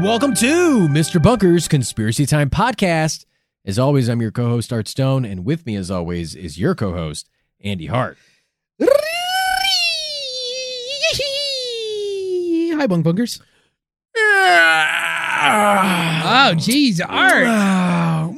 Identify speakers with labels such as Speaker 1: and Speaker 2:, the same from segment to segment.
Speaker 1: Welcome to Mr. Bunker's Conspiracy Time Podcast. As always, I'm your co host, Art Stone, and with me, as always, is your co host, Andy Hart.
Speaker 2: Hi, bunk bunkers. Oh,
Speaker 1: Oh,
Speaker 2: geez, Art.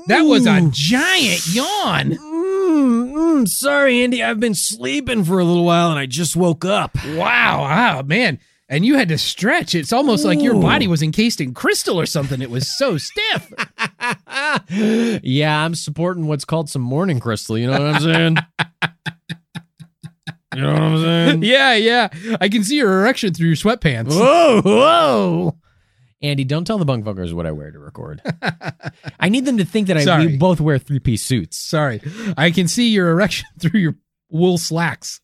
Speaker 2: That was a giant yawn.
Speaker 1: Mm, mm, sorry, Andy. I've been sleeping for a little while and I just woke up.
Speaker 2: Wow, oh, man. And you had to stretch. It's almost like your
Speaker 1: Ooh.
Speaker 2: body was encased in crystal or something. It was so stiff.
Speaker 1: yeah, I'm supporting what's called some morning crystal. You know what I'm saying? you know what I'm saying?
Speaker 2: yeah, yeah. I can see your erection through your sweatpants.
Speaker 1: Whoa, whoa. Andy, don't tell the bunk bunkers what I wear to record. I need them to think that I, we
Speaker 2: Sorry.
Speaker 1: both wear three piece suits.
Speaker 2: Sorry. I can see your erection through your wool slacks.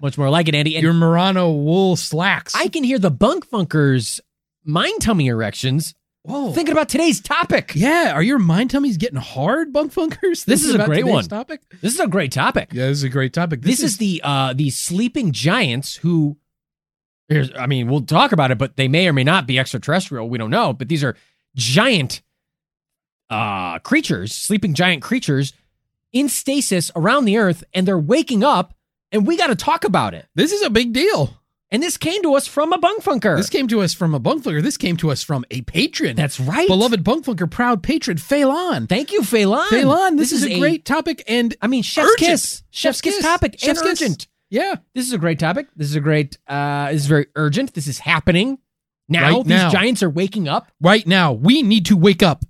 Speaker 1: Much more like it, Andy. And
Speaker 2: your Murano wool slacks.
Speaker 1: I can hear the bunk bunkers' mind tummy erections
Speaker 2: Whoa.
Speaker 1: thinking about today's topic.
Speaker 2: Oh. yeah, are your mind tummies getting hard, bunk funkers?
Speaker 1: This is a
Speaker 2: about
Speaker 1: great
Speaker 2: today's
Speaker 1: one.
Speaker 2: Topic?
Speaker 1: This is a great topic.
Speaker 2: Yeah, this is a great topic.
Speaker 1: This, is, the uh the sleeping giants who here's I mean, we'll talk about it, but they may or may not be extraterrestrial. We don't know. But these are giant uh creatures, sleeping giant creatures in stasis around the earth, and they're waking up, and we gotta talk about it.
Speaker 2: this is a big deal.
Speaker 1: And this came to us from a bunk funker.
Speaker 2: This came to us from a bunkfunker. This came to us from a patron.
Speaker 1: That's right.
Speaker 2: beloved bunkfunker, proud patron, Phelan.
Speaker 1: Thank you, Phelan.
Speaker 2: Phelan, this, is, a great topic and
Speaker 1: I mean, chef's
Speaker 2: Urgent.
Speaker 1: kiss, chef's, kiss, topic,
Speaker 2: Chef's
Speaker 1: and
Speaker 2: kiss.
Speaker 1: urgent.
Speaker 2: yeah,
Speaker 1: This is a great topic. This is a great. uh This is very urgent. This is happening now.
Speaker 2: Right
Speaker 1: These
Speaker 2: now.
Speaker 1: giants are waking up,
Speaker 2: right now we need to wake up.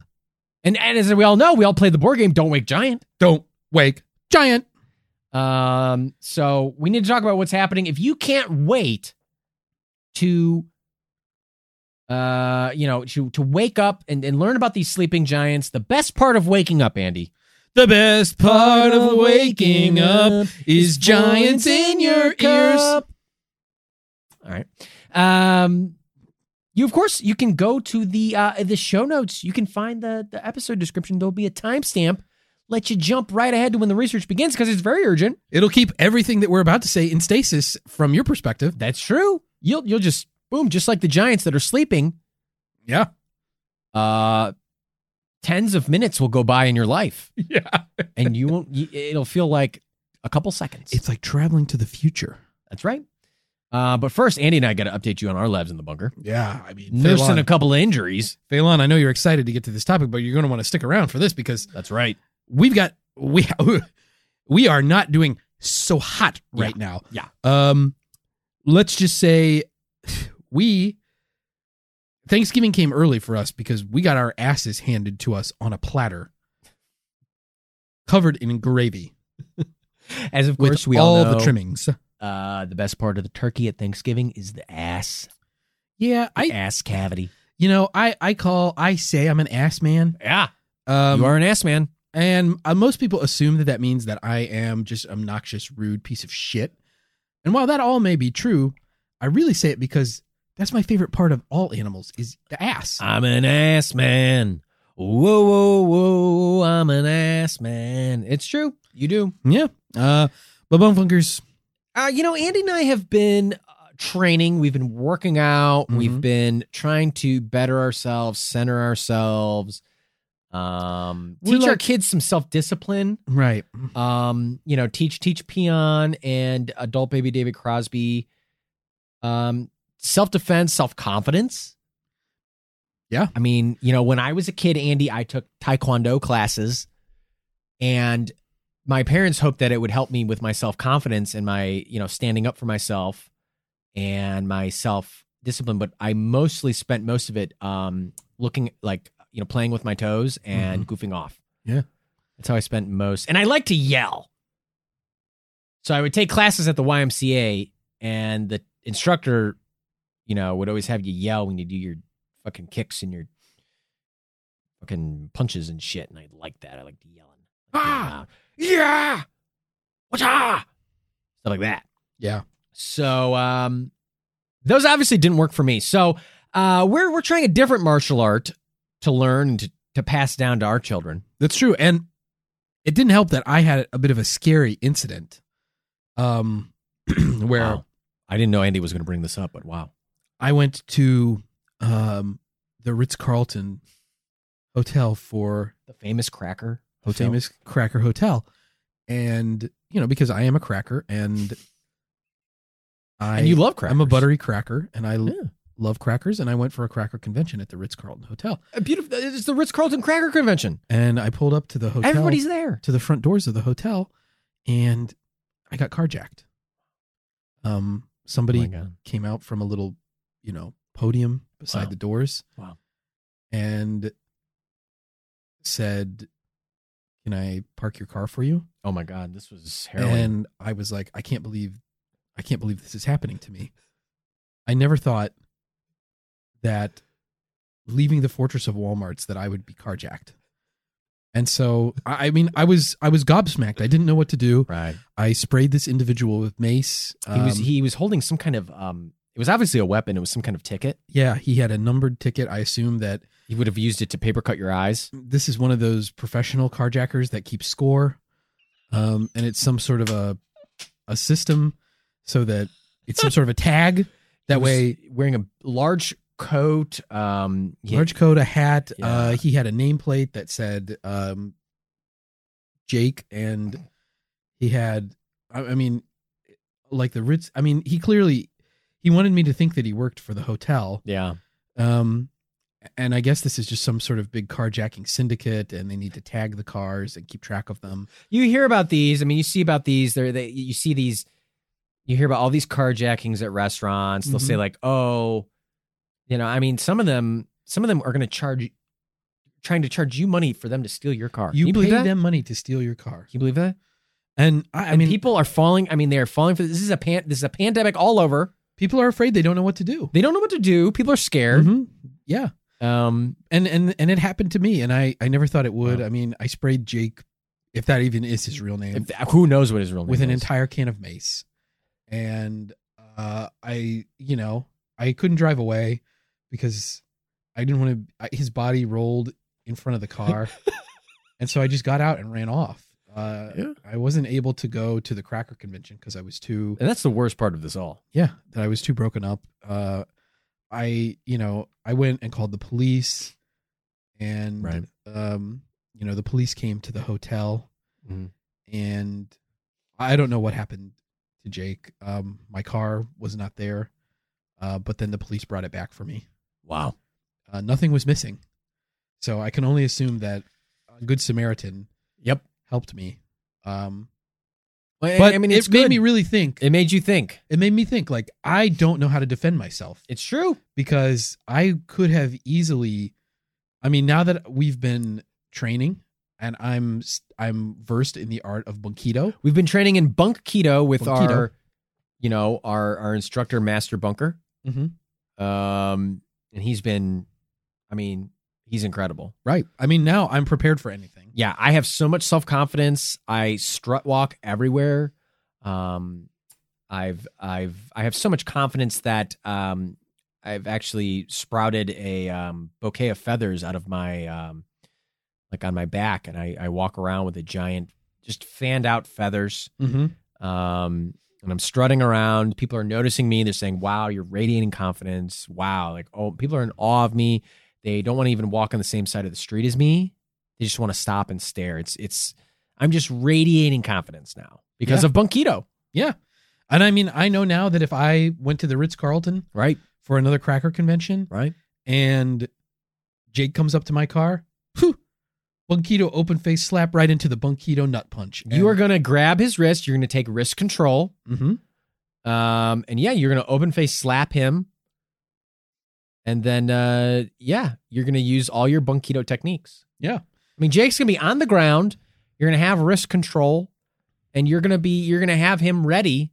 Speaker 1: and and as we all know, we all play the board game. Don't wake giant.
Speaker 2: Don't wake giant.
Speaker 1: Um. So we need to talk about what's happening. If you can't wait to, uh, you know, to to wake up and and learn about these sleeping giants, the best part of waking up, Andy,
Speaker 2: The best part of waking up is giants in your ears.
Speaker 1: All right. Um, you of course you can go to the uh, the show notes. You can find the the episode description. There'll be a timestamp. Let you jump right ahead to when the research begins because it's very urgent.
Speaker 2: It'll keep everything that we're about to say in stasis from your perspective.
Speaker 1: That's true. You'll you'll just boom, just like the giants that are sleeping.
Speaker 2: Yeah,
Speaker 1: Uh, tens of minutes will go by in your life,
Speaker 2: yeah.
Speaker 1: and you won't. y- It'll feel like a couple seconds.
Speaker 2: It's like traveling to the future.
Speaker 1: That's right. Uh, but first, Andy and I got to update you on our labs in the bunker.
Speaker 2: Yeah, I mean,
Speaker 1: Nursing a couple of injuries.
Speaker 2: Phelan, I know you're excited to get to this topic, but you're going to want to stick around for this because
Speaker 1: That's right.
Speaker 2: we've got we we are not doing so hot right now.
Speaker 1: yeah.
Speaker 2: Um let's just say we Thanksgiving came early for us because we got our asses handed to us on a platter covered in gravy
Speaker 1: As of
Speaker 2: with
Speaker 1: course we
Speaker 2: all
Speaker 1: all know,
Speaker 2: the trimmings.
Speaker 1: Uh, the best part of the turkey at Thanksgiving is the ass,
Speaker 2: Yeah,
Speaker 1: the
Speaker 2: I
Speaker 1: ass cavity.
Speaker 2: you know, I I call I say I'm an ass man.
Speaker 1: Yeah,
Speaker 2: Um
Speaker 1: you are an ass man.
Speaker 2: And uh, most people assume that that means that I am just obnoxious, rude piece of shit. And while that all may be true, I really say it because that's my favorite part of all animals is the ass.
Speaker 1: I'm an ass man. Whoa, whoa, whoa! I'm an ass man. It's true. You do.
Speaker 2: yeah. Uh, but Bone Funkers,
Speaker 1: Uh, you know, Andy and I have been uh, training. We've been working out. We've
Speaker 2: Mhm.
Speaker 1: been trying to better ourselves, center ourselves, um,
Speaker 2: We're
Speaker 1: teach our
Speaker 2: like-
Speaker 1: kids some self discipline.
Speaker 2: right?
Speaker 1: um, you know, teach teach Peon and adult baby David Crosby, um, self defense, self confidence.
Speaker 2: Yeah.
Speaker 1: I mean, you know, when I was a kid, Andy, I took Taekwondo classes and my parents hoped that it would help me with my self confidence and my, you know, standing up for myself and my self discipline. But I mostly spent most of it um, looking like, you know, playing with my toes and goofing off.
Speaker 2: Mm-hmm. Yeah.
Speaker 1: That's how I spent most. And I like to yell. So I would take classes at the YMCA and the instructor, you know, would always have you yell when you do your fucking kicks and your fucking punches and shit. And I like that. I like the yelling.
Speaker 2: Ah!
Speaker 1: Yeah. What's ah? Stuff like that.
Speaker 2: Yeah.
Speaker 1: So um those obviously didn't work for me. So uh we're we're trying a different martial art to learn and to, to pass down to our children.
Speaker 2: That's true. And it didn't help that I had a bit of a scary incident. Um where
Speaker 1: Wow. I didn't know Andy was gonna bring this up, but wow.
Speaker 2: I went to um the Ritz Carlton hotel for
Speaker 1: The famous cracker.
Speaker 2: the
Speaker 1: hotel.
Speaker 2: famous Cracker Hotel. And you know, because I am a cracker and I
Speaker 1: and you love crackers.
Speaker 2: I'm a buttery cracker and I l-
Speaker 1: Yeah.
Speaker 2: love crackers and I went for a cracker convention at the Ritz Carlton Hotel.
Speaker 1: A beautiful. It's the Ritz Carlton Cracker Convention.
Speaker 2: And I pulled up to the hotel
Speaker 1: Everybody's there.
Speaker 2: to the front doors of the hotel and I got carjacked. Um somebody
Speaker 1: Oh God.
Speaker 2: came out from a little, you know, podium beside
Speaker 1: Wow.
Speaker 2: the doors.
Speaker 1: Wow.
Speaker 2: And said, "Can I park your car for you?"
Speaker 1: Oh my God, this was harrowing.
Speaker 2: And I was like, "I can't believe I can't believe this is happening to me." I never thought that leaving the fortress of Walmart's that I would be carjacked. And so I I mean I was I was gobsmacked. I didn't know what to do.
Speaker 1: right.
Speaker 2: I sprayed this individual with mace.
Speaker 1: He was
Speaker 2: Um,
Speaker 1: he was holding some kind of um. It was obviously a weapon. It was some kind of ticket.
Speaker 2: yeah, he had a numbered ticket. I assume that
Speaker 1: He would have used it to paper cut your eyes.
Speaker 2: this is one of those professional carjackers that keeps score, um, and it's some sort of a a system so that it's some sort of a tag. That
Speaker 1: He was
Speaker 2: way,
Speaker 1: wearing a large coat. Um, he had-
Speaker 2: large coat, a hat. Uh,
Speaker 1: Yeah.
Speaker 2: he had a nameplate that said um, Jake,
Speaker 1: Mm-hmm.
Speaker 2: and he had. I, I mean, like the Ritz. I mean, he clearly he wanted me to think that he worked for the hotel.
Speaker 1: Yeah.
Speaker 2: Um, and I guess this is just some sort of big carjacking syndicate, and they need to tag the cars and keep track of them.
Speaker 1: You hear about these. I mean, you see about these. There, they, you see these. You hear about all these carjackings at restaurants. They'll say like, "Oh, you know." I mean, some of them, some of them are going to charge, trying to charge you money for them to steal your car. Can
Speaker 2: You,
Speaker 1: believe
Speaker 2: pay
Speaker 1: that?
Speaker 2: them money to steal your car,
Speaker 1: Can you believe that?
Speaker 2: and I, I
Speaker 1: I mean,
Speaker 2: mean,
Speaker 1: people are falling. I mean, they are falling for this. Is a pan, this is a pandemic all over.
Speaker 2: people are afraid they don't know what to do.
Speaker 1: They don't know what to do. People are scared.
Speaker 2: Mhm. Yeah,
Speaker 1: Um,
Speaker 2: and and and it happened to me, and I I never thought it would.
Speaker 1: Wow.
Speaker 2: I mean, I sprayed Jake, if that even is his real name,
Speaker 1: if, who knows what his real name
Speaker 2: with an
Speaker 1: is.
Speaker 2: entire can of mace, and uh, I you know I couldn't drive away because I didn't want to. I, his body rolled in front of the car, and so I just got out and ran off. Uh,
Speaker 1: Yeah.
Speaker 2: I wasn't able to go to the cracker convention because I was too
Speaker 1: And that's the worst part of this all.
Speaker 2: yeah that I was too broken up. Uh, I you know I went and called the police, and
Speaker 1: Right.
Speaker 2: um you know the police came to the hotel,
Speaker 1: Mhm.
Speaker 2: and I don't know what happened to Jake. Um, my car was not there, uh, but then the police brought it back for me.
Speaker 1: Wow.
Speaker 2: Uh, nothing was missing, so I can only assume that a good Samaritan
Speaker 1: Yep.
Speaker 2: helped me. Um,
Speaker 1: But,
Speaker 2: but
Speaker 1: I mean, it's
Speaker 2: it made
Speaker 1: good.
Speaker 2: me really think.
Speaker 1: it made you think.
Speaker 2: It made me think. Like I don't know how to defend myself.
Speaker 1: It's true.
Speaker 2: because I could have easily I mean now that we've been training and I'm s- I'm versed in the art of bunkido.
Speaker 1: We've been training in bunk keto with
Speaker 2: Bunk keto.
Speaker 1: our, you know, our our instructor, Master Bunker.
Speaker 2: Mhm.
Speaker 1: Um, and he's been, I mean, he's incredible.
Speaker 2: Right. I mean now I'm prepared for anything.
Speaker 1: Yeah, I have so much self confidence. I strut walk everywhere. Um, I've I've I have so much confidence that um, I've actually sprouted a um, bouquet of feathers out of my um, like on my back, and I, I walk around with a giant, just fanned out feathers.
Speaker 2: Mm-hmm.
Speaker 1: um, and I'm strutting around. People are noticing me. They're saying, "Wow, you're radiating confidence. Wow!" Like, oh, people are in awe of me. They don't want to even walk on the same side of the street as me. They just want to stop and stare. It's it's. I'm just radiating confidence now because
Speaker 2: Yeah.
Speaker 1: of Bunkido,
Speaker 2: And I mean I know now that if I went to the Ritz Carlton
Speaker 1: right?
Speaker 2: for another cracker convention,
Speaker 3: right?
Speaker 2: and Jake comes up to my car. Whew, Bunkido open face slap right into the Bunkido nut punch.
Speaker 1: You are going to grab his wrist. You're going to take wrist control.
Speaker 2: hmm
Speaker 1: Um, and yeah, you're going to open face slap him. And then, uh, yeah, you're going to use all your Bunkido techniques.
Speaker 2: Yeah.
Speaker 1: I mean, Jake's going to be on the ground. You're going to have wrist control and you're going to be, you're going to have him ready,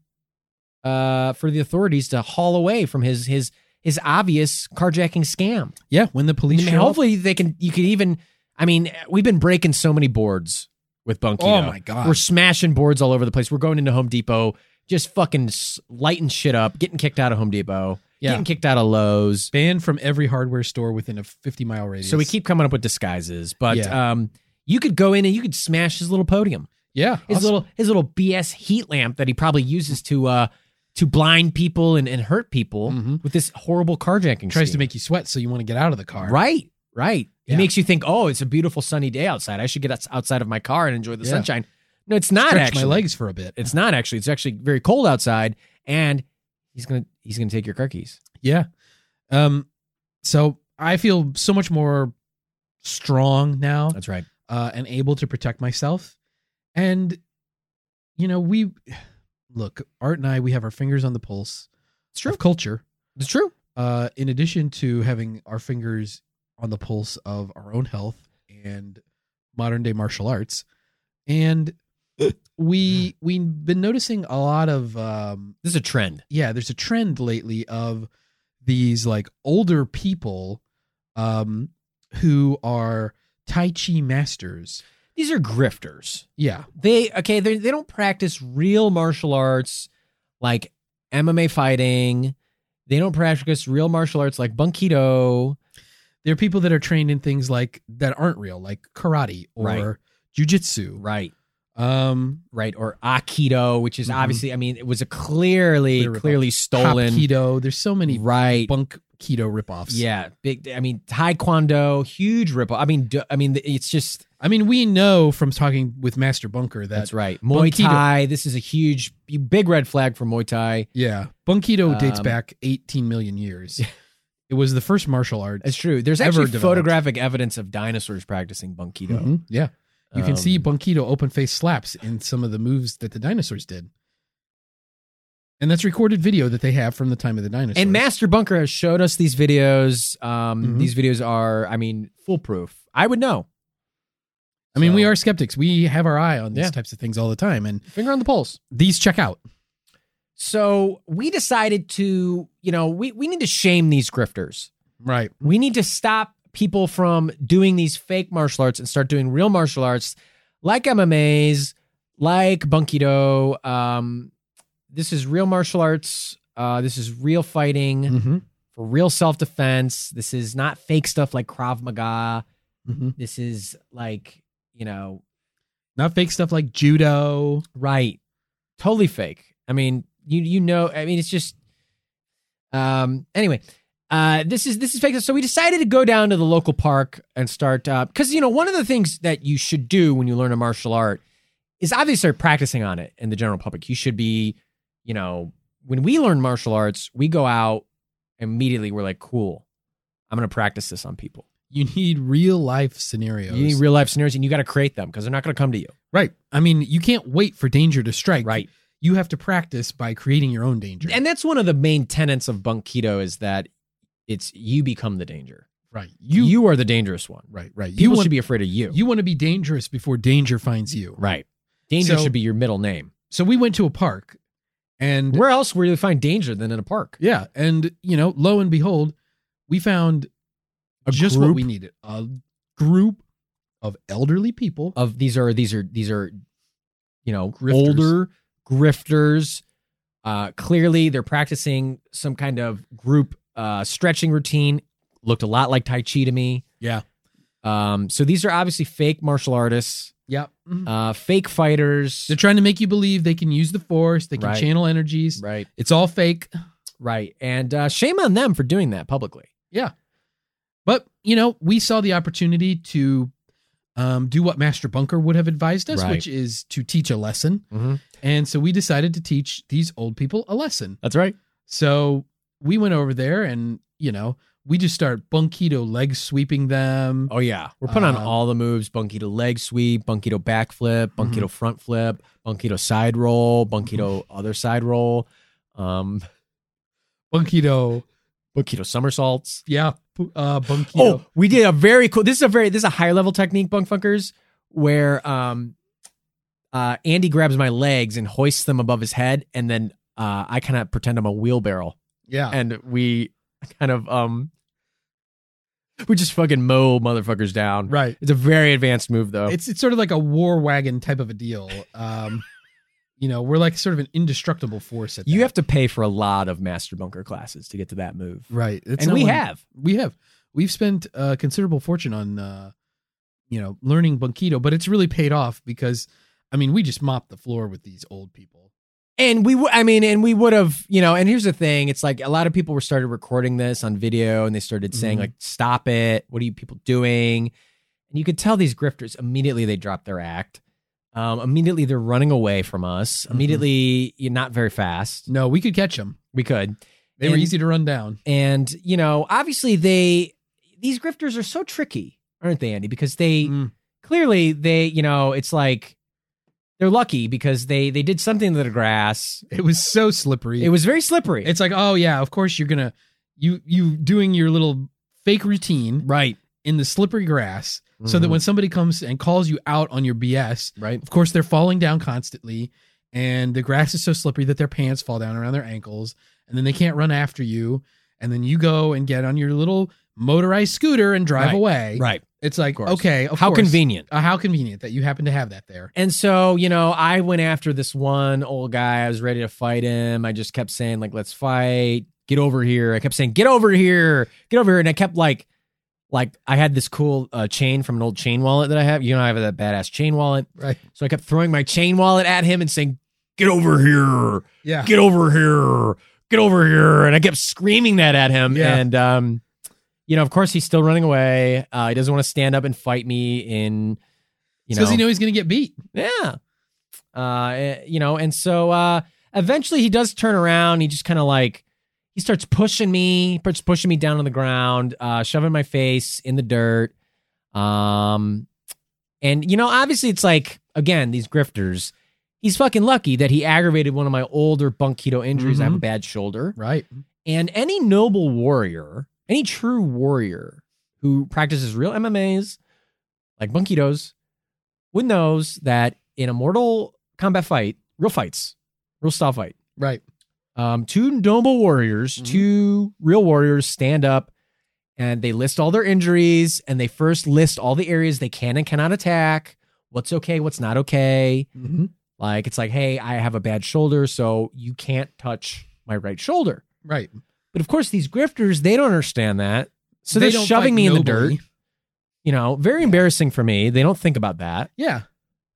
Speaker 1: uh, for the authorities to haul away from his, his, his obvious carjacking scam.
Speaker 2: Yeah, when the
Speaker 1: I
Speaker 2: police
Speaker 1: mean,
Speaker 2: show up-
Speaker 1: hopefully they can, you could even, I mean, we've been breaking so many boards with Bunkido.
Speaker 2: Oh my god.
Speaker 1: We're smashing boards all over the place. We're going into Home Depot, just fucking s- lighting shit up, getting kicked out of Home Depot,
Speaker 2: Yeah.
Speaker 1: getting kicked out of Lowe's.
Speaker 2: banned from every hardware store within a 50 mile radius.
Speaker 1: So we keep coming up with disguises, but
Speaker 2: Yeah.
Speaker 1: um, you could go in and you could smash his little podium,
Speaker 2: yeah,
Speaker 1: his
Speaker 2: awesome.
Speaker 1: little his little BS heat lamp that he probably uses to uh to blind people and, and hurt people
Speaker 2: Mhm.
Speaker 1: with this horrible carjacking.
Speaker 2: tries to
Speaker 1: scheme.
Speaker 2: make you sweat, so you want to get out of the car.
Speaker 1: right, right.
Speaker 2: Yeah.
Speaker 1: It makes you think, oh, it's a beautiful sunny day outside. I should get outs- outside of my car and enjoy the
Speaker 2: Yeah.
Speaker 1: sunshine. No, it's not
Speaker 2: Stretch
Speaker 1: actually.
Speaker 2: my legs for a bit.
Speaker 1: It's not actually. It's actually very cold outside, and he's gonna he's gonna take your car keys.
Speaker 2: Yeah. Um. So I feel so much more strong now
Speaker 1: That's right.
Speaker 2: uh, and able to protect myself. And you know, we look Art and I. We have our fingers on the pulse
Speaker 1: It's true.
Speaker 2: of culture.
Speaker 1: It's true.
Speaker 2: Uh, in addition to having our fingers on the pulse of our own health and modern day martial arts, and we we've been noticing a lot of um,
Speaker 1: This is a trend.
Speaker 2: yeah, there's a trend lately of these like older people um who are tai chi masters.
Speaker 1: These are grifters.
Speaker 2: Yeah.
Speaker 1: They okay. They they don't practice real martial arts like MMA fighting. They don't practice real martial arts like bunkido.
Speaker 2: They're people that are trained in things like that aren't real, like karate or
Speaker 1: Right.
Speaker 2: jujitsu.
Speaker 1: Right.
Speaker 2: Um
Speaker 1: Right. Or aikido, which is
Speaker 2: Mhm.
Speaker 1: obviously. I mean, it was a clearly
Speaker 2: Clear ripoff.
Speaker 1: clearly stolen.
Speaker 2: keto. There's so many
Speaker 1: Right.
Speaker 2: bunk keto ripoffs.
Speaker 1: Yeah. Big. I mean, taekwondo. Huge rip. I mean. d- I mean. It's just.
Speaker 2: I mean, we know from talking with Master Bunker that
Speaker 1: That's right. Muay
Speaker 2: Bunkido-
Speaker 1: Thai. This is a huge, big red flag for Muay Thai.
Speaker 2: yeah, bunkido dates
Speaker 1: Um,
Speaker 2: back 18 million years. it was the first martial art.
Speaker 1: It's true. There's
Speaker 2: Ever
Speaker 1: actually
Speaker 2: developed.
Speaker 1: photographic evidence of dinosaurs practicing Bunkido.
Speaker 2: Mhm. Yeah. You can see
Speaker 1: Mm-hmm. Um,
Speaker 2: Bunkido open face slaps in some of the moves that the dinosaurs did. And that's recorded video that they have from the time of the dinosaurs.
Speaker 1: And Master Bunker has showed us these videos. Um,
Speaker 2: Mhm.
Speaker 1: These videos are, I mean, foolproof. I would know.
Speaker 2: I mean, we
Speaker 1: So-
Speaker 2: are skeptics. We have our eye on these
Speaker 1: Yeah.
Speaker 2: types of things all the time. And
Speaker 1: Finger on the pulse.
Speaker 2: these check out.
Speaker 1: So we decided to, you know, we, we need to shame these grifters.
Speaker 2: Right.
Speaker 1: We need to stop people from doing these fake martial arts and start doing real martial arts like MMAs, like Bunkido. Um, this is real martial arts. Uh, this is real fighting
Speaker 2: Mm-hmm.
Speaker 1: for real self defense. This is not fake stuff like Krav Maga.
Speaker 2: Mm-hmm.
Speaker 1: This is like, you know,
Speaker 2: Not fake stuff like judo.
Speaker 1: right. Totally fake. I mean, you you know, I mean it's just um anyway, uh this is this is fake. So we decided to go down to the local park and start uh cuz you know, one of the things that you should do when you learn a martial art is obviously start practicing on it in the general public. You should be, you know, when we learn martial arts, we go out immediately we're like, "Cool. I'm going to practice this on people."
Speaker 2: You need real life scenarios.
Speaker 1: You need real life scenarios and you got to create them because they're not going to come to you.
Speaker 2: right. I mean, you can't wait for danger to strike.
Speaker 1: Right.
Speaker 2: You have to practice by creating your own danger.
Speaker 1: And that's one of the main tenets of Bunkido is that it's you become the danger.
Speaker 2: right. You,
Speaker 1: You you are the dangerous one.
Speaker 2: Right. Right. You
Speaker 1: People
Speaker 2: want,
Speaker 1: should be afraid of you.
Speaker 2: you want to be dangerous before danger finds you.
Speaker 1: right. Danger
Speaker 2: So-
Speaker 1: should be your middle name.
Speaker 2: So we went to a park and
Speaker 1: Where else would you find danger than in a park?
Speaker 2: Yeah, and you know, lo and behold, we found
Speaker 1: A
Speaker 2: just what
Speaker 1: group
Speaker 2: we needed: a group of elderly people.
Speaker 1: Of these are these are these are you know
Speaker 2: Grifters.
Speaker 1: older grifters. Uh, clearly, they're practicing some kind of group uh, stretching routine. Looked a lot like Tai Chi to me.
Speaker 2: Yeah.
Speaker 1: Um, so these are obviously fake martial artists,
Speaker 2: yeah, mm-hmm.
Speaker 1: uh, fake fighters.
Speaker 2: they're trying to make you believe they can use the force, they can
Speaker 1: Right.
Speaker 2: channel energies.
Speaker 1: Right.
Speaker 2: It's all fake.
Speaker 1: Right. And uh, shame on them for doing that publicly.
Speaker 2: But you know, we saw the opportunity to um, do what Master Bunker would have advised us,
Speaker 1: Right.
Speaker 2: which is to teach a lesson.
Speaker 1: Mhm.
Speaker 2: And so we decided to teach these old people a lesson.
Speaker 1: That's right.
Speaker 2: So we went over there and, you know, we just start Bunkido leg sweeping them.
Speaker 1: Oh yeah, we're putting on
Speaker 2: Uh,
Speaker 1: all the moves: Bunkido leg sweep, Bunkido backflip,
Speaker 2: Mm-hmm.
Speaker 1: Bunkido front flip, Bunkido side roll, Bunkido
Speaker 2: Mm-hmm.
Speaker 1: other side roll, um,
Speaker 2: Bunkido.
Speaker 1: Bunkido somersaults.
Speaker 2: Yeah. Uh, Bunkido.
Speaker 1: Oh, we did a very cool. This is a very this is a high level technique, bunk funkers, where um, uh, Andy grabs my legs and hoists them above his head, and then uh, I kind of pretend I'm a wheelbarrow,
Speaker 2: yeah.
Speaker 1: and we kind of um, we just fucking mow motherfuckers down.
Speaker 2: right.
Speaker 1: It's a very advanced move, though.
Speaker 2: It's it's sort of like a war wagon type of a deal. Um, you know, we're like sort of an indestructible force. At
Speaker 1: You
Speaker 2: that.
Speaker 1: have to pay for a lot of master bunker classes to get to that move.
Speaker 2: right, It's
Speaker 1: and
Speaker 2: not
Speaker 1: we
Speaker 2: one-
Speaker 1: have.
Speaker 2: we have we've spent a considerable fortune on uh, you know learning Bunkido, but it's really paid off because I mean we just mopped the floor with these old people.
Speaker 1: And we, w- I mean, and we would have, you know, and here's the thing. It's like a lot of people were started recording this on video and they started saying
Speaker 2: Mhm.
Speaker 1: like, stop it. What are you people doing? And you could tell these grifters immediately they dropped their act. Um, immediately they're running away from us.
Speaker 2: Mhm.
Speaker 1: Immediately you're not very fast.
Speaker 2: No, we could catch them.
Speaker 1: We could.
Speaker 2: They were
Speaker 1: And-
Speaker 2: easy to run down.
Speaker 1: And, you know, obviously they, these grifters are so tricky, aren't they, Andy? Because they,
Speaker 2: Mm.
Speaker 1: clearly they you know it's like they're lucky because they they did something to the grass
Speaker 2: It was so slippery.
Speaker 1: it was very slippery
Speaker 2: It's like oh yeah, of course you're gonna you you doing your little fake routine
Speaker 1: right
Speaker 2: in the slippery grass so that
Speaker 1: Mhm.
Speaker 2: when somebody comes and calls you out on your BS,
Speaker 1: right
Speaker 2: of course they're falling down constantly and the grass is so slippery that their pants fall down around their ankles and then they can't run after you and then you go and get on your little motorized scooter and drive
Speaker 1: Right,
Speaker 2: away.
Speaker 1: right
Speaker 2: It's like
Speaker 1: course.
Speaker 2: okay, of
Speaker 1: how
Speaker 2: course.
Speaker 1: convenient
Speaker 2: Uh, how convenient that you happen to have that there.
Speaker 1: and so you know i went after this one old guy i was ready to fight him i just kept saying like let's fight get over here i kept saying get over here get over here and i kept like like i had this cool uh, chain from an old chain wallet that i have you know i have that badass chain wallet
Speaker 2: Right.
Speaker 1: so i kept throwing my chain wallet at him and saying get over here
Speaker 2: Yeah.
Speaker 1: get over here get over here and i kept screaming that at him
Speaker 2: Yeah.
Speaker 1: and um you know of course he's still running away uh he doesn't want to stand up and fight me in you know
Speaker 2: Does he know he's going to get beat?
Speaker 1: yeah uh eh, you know and so uh eventually he does turn around he just kind of like he starts pushing me he starts pushing me down on the ground uh shoving my face in the dirt um and you know obviously it's like again these grifters he's fucking lucky that he aggravated one of my older bunkito injuries i have a
Speaker 2: Mhm.
Speaker 1: bad shoulder
Speaker 2: Right.
Speaker 1: and any noble warrior any true warrior who practices real mmas like bunkitos would knows that in a mortal combat fight real fights real style fight
Speaker 2: Right.
Speaker 1: um, two noble warriors,
Speaker 2: Mhm.
Speaker 1: two real warriors stand up and they list all their injuries and they first list all the areas they can and cannot attack, what's okay, what's not okay.
Speaker 2: Mm-hmm.
Speaker 1: Like it's like, hey, I have a bad shoulder, so you can't touch my right shoulder.
Speaker 2: Right.
Speaker 1: But of course, these grifters, they don't understand that. So they are
Speaker 2: don't
Speaker 1: shoving
Speaker 2: fight
Speaker 1: me in the
Speaker 2: nobly.
Speaker 1: dirt. You know, very embarrassing for me. They don't think about that.
Speaker 2: Yeah.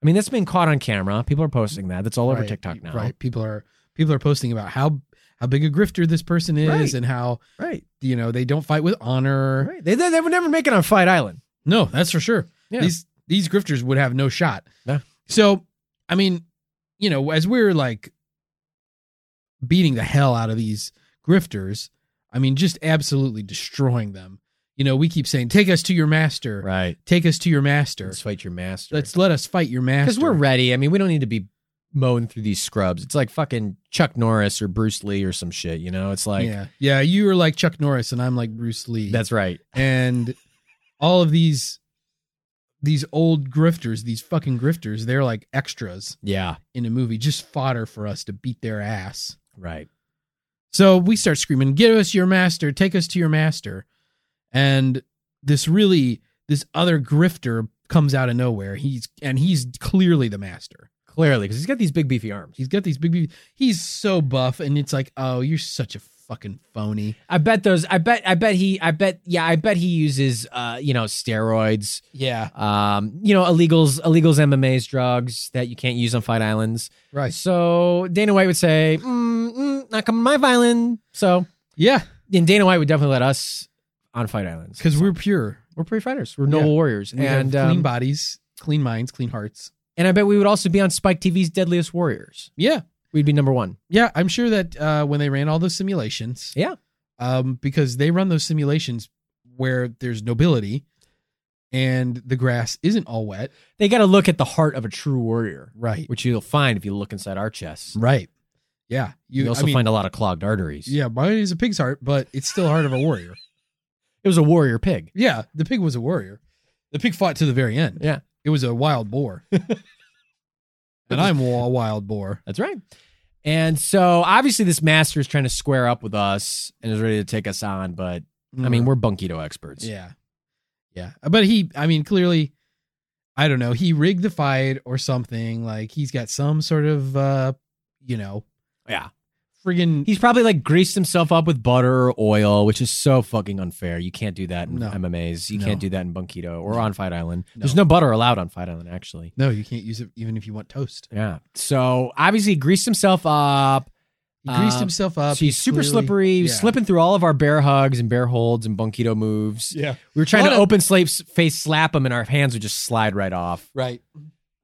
Speaker 1: I mean, that's been caught on camera. People are posting that. That's all over
Speaker 2: Right,
Speaker 1: TikTok now.
Speaker 2: Right. People are people are posting about how how big a grifter this person is
Speaker 1: Right.
Speaker 2: and how
Speaker 1: Right.
Speaker 2: you know they don't fight with honor.
Speaker 1: Right. They, they, they would never make it on Fight Island.
Speaker 2: No, that's for sure.
Speaker 1: Yeah.
Speaker 2: These these grifters would have no shot.
Speaker 1: Yeah.
Speaker 2: So, I mean, you know, as we're like beating the hell out of these grifters, I mean, just absolutely destroying them. You know, we keep saying, "Take us to your master.
Speaker 1: Right.
Speaker 2: Take us to your master.
Speaker 1: Let's fight your master.
Speaker 2: Let's let us fight your master."
Speaker 1: because we're ready. I mean, we don't need to be mowing through these scrubs. It's like fucking Chuck Norris or Bruce Lee or some shit. You know, it's like
Speaker 2: yeah, yeah. You are like Chuck Norris, and I'm like Bruce Lee.
Speaker 1: that's right.
Speaker 2: and all of these these old grifters, these fucking grifters, they're like extras
Speaker 1: Yeah,
Speaker 2: in a movie, just fodder for us to beat their ass.
Speaker 1: right.
Speaker 2: So we start screaming, "Give us your master! Take us to your master!" And this really, this other grifter comes out of nowhere. He's and he's clearly the master.
Speaker 1: Clearly, because he's got these big beefy arms.
Speaker 2: He's got these big, big. He's so buff, and it's like, oh, you're such a fucking phony.
Speaker 1: I bet those. I bet. I bet he. I bet. Yeah. I bet he uses. Uh, you know, steroids.
Speaker 2: Yeah,
Speaker 1: Um, you know, illegals. Illegals, MMA's, drugs that you can't use on Fight Islands.
Speaker 2: right.
Speaker 1: So Dana White would say, mm, mm, "Not coming to my island." So,
Speaker 2: Yeah,
Speaker 1: and Dana White would definitely let us on Fight Islands
Speaker 2: because we're pure.
Speaker 1: we're pretty fighters. We're noble
Speaker 2: Yeah.
Speaker 1: warriors,
Speaker 2: We have
Speaker 1: and
Speaker 2: clean
Speaker 1: um,
Speaker 2: bodies, clean minds, clean hearts.
Speaker 1: And I bet we would also be on Spike TV's Deadliest Warriors.
Speaker 2: Yeah.
Speaker 1: We'd be number one.
Speaker 2: Yeah. I'm sure that uh, when they ran all those simulations,
Speaker 1: Yeah.
Speaker 2: um, because they run those simulations where there's nobility and the grass isn't all wet.
Speaker 1: They got to look at the heart of a true warrior,
Speaker 2: Right.
Speaker 1: which you'll find if you look inside our chests.
Speaker 2: Right. Yeah.
Speaker 1: You,
Speaker 2: You,
Speaker 1: also
Speaker 2: I mean,
Speaker 1: find a lot of clogged arteries.
Speaker 2: yeah, mine is a pig's heart, but it's still heart of a warrior.
Speaker 1: It was a warrior pig.
Speaker 2: Yeah, the pig was a warrior. The pig fought to the very end.
Speaker 1: Yeah.
Speaker 2: It was a wild boar. and I'm a wild boar.
Speaker 1: That's right. And so obviously this master is trying to square up with us and is ready to take us on, but I mean we're Bunkido experts.
Speaker 2: Mm. Yeah. Yeah. Uh, But he, I mean, clearly, I don't know, he rigged the fight or something. Like he's got some sort of, uh, you know,
Speaker 1: Yeah.
Speaker 2: friggin'
Speaker 1: He's probably like greased himself up with butter or oil, which is so fucking unfair. You can't do that in
Speaker 2: No.
Speaker 1: MMAs. You
Speaker 2: No.
Speaker 1: can't do that in Bunkido or
Speaker 2: No.
Speaker 1: on Fight Island.
Speaker 2: No.
Speaker 1: There's no butter allowed on Fight Island, actually.
Speaker 2: no, you can't use it even if you want toast.
Speaker 1: Yeah. So obviously he greased himself up.
Speaker 2: He greased
Speaker 1: Uh,
Speaker 2: himself up.
Speaker 1: She's super
Speaker 2: clearly-
Speaker 1: slippery,
Speaker 2: yeah.
Speaker 1: slipping through all of our bear hugs and bear holds and Bunkido moves.
Speaker 2: Yeah.
Speaker 1: We were trying to
Speaker 2: Lot of-
Speaker 1: open slaves face slap him and our hands would just slide right off.
Speaker 2: Right.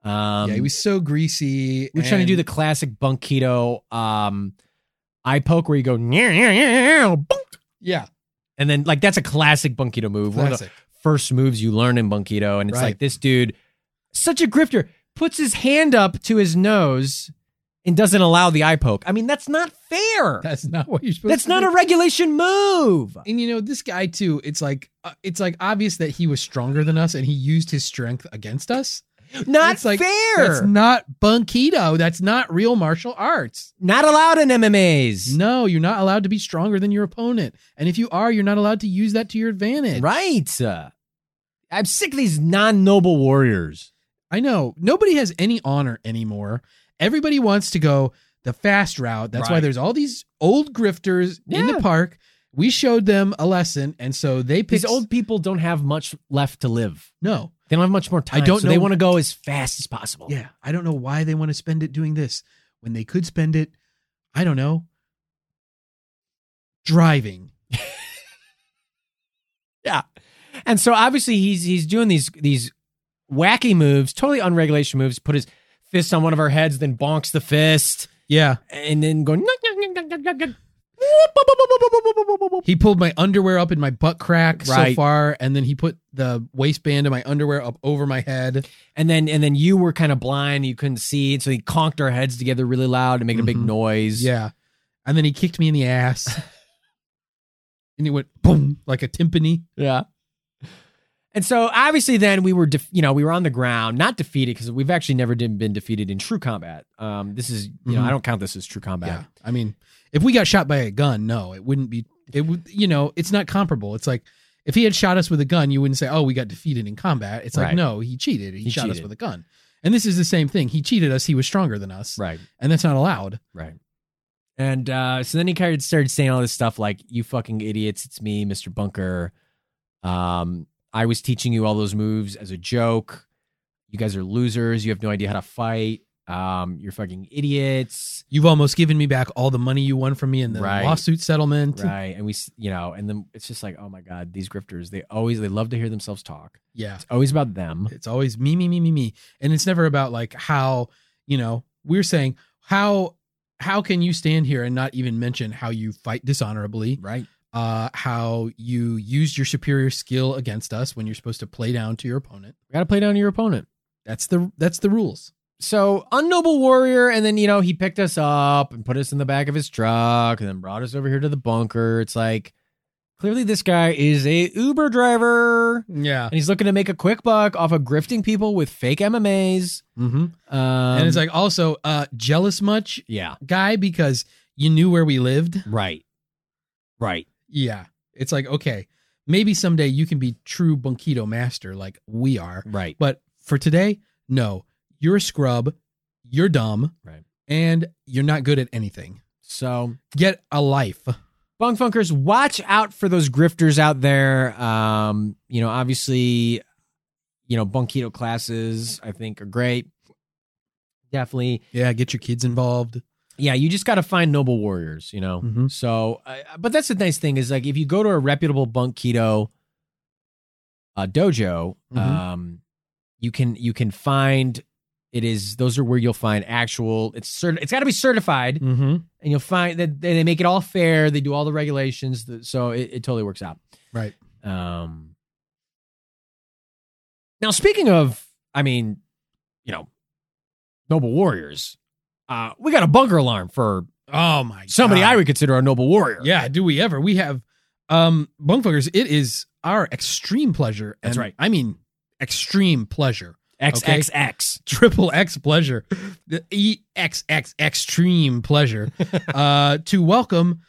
Speaker 1: Um,
Speaker 2: yeah. He was so greasy.
Speaker 1: We're trying to do the
Speaker 2: and-
Speaker 1: classic Bunkido um, eye poke where you go, "Nyeh, nyeh, nyeh, bunk,"
Speaker 2: Yeah.
Speaker 1: and then like that's a classic Bunkido move. One of the
Speaker 2: Classic.
Speaker 1: first moves you learn in Bunkido, and it's
Speaker 2: Right.
Speaker 1: like this dude, such a grifter, puts his hand up to his nose and doesn't allow the eye poke. I mean, that's not fair.
Speaker 2: That's not what you're supposed
Speaker 1: That's
Speaker 2: to
Speaker 1: not
Speaker 2: do.
Speaker 1: a regulation move.
Speaker 2: And you know, this guy too, it's like uh, it's like obvious that he was stronger than us and he used his strength against us.
Speaker 1: Not
Speaker 2: That's like- That's
Speaker 1: fair.
Speaker 2: not bunkido. That's not real martial arts.
Speaker 1: Not allowed in MMAs.
Speaker 2: No, you're not allowed to be stronger than your opponent. And if you are, you're not allowed to use that to your advantage.
Speaker 1: Right. Uh, I'm sick of these non-noble warriors.
Speaker 2: I know. Nobody has any honor anymore. Everybody wants to go the fast route. That's why
Speaker 1: Right.
Speaker 2: there's all these old grifters in
Speaker 1: Yeah.
Speaker 2: the park. We showed them a lesson, and so they picked
Speaker 1: These old people don't have much left to live.
Speaker 2: No,
Speaker 1: They don't have much more time.
Speaker 2: I don't
Speaker 1: so They
Speaker 2: know-
Speaker 1: want to go as fast as possible.
Speaker 2: Yeah, I don't know why they want to spend it doing this when they could spend it, I don't know, driving.
Speaker 1: yeah. And so obviously he's he's doing these these wacky moves, totally unregulation moves. Put his fist on one of our heads, then bonks the fist,
Speaker 2: Yeah,
Speaker 1: and then going. "Nyuk, nyuk, nyuk, nyuk, nyuk, nyuk." Whoop, whoop, whoop, whoop, whoop, whoop, whoop, whoop, whoop, whoop.
Speaker 2: he pulled my underwear up in my butt crack so
Speaker 1: Right.
Speaker 2: far, and then he put the waistband of my underwear up over my head.
Speaker 1: And then and then you were kind of blind, you couldn't see, and so he conked our heads together really loud and made a big
Speaker 2: Mhm.
Speaker 1: noise.
Speaker 2: Yeah, and then he kicked me in the ass, and he went boom like a timpani.
Speaker 1: Yeah. And so obviously then we were def- you know we were on the ground not defeated because we've actually never did, been defeated in true combat. Um, this is you know
Speaker 2: Mhm.
Speaker 1: I don't count this as true combat.
Speaker 2: Yeah, I mean, if we got shot by a gun, no, it wouldn't be. It would, you know, it's not comparable. It's like if he had shot us with a gun, you wouldn't say, "Oh, we got defeated in combat." It's like,
Speaker 1: Right.
Speaker 2: no, he cheated. He,
Speaker 1: He
Speaker 2: shot us
Speaker 1: cheated.
Speaker 2: with a gun, and this is the same thing. He cheated us. He was stronger than us,
Speaker 1: Right.
Speaker 2: and that's not allowed.
Speaker 1: Right. And uh, so then he kind of started saying all this stuff like, "You fucking idiots! It's me, Mister Bunker. Um, I was teaching you all those moves as a joke. You guys are losers. You have no idea how to fight. Um, you're fucking idiots,
Speaker 2: You've almost given me back all the money you won from me in the
Speaker 1: Right.
Speaker 2: lawsuit settlement.
Speaker 1: right? And we, s- you know, and then it's just like, oh my god, these grifters. They always they love to hear themselves talk.
Speaker 2: Yeah,
Speaker 1: It's always about them.
Speaker 2: it's always me, me, me, me, me, and it's never about like how you know we're saying how how can you stand here and not even mention how you fight dishonorably
Speaker 1: Right.
Speaker 2: uh, how you used your superior skill against us when you're supposed to play down to your opponent.
Speaker 1: You got to play down to your opponent.
Speaker 2: That's the that's the rules.
Speaker 1: so unnoble warrior and then you know he picked us up and put us in the back of his truck and then brought us over here to the bunker it's like clearly this guy is a uber driver
Speaker 2: Yeah,
Speaker 1: and he's looking to make a quick buck off of grifting people with fake mmas
Speaker 2: mm-hmm.
Speaker 1: um,
Speaker 2: and it's like also uh, jealous much
Speaker 1: yeah
Speaker 2: guy because you knew where we lived.
Speaker 1: right right
Speaker 2: Yeah, it's like okay, maybe someday you can be true Bunkido master like we are,
Speaker 1: right
Speaker 2: but for today, no, you're a scrub, you're dumb,
Speaker 1: Right.
Speaker 2: and you're not good at anything.
Speaker 1: so
Speaker 2: Get a life.
Speaker 1: bunk funkers watch out for those grifters out there um you know obviously you know bunkito classes i think are great definitely
Speaker 2: Yeah, get your kids involved.
Speaker 1: yeah you just got to find noble warriors you know
Speaker 2: Mhm.
Speaker 1: so uh, but that's the nice thing is like if you go to a reputable bunk keto uh, dojo
Speaker 2: Mhm.
Speaker 1: um you can you can find It is those are where you'll find actual. It's certi- It's got to be certified,
Speaker 2: Mm-hmm.
Speaker 1: and you'll find that they they make it all fair. They do all the regulations, th- so it, it totally works out.
Speaker 2: Right.
Speaker 1: Um, now, speaking of, I mean, you know, noble warriors. Uh, we got a bunker alarm for
Speaker 2: Oh my
Speaker 1: somebody
Speaker 2: God.
Speaker 1: I would consider a noble warrior.
Speaker 2: Yeah, do we ever? We have um bunkfuckers. It is our extreme pleasure.
Speaker 1: That's right.
Speaker 2: I mean extreme pleasure.
Speaker 1: XXX.
Speaker 2: Triple X pleasure. The E X X extreme pleasure. uh to welcome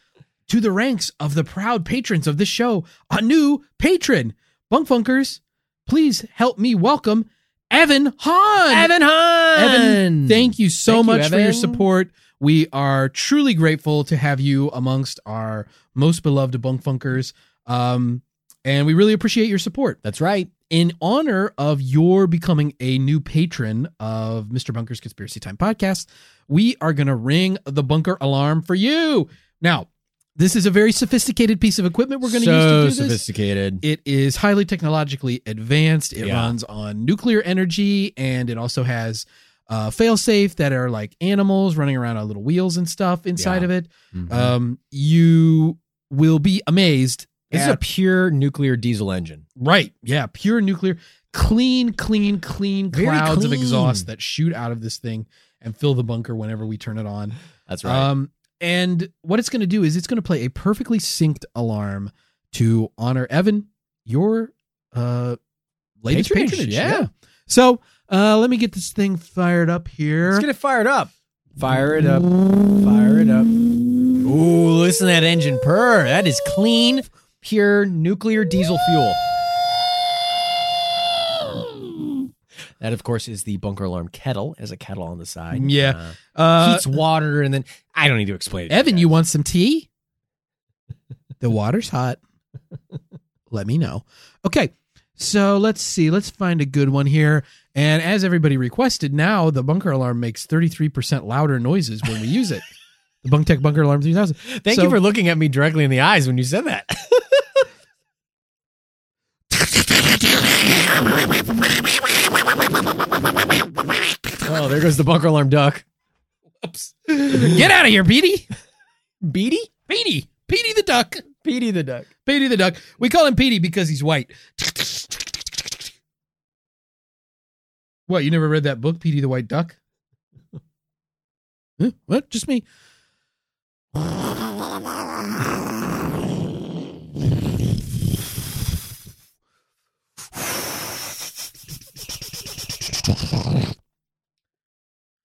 Speaker 2: to the ranks of the proud patrons of this show, a new patron. Bunkfunkers, please help me welcome Evan Hahn.
Speaker 1: Evan Hahn.
Speaker 2: Evan, thank you so
Speaker 1: Thank you,
Speaker 2: much for your
Speaker 1: Evan.
Speaker 2: support. We are truly grateful to have you amongst our most beloved bunkfunkers. Um, and we really appreciate your support.
Speaker 1: That's right.
Speaker 2: In honor of your becoming a new patron of Mr. Bunker's Conspiracy Time podcast, we are going to ring the bunker alarm for you. Now, this is a very sophisticated piece of equipment we're going to use to do this.
Speaker 1: sophisticated.
Speaker 2: It is highly technologically advanced. It
Speaker 1: Yeah.
Speaker 2: runs on nuclear energy and it also has uh, failsafe that are like animals running around on little wheels and stuff inside
Speaker 1: Yeah. Mm-hmm.
Speaker 2: of it. Um, you will be amazed.
Speaker 1: this is a pure nuclear diesel engine.
Speaker 2: right. Yeah. Pure nuclear, clean, clean, clean
Speaker 1: Very
Speaker 2: clouds of
Speaker 1: clean.
Speaker 2: exhaust that shoot out of this thing and fill the bunker whenever we turn it on.
Speaker 1: That's
Speaker 2: Um, and what it's going to do is it's going to play a perfectly synced alarm to honor Evan, your uh, latest patronage.
Speaker 1: Patronage, yeah.
Speaker 2: So uh, let me get this thing fired up here.
Speaker 1: Let's get it fired up. Fire it up. Fire it up. Ooh, listen to that engine purr. That is clean, pure nuclear diesel fuel. That, of course, is the bunker alarm kettle. It has a kettle on the side.
Speaker 2: Yeah.
Speaker 1: Uh,
Speaker 2: uh,
Speaker 1: heats water, and then I don't need to explain it.
Speaker 2: Evan, you want some tea? the water's hot. Let me know. Okay. So let's see. Let's find a good one here. And as everybody requested, now the bunker alarm makes 33% louder noises when we use it. the Bunktech Bunker Alarm 3000.
Speaker 1: Thank
Speaker 2: So-
Speaker 1: you for looking at me directly in the eyes when you said that. oh, there goes the bunker alarm duck.
Speaker 2: Get out of here, Petey.
Speaker 1: Beady?
Speaker 2: Petey. Petey the duck.
Speaker 1: Beady the duck.
Speaker 2: Petey the duck. We call him Petey because he's white. What, you never read that book, Petey the White Duck? Huh? What? Just me.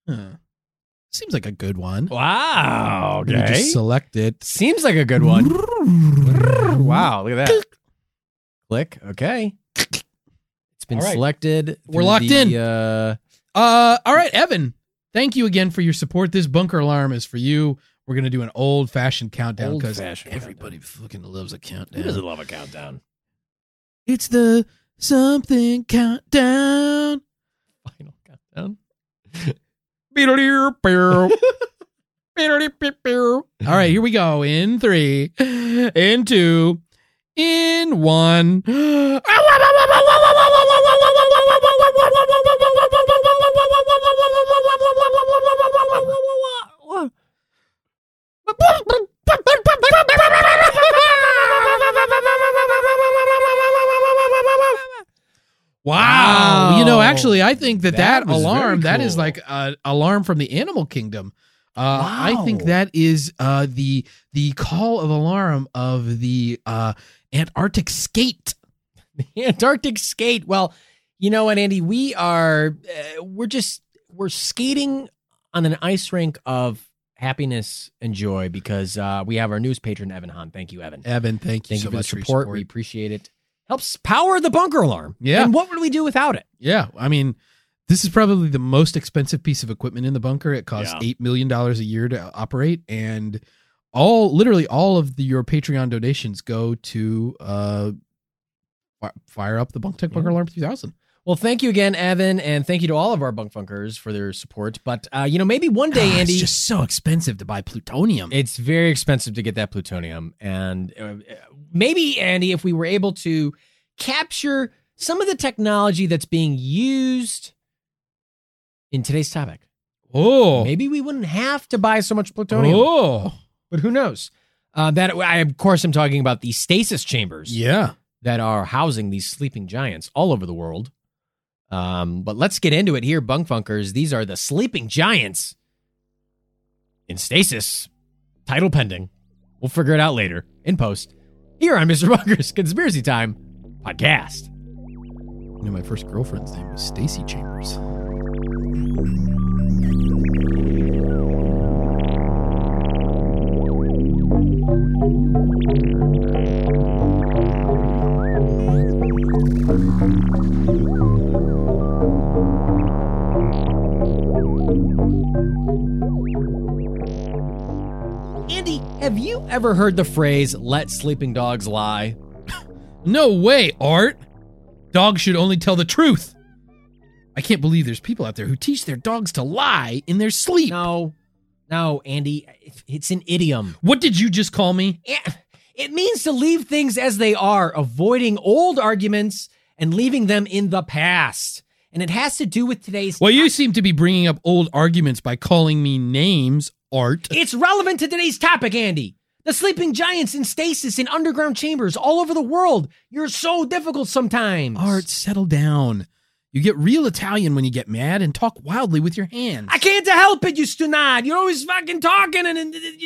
Speaker 2: Huh. Seems like a good one.
Speaker 1: Wow.
Speaker 2: Let me
Speaker 1: Okay.
Speaker 2: just select it.
Speaker 1: Seems like a good one. wow. Look at that. Click. Okay. It's been
Speaker 2: All right.
Speaker 1: selected.
Speaker 2: We're
Speaker 1: through
Speaker 2: locked
Speaker 1: the,
Speaker 2: in.
Speaker 1: Uh,
Speaker 2: Uh, all right, Evan. Thank you again for your support. This bunker alarm is for you. We're gonna do an old fashioned countdown because
Speaker 1: Old-fashioned
Speaker 2: everybody fucking loves a
Speaker 1: who doesn't
Speaker 2: countdown.
Speaker 1: love a countdown?
Speaker 2: It's the something countdown.
Speaker 1: Final countdown.
Speaker 2: All right, here we go. In three, in two, in one. Wow.
Speaker 1: Wow.
Speaker 2: You know, actually, I think that that,
Speaker 1: That was very
Speaker 2: alarm, that is
Speaker 1: cool.
Speaker 2: like an alarm from the animal kingdom. Uh, I think
Speaker 1: Wow.
Speaker 2: that is uh, the the call of alarm of the uh, Antarctic skate.
Speaker 1: Antarctic skate. Well, you know what, Andy? We are uh, we're just we're skating on an ice rink of happiness and joy because uh, we have our newest patron Evan Hahn. Thank you, Evan.
Speaker 2: Evan, thank you
Speaker 1: Thank
Speaker 2: so
Speaker 1: you for the
Speaker 2: much
Speaker 1: support.
Speaker 2: For your
Speaker 1: We
Speaker 2: support.
Speaker 1: appreciate it. Helps power the bunker alarm.
Speaker 2: Yeah.
Speaker 1: And what would we do without it?
Speaker 2: Yeah, I mean, this is probably the most expensive piece of equipment in the bunker. It costs
Speaker 1: Yeah.
Speaker 2: eight million dollars a year to operate, and all literally all of the, your Patreon donations go to uh, fi- fire up the Bunk Tech Bunker
Speaker 1: Yeah.
Speaker 2: Alarm 3000.
Speaker 1: Well, thank you again, Evan, and thank you to all of our bunk funkers for their support. But uh, you know, maybe one day, Andy,
Speaker 2: Ah, it's just so expensive to buy plutonium.
Speaker 1: It's very expensive to get that plutonium, and uh, maybe Andy, if we were able to capture some of the technology that's being used in today's topic.
Speaker 2: Oh.
Speaker 1: Maybe we wouldn't have to buy so much plutonium,
Speaker 2: Oh.
Speaker 1: but who knows? Uh, that I, of course, am talking about the stasis chambers
Speaker 2: Yeah.
Speaker 1: that are housing these sleeping giants all over the world. Um, but let's get into it here, Bunkfunkers. These are the sleeping giants in stasis. Title pending. We'll figure it out later in post here on Mr. Bunker's Conspiracy Time podcast.
Speaker 2: You know, my first girlfriend's name was Stacy Chambers.
Speaker 1: Andy, have you ever heard the phrase "let sleeping dogs lie"?
Speaker 2: No way, Art. Dogs should only tell the truth. I can't believe there's people out there who teach their dogs to lie in their sleep.
Speaker 1: No, no, Andy, it's an idiom.
Speaker 2: What did you just call me?
Speaker 1: It it means to leave things as they are, avoiding old arguments and leaving them in the past. And it has to do with today's.
Speaker 2: Well, you seem to be bringing up old arguments by calling me names, Art.
Speaker 1: It's relevant to today's topic, Andy. The sleeping giants in stasis in underground chambers all over the world. You're so difficult sometimes.
Speaker 2: Art, settle down. You get real Italian when you get mad and talk wildly with your hands.
Speaker 1: I can't help it, you stunad. You're always fucking talking and, and, and, and-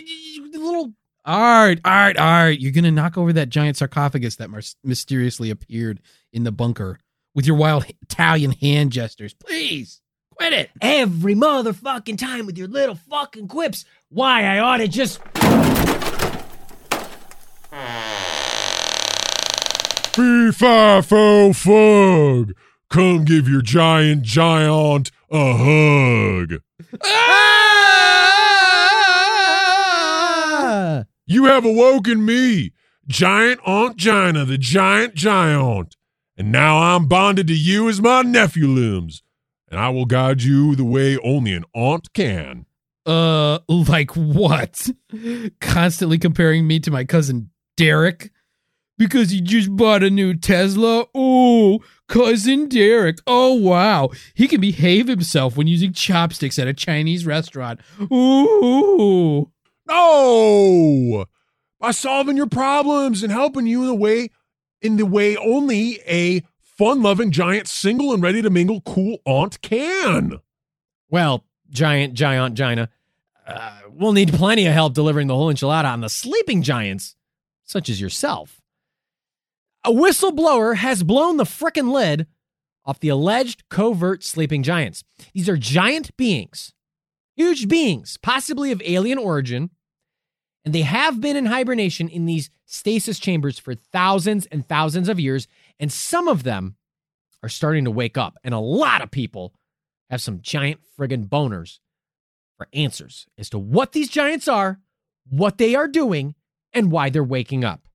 Speaker 1: and- and little
Speaker 2: Art, Art, Art, you're going to knock over that giant sarcophagus that mys- mysteriously appeared in the bunker with your wild Italian hand gestures. Please, quit it.
Speaker 1: every motherfucking time with your little fucking quips. Why I ought to just
Speaker 3: Fee fi fo fug. Come give your giant giant a hug.
Speaker 2: Ah!
Speaker 3: You have awoken me, giant aunt Gina, the giant giant. And now I'm bonded to you as my nephew limbs. And I will guide you the way only an aunt can.
Speaker 2: Uh, like what? Constantly comparing me to my cousin Derek because he just bought a new Tesla. Ooh, cousin Derek. Oh wow, he can behave himself when using chopsticks at a Chinese restaurant. Ooh,
Speaker 3: No! By solving your problems and helping you in the way in the way only a fun-loving giant single and ready to mingle cool aunt can.
Speaker 1: Well, giant, giant, Gina, uh, we'll need plenty of help delivering the whole enchilada on the sleeping giants, such as yourself. A whistleblower has blown the frickin' lid off the alleged covert sleeping giants. These are giant beings, huge beings, possibly of alien origin, and they have been in hibernation in these stasis chambers for thousands and thousands of years, and some of them are starting to wake up, and a lot of people have some giant friggin' boners for answers as to what these giants are, what they are doing, and why they're waking up,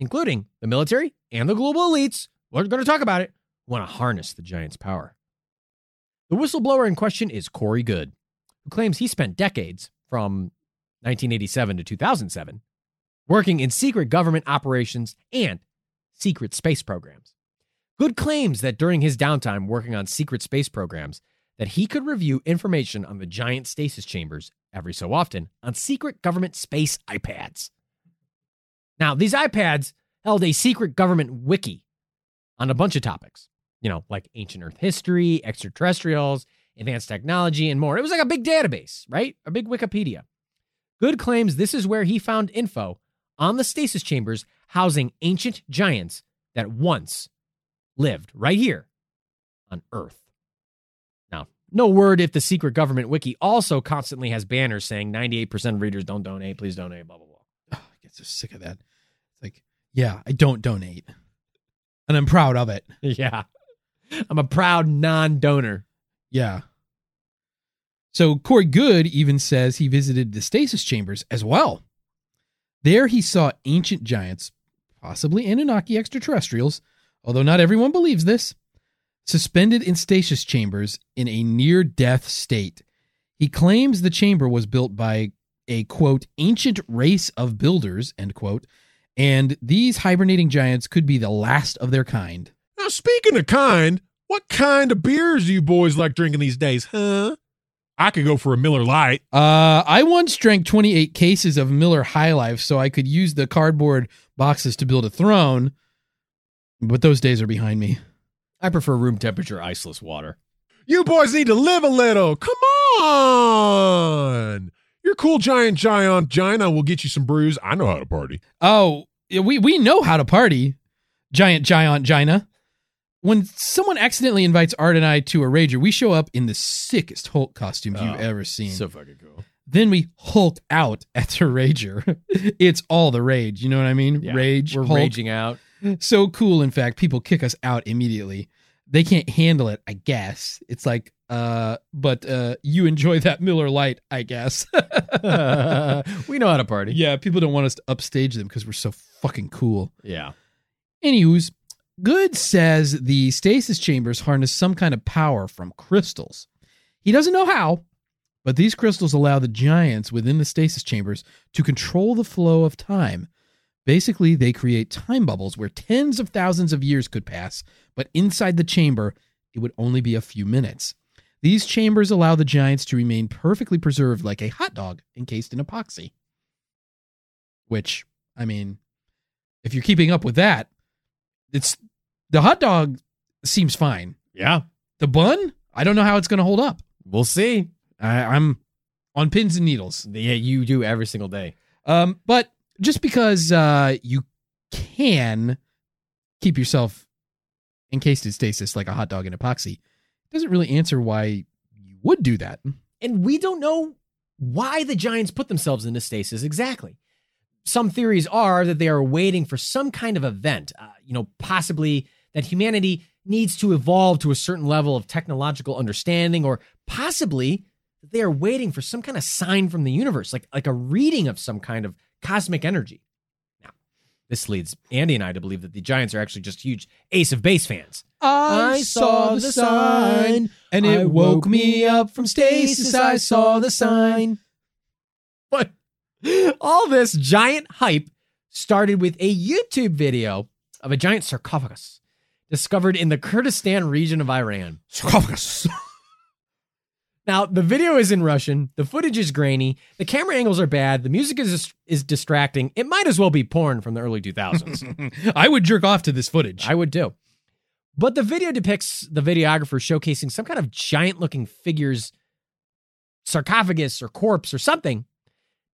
Speaker 1: including the military and the global elites. We're going to talk about it. Want to harness the giants' power. The whistleblower in question is Corey Good, who claims he spent decades from 1987 to 2007 working in secret government operations and secret space programs. Good claims that during his downtime working on secret space programs, that he could review information on the giant stasis chambers every so often on secret government space iPads. Now, these iPads held a secret government wiki on a bunch of topics, you know, like ancient Earth history, extraterrestrials, advanced technology, and more. It was like a big database, right? A big Wikipedia. Good claims this is where he found info on the stasis chambers housing ancient giants that once lived right here on Earth. Now, no word if the secret government wiki also constantly has banners saying 98% of readers don't donate, please donate, blah, blah, blah.
Speaker 2: Oh, I get so sick of that. It's like, yeah, I don't donate, and I'm proud of it.
Speaker 1: Yeah. I'm a proud non donor.
Speaker 2: Yeah. So Corey Good even says he visited the stasis chambers as well. There he saw ancient giants, possibly Anunnaki extraterrestrials, although not everyone believes this, suspended in stasis chambers in a near death state. He claims the chamber was built by a quote ancient race of builders, end quote, and these hibernating giants could be the last of their kind.
Speaker 3: Now, speaking of kind, What kind of beers do you boys like drinking these days, huh? I could go for a Miller Light.
Speaker 2: Uh, I once drank 28 cases of Miller High Life so I could use the cardboard boxes to build a throne, but those days are behind me.
Speaker 1: I prefer room temperature iceless water.
Speaker 3: You boys need to live a little. Come on. Your cool giant giant giant will get you some brews. I know how to party.
Speaker 2: Oh, yeah, we we know how to party, giant giant Gina. When someone accidentally invites Art and I to a rager, we show up in the sickest Hulk costumes
Speaker 1: Oh,
Speaker 2: you've ever seen.
Speaker 1: So fucking cool.
Speaker 2: then we Hulk out at the rager. it's all the rage. You know what I mean?
Speaker 1: Yeah,
Speaker 2: rage.
Speaker 1: We're
Speaker 2: Hulk.
Speaker 1: raging out.
Speaker 2: So cool. In fact, people kick us out immediately. They can't handle it. I guess it's like, uh, but uh, you enjoy that Miller Light, I guess.
Speaker 1: we know how to party.
Speaker 2: yeah, people don't want us to upstage them because we're so fucking cool.
Speaker 1: Yeah.
Speaker 2: Anywho's, Good says the stasis chambers harness some kind of power from crystals. He doesn't know how, but these crystals allow the giants within the stasis chambers to control the flow of time. Basically, they create time bubbles where tens of thousands of years could pass, but inside the chamber, it would only be a few minutes. These chambers allow the giants to remain perfectly preserved like a hot dog encased in epoxy. Which, I mean, if you're keeping up with that, it's the hot dog seems fine.
Speaker 1: Yeah.
Speaker 2: The bun, I don't know how it's going to hold up.
Speaker 1: We'll see.
Speaker 2: I, I'm on pins and needles.
Speaker 1: Yeah, you do every single day.
Speaker 2: Um, but just because uh, you can keep yourself encased in stasis like a hot dog in epoxy, doesn't really answer why you would do that.
Speaker 1: And we don't know why the Giants put themselves into stasis exactly. Some theories are that they are waiting for some kind of event, uh, you know, possibly that humanity needs to evolve to a certain level of technological understanding, or possibly that they are waiting for some kind of sign from the universe, like like a reading of some kind of cosmic energy. Now, this leads Andy and I to believe that the Giants are actually just huge Ace of Base fans. I saw the sign,
Speaker 2: and
Speaker 1: I
Speaker 2: it woke me up from stasis. I saw the sign.
Speaker 1: But all this giant hype started with a YouTube video of a giant sarcophagus discovered in the Kurdistan region of Iran.
Speaker 2: Sarcophagus.
Speaker 1: Now, the video is in Russian, the footage is grainy, the camera angles are bad, the music is is distracting. It might as well be porn from the early 2000s.
Speaker 2: I would jerk off to this footage.
Speaker 1: I would do. But the video depicts the videographer showcasing some kind of giant looking figure's sarcophagus or corpse or something.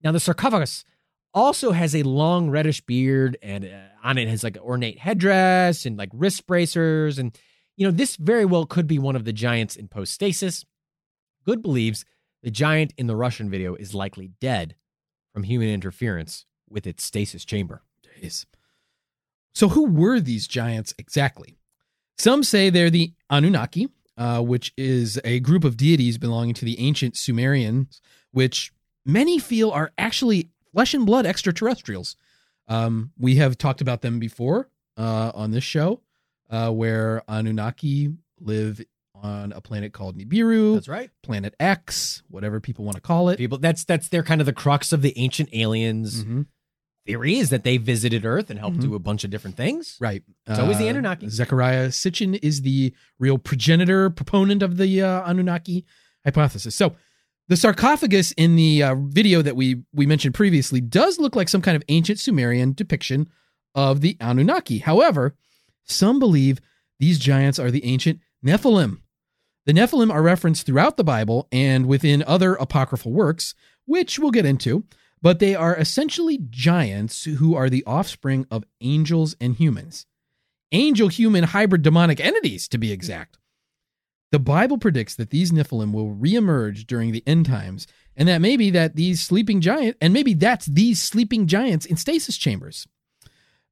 Speaker 1: Now, the sarcophagus also has a long reddish beard and uh, on it has like an ornate headdress and like wrist bracers. And, you know, this very well could be one of the giants in post stasis. Good believes the giant in the Russian video is likely dead from human interference with its stasis chamber.
Speaker 2: days. So, who were these giants exactly? Some say they're the Anunnaki, uh, which is a group of deities belonging to the ancient Sumerians, which many feel are actually flesh and blood extraterrestrials. Um, we have talked about them before uh, on this show, uh, where Anunnaki live on a planet called Nibiru,
Speaker 1: right.
Speaker 2: planet X, whatever people want to call it.
Speaker 1: people that's that's their kind of the crux of the ancient aliens
Speaker 2: Mhm.
Speaker 1: theory is that they visited earth and helped
Speaker 2: Mhm.
Speaker 1: do a bunch of different things
Speaker 2: Right.
Speaker 1: It's always the Anunnaki.
Speaker 2: Uh, Zechariah Sitchin is the real progenitor, proponent of the uh, Anunnaki hypothesis. So the sarcophagus in the uh, video that we we mentioned previously does look like some kind of ancient Sumerian depiction of the Anunnaki. However, some believe these giants are the ancient Nephilim. The Nephilim are referenced throughout the Bible and within other apocryphal works, which we'll get into, but they are essentially giants who are the offspring of angels and humans angel human hybrid demonic entities, to be exact. The Bible predicts that these Nephilim will reemerge during the end times, and that maybe that these sleeping giant, and maybe that's these sleeping giants in stasis chambers.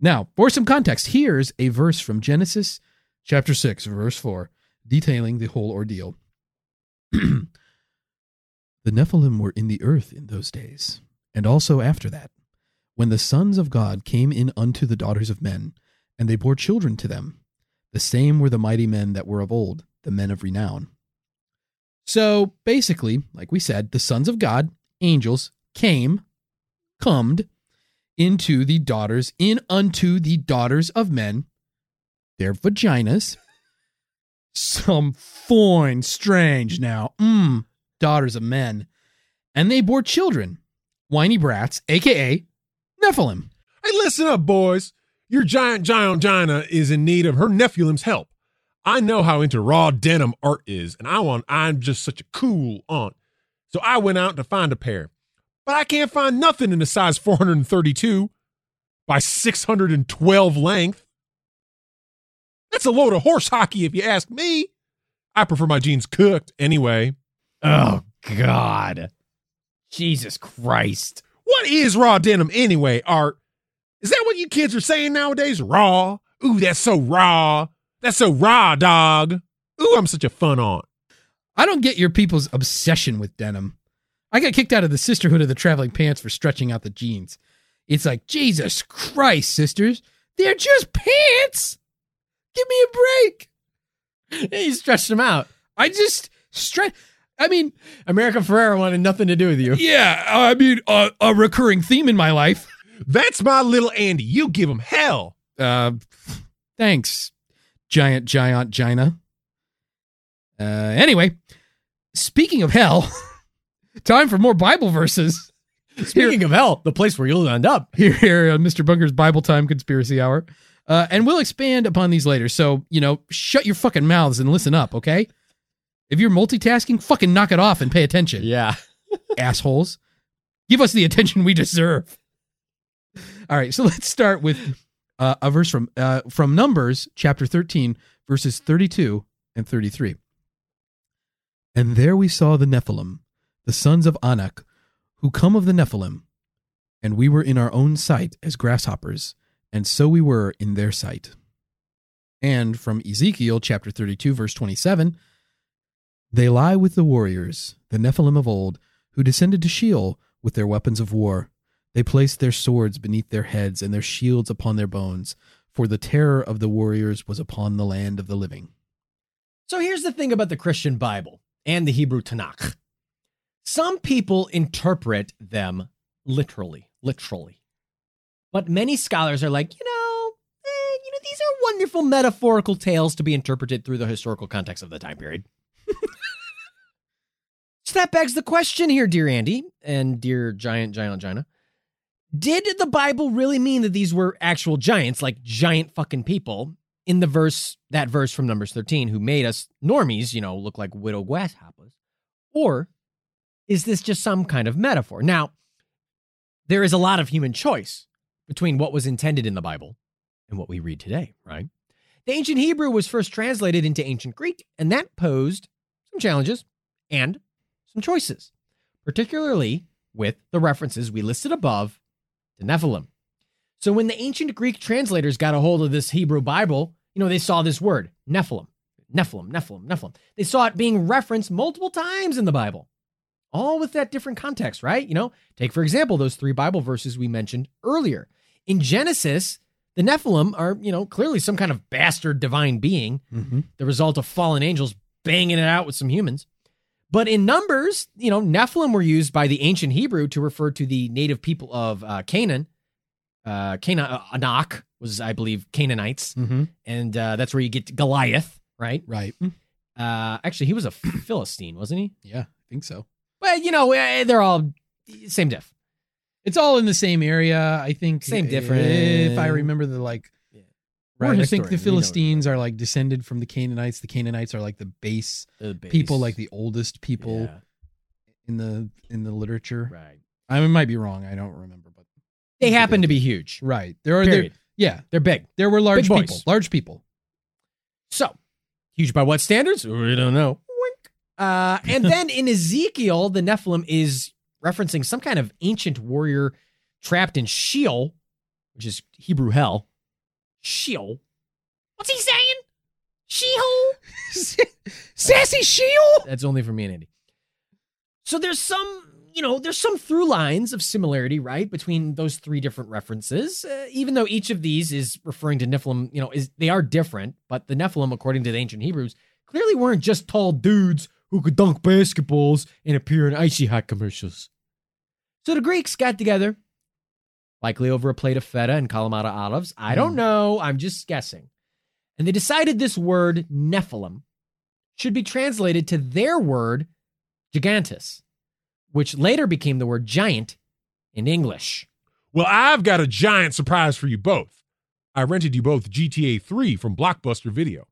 Speaker 2: Now, for some context, here's a verse from Genesis chapter 6, verse 4, detailing the whole ordeal. the Nephilim were in the earth in those days, and also after that, when the sons of God came in unto the daughters of men, and they bore children to them. The same were the mighty men that were of old, the men of renown. So basically, like we said, the sons of God, angels, came, comed into the daughters, in unto the daughters of men, their vaginas. some foreign strange now, mm, daughters of men. And they bore children, whiny brats, aka Nephilim.
Speaker 3: Hey, listen up, boys. Your giant giant Gina is in need of her Nephilim's help. I know how into raw denim art is, and I want I'm just such a cool aunt. So I went out to find a pair. But I can't find nothing in the size 432 by 612 length. That's a load of horse hockey if you ask me. I prefer my jeans cooked anyway.
Speaker 1: Oh God. Jesus Christ.
Speaker 3: What is raw denim anyway, Art? Is that what you kids are saying nowadays? Raw? Ooh, that's so raw. That's so raw, dog. Ooh, I'm such a fun aunt.
Speaker 2: I don't get your people's obsession with denim. I got kicked out of the sisterhood of the traveling pants for stretching out the jeans. It's like, Jesus Christ, sisters, they're just pants. Give me a break.
Speaker 1: He stretched him out.
Speaker 2: I just stretch. I mean,
Speaker 1: America Ferrera wanted nothing to do with you.
Speaker 2: yeah, I mean, a, a recurring theme in my life.
Speaker 3: That's my little Andy. You give him hell.
Speaker 2: Uh, thanks, giant, giant, Gina. Uh, anyway, speaking of hell, time for more Bible verses.
Speaker 1: Speaking of hell, the place where you'll end up.
Speaker 2: here, here on Mr. Bunker's Bible Time Conspiracy Hour. Uh, and we'll expand upon these later. So, you know, shut your fucking mouths and listen up, okay? If you're multitasking, fucking knock it off and pay attention,
Speaker 1: Yeah.
Speaker 2: assholes. Give us the attention we deserve. All right, so let's start with uh, a verse from uh, from Numbers chapter 13, verses 32 and 33. And there we saw the Nephilim, the sons of Anak, who come of the Nephilim, and we were in our own sight as grasshoppers, and so we were in their sight. And from Ezekiel chapter 32, verse 27, they lie with the warriors, the Nephilim of old, who descended to Sheol with their weapons of war. They placed their swords beneath their heads and their shields upon their bones, for the terror of the warriors was upon the land of the living.
Speaker 1: So here's the thing about the Christian Bible and the Hebrew Tanakh. Some people interpret them literally, literally. But many scholars are like, you know, eh, you know, these are wonderful metaphorical tales to be interpreted through the historical context of the time period. so that begs the question here, dear Andy and dear giant, giant, Gina. Did the Bible really mean that these were actual giants, like giant fucking people, in the verse that verse from numbers 13 who made us normies you know look like widow grasshoppers or is this just some kind of metaphor now there is a lot of human choice between what was intended in the bible and what we read today right the ancient hebrew was first translated into ancient greek and that posed some challenges and some choices particularly with the references we listed above to nephilim so when the ancient Greek translators got a hold of this Hebrew Bible, you know, they saw this word, Nephilim, Nephilim, Nephilim, Nephilim. They saw it being referenced multiple times in the Bible, all with that different context, right? You know, take for example those three Bible verses we mentioned earlier. In Genesis, the Nephilim are, you know, clearly some kind of bastard divine being
Speaker 2: Mm-hmm.
Speaker 1: the result of fallen angels banging it out with some humans. But in Numbers, you know, Nephilim were used by the ancient Hebrew to refer to the native people of uh, Canaan. Uh, Canaan, uh, Anak was, I believe, Canaanites.
Speaker 2: Mm-hmm.
Speaker 1: And uh, that's where you get Goliath, right?
Speaker 2: Right.
Speaker 1: Uh, actually, he was a Philistine, wasn't he?
Speaker 2: Yeah, I think so.
Speaker 1: But, you know, eh, they're all same diff.
Speaker 2: It's all in the same area, I think.
Speaker 1: Same
Speaker 2: If I
Speaker 1: difference.
Speaker 2: remember the like.
Speaker 1: Yeah. We're
Speaker 2: Right. I think
Speaker 1: historians, we
Speaker 2: the
Speaker 1: know what it
Speaker 2: Philistines are like descended from the Canaanites. The Canaanites are like the base
Speaker 1: The
Speaker 2: people,
Speaker 1: base.
Speaker 2: like the oldest people
Speaker 1: Yeah,
Speaker 2: in the in the literature.
Speaker 1: right.
Speaker 2: I mean, might be wrong. I don't remember, but
Speaker 1: They happen to be huge.
Speaker 2: right. There are there.
Speaker 1: Period.
Speaker 2: Yeah,
Speaker 1: They're big.
Speaker 2: there were large
Speaker 1: Big boys.
Speaker 2: people. Large people.
Speaker 1: So, huge by what standards? We don't know. Wink. Uh, and then in Ezekiel, the Nephilim is referencing some kind of ancient warrior trapped in Sheol, which is Hebrew hell. Sheol. What's he saying? Sheol?
Speaker 2: Sassy Sheol.
Speaker 1: That's only for me and Andy. So there's some, you know, there's some through lines of similarity, right, between those three different references. Uh, even though each of these is referring to Nephilim, you know, is they are different, but the Nephilim, according to the ancient Hebrews, clearly weren't just tall dudes who could dunk basketballs and appear in icy hot commercials. So the Greeks got together, likely over a plate of feta and Kalamata olives. I don't know. I'm just guessing. And they decided this word Nephilim should be translated to their word gigantus, which later became the word giant in English.
Speaker 3: Well, I've got a giant surprise for you both. I rented you both GTA 3 from Blockbuster Video.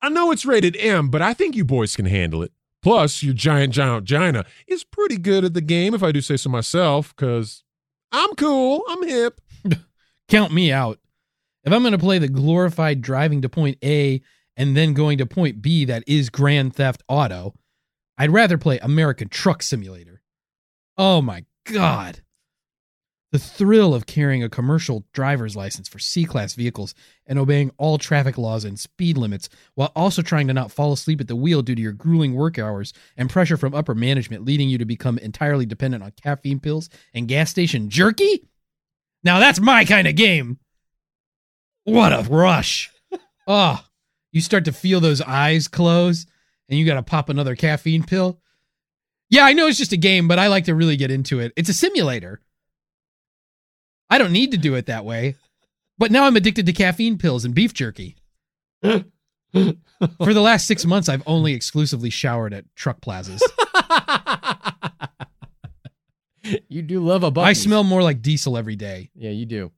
Speaker 3: I know it's rated M, but I think you boys can handle it. Plus, your giant giant Gina is pretty good at the game, if I do say so myself, because I'm cool, I'm hip.
Speaker 2: Count me out. If I'm going to play the glorified driving to point A and then going to point B that is Grand Theft Auto, I'd rather play American Truck Simulator. Oh my God. The thrill of carrying a commercial driver's license for C class vehicles and obeying all traffic laws and speed limits while also trying to not fall asleep at the wheel due to your grueling work hours and pressure from upper management leading you to become entirely dependent on caffeine pills and gas station jerky? Now that's my kind of game. What a rush. Oh, you start to feel those eyes close and you got to pop another caffeine pill. Yeah, I know it's just a game, but I like to really get into it. It's a simulator. I don't need to do it that way. But now I'm addicted to caffeine pills and beef jerky. For the last six months, I've only exclusively showered at truck plazas.
Speaker 1: you do love a button.
Speaker 2: I smell more like diesel every day.
Speaker 1: Yeah, you do.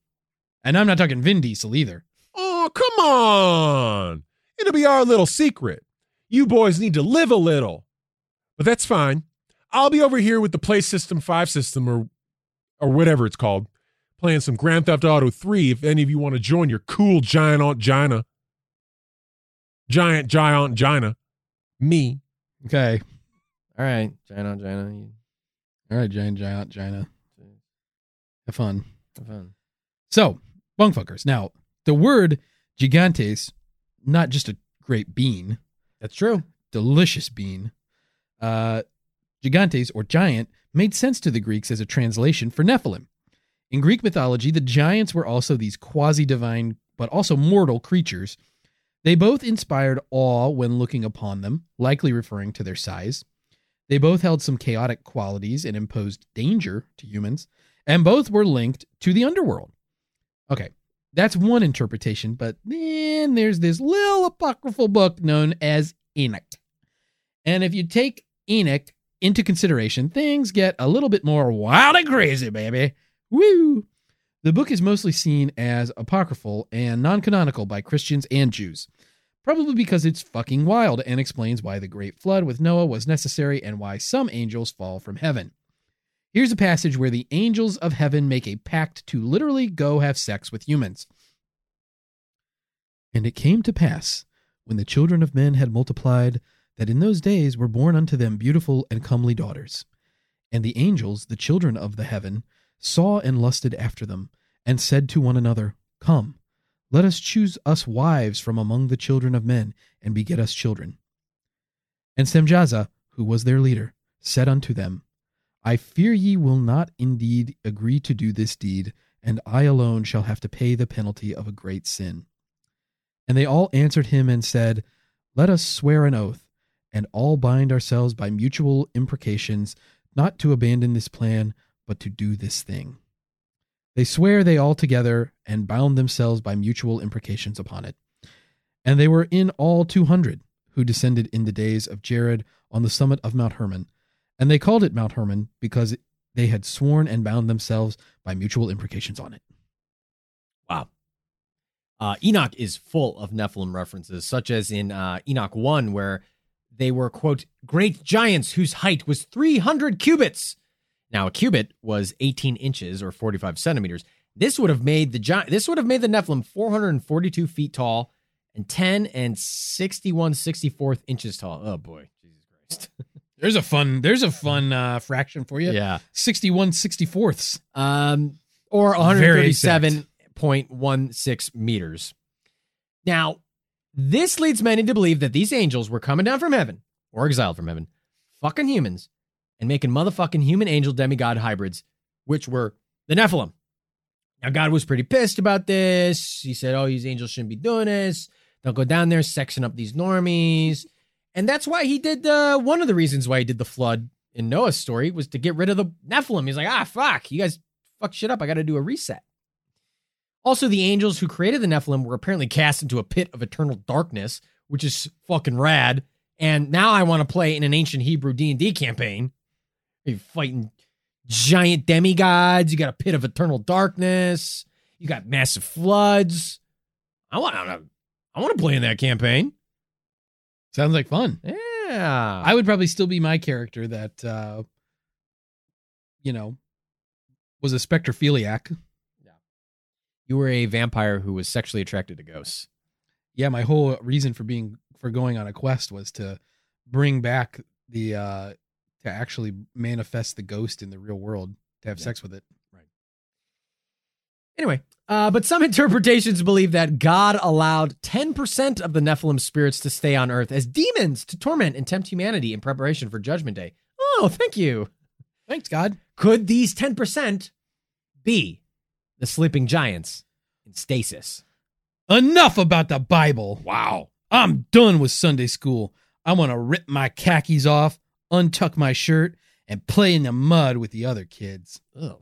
Speaker 2: And I'm not talking Vin Diesel either.
Speaker 3: Oh, come on. It'll be our little secret. You boys need to live a little. But that's fine. I'll be over here with the Play System 5 system or or whatever it's called, playing some Grand Theft Auto 3 if any of you want to join your cool giant aunt Gina. Giant giant Gina. Me.
Speaker 2: Okay.
Speaker 1: All right, giant on giant on you.
Speaker 2: All right, giant, giant, Gina. Have fun.
Speaker 1: Have fun.
Speaker 2: So, bunkfuckers. Now, the word gigantes, not just a great bean,
Speaker 1: That's true.
Speaker 2: delicious bean. Uh, gigantes or giant made sense to the Greeks as a translation for Nephilim. In Greek mythology, the giants were also these quasi divine but also mortal creatures. They both inspired awe when looking upon them, likely referring to their size. They both held some chaotic qualities and imposed danger to humans, and both were linked to the underworld. Okay, that's one interpretation, but then there's this little apocryphal book known as Enoch. And if you take Enoch into consideration, things get a little bit more wild and crazy, baby. Woo! The book is mostly seen as apocryphal and non canonical by Christians and Jews, probably because it's fucking wild and explains why the great flood with Noah was necessary and why some angels fall from heaven. Here's a passage where the angels of heaven make a pact to literally go have sex with humans. And it came to pass, when the children of men had multiplied, that in those days were born unto them beautiful and comely daughters. And the angels, the children of the heaven, saw and lusted after them, and said to one another, Come, let us choose us wives from among the children of men, and beget us children. And Semjaza, who was their leader, said unto them, I fear ye will not indeed agree to do this deed, and I alone shall have to pay the penalty of a great sin. And they all answered him and said, Let us swear an oath, and all bind ourselves by mutual imprecations not to abandon this plan, but to do this thing. They swear they all together and bound themselves by mutual imprecations upon it. And they were in all two hundred who descended in the days of Jared on the summit of Mount Hermon. And they called it Mount Hermon because they had sworn and bound themselves by mutual imprecations on it.
Speaker 1: Wow. Uh, Enoch is full of Nephilim references, such as in uh, Enoch 1, where they were, quote, great giants whose height was 300 cubits. Now, a cubit was 18 inches or 45 centimeters. This would have made the giant, this would have made the Nephilim 442 feet tall and 10 and 61 64th inches tall. Oh boy, Jesus Christ.
Speaker 2: There's a fun there's a fun uh, fraction for you.
Speaker 1: yeah.
Speaker 2: 61 64ths.
Speaker 1: um, or
Speaker 2: Very exact.
Speaker 1: 137.16 meters. Now, this leads many to believe that these angels were coming down from heaven or exiled from heaven, fucking humans, and making motherfucking human angel demigod hybrids, which were the Nephilim. Now, God was pretty pissed about this. He said, Oh, these angels shouldn't be doing this. They'll go down there sexing up these normies. And that's why he did uh, one of the reasons why he did the flood in Noah's story was to get rid of the Nephilim. He's like, ah, fuck, you guys fuck shit up. I got to do a reset. Also, the angels who created the Nephilim were apparently cast into a pit of eternal darkness, which is fucking rad. And now I want to play in an ancient Hebrew D and D campaign. You're fighting giant demigods. You got a pit of eternal darkness. You got massive floods. I want to. I want to play in that campaign.
Speaker 2: Sounds like fun.
Speaker 1: Yeah.
Speaker 2: I would probably still be my character that, uh, you know, was a spectrophiliac.
Speaker 1: you were a vampire who was sexually attracted to ghosts.
Speaker 2: Yeah, my whole reason for being for going on a quest was to bring back the uh to actually manifest the ghost in the real world to have
Speaker 1: Yeah.
Speaker 2: sex with it. Right.
Speaker 1: Anyway, uh, but some interpretations believe that God allowed 10% of the Nephilim spirits to stay on Earth as demons to torment and tempt humanity in preparation for Judgment Day. Oh, thank you.
Speaker 2: Thanks, God.
Speaker 1: Could these 10% be the sleeping giants in stasis?
Speaker 2: Enough about the Bible.
Speaker 1: Wow.
Speaker 2: I'm done with Sunday school. I want to rip my khakis off, untuck my shirt, and play in the mud with the other kids.
Speaker 1: Oh.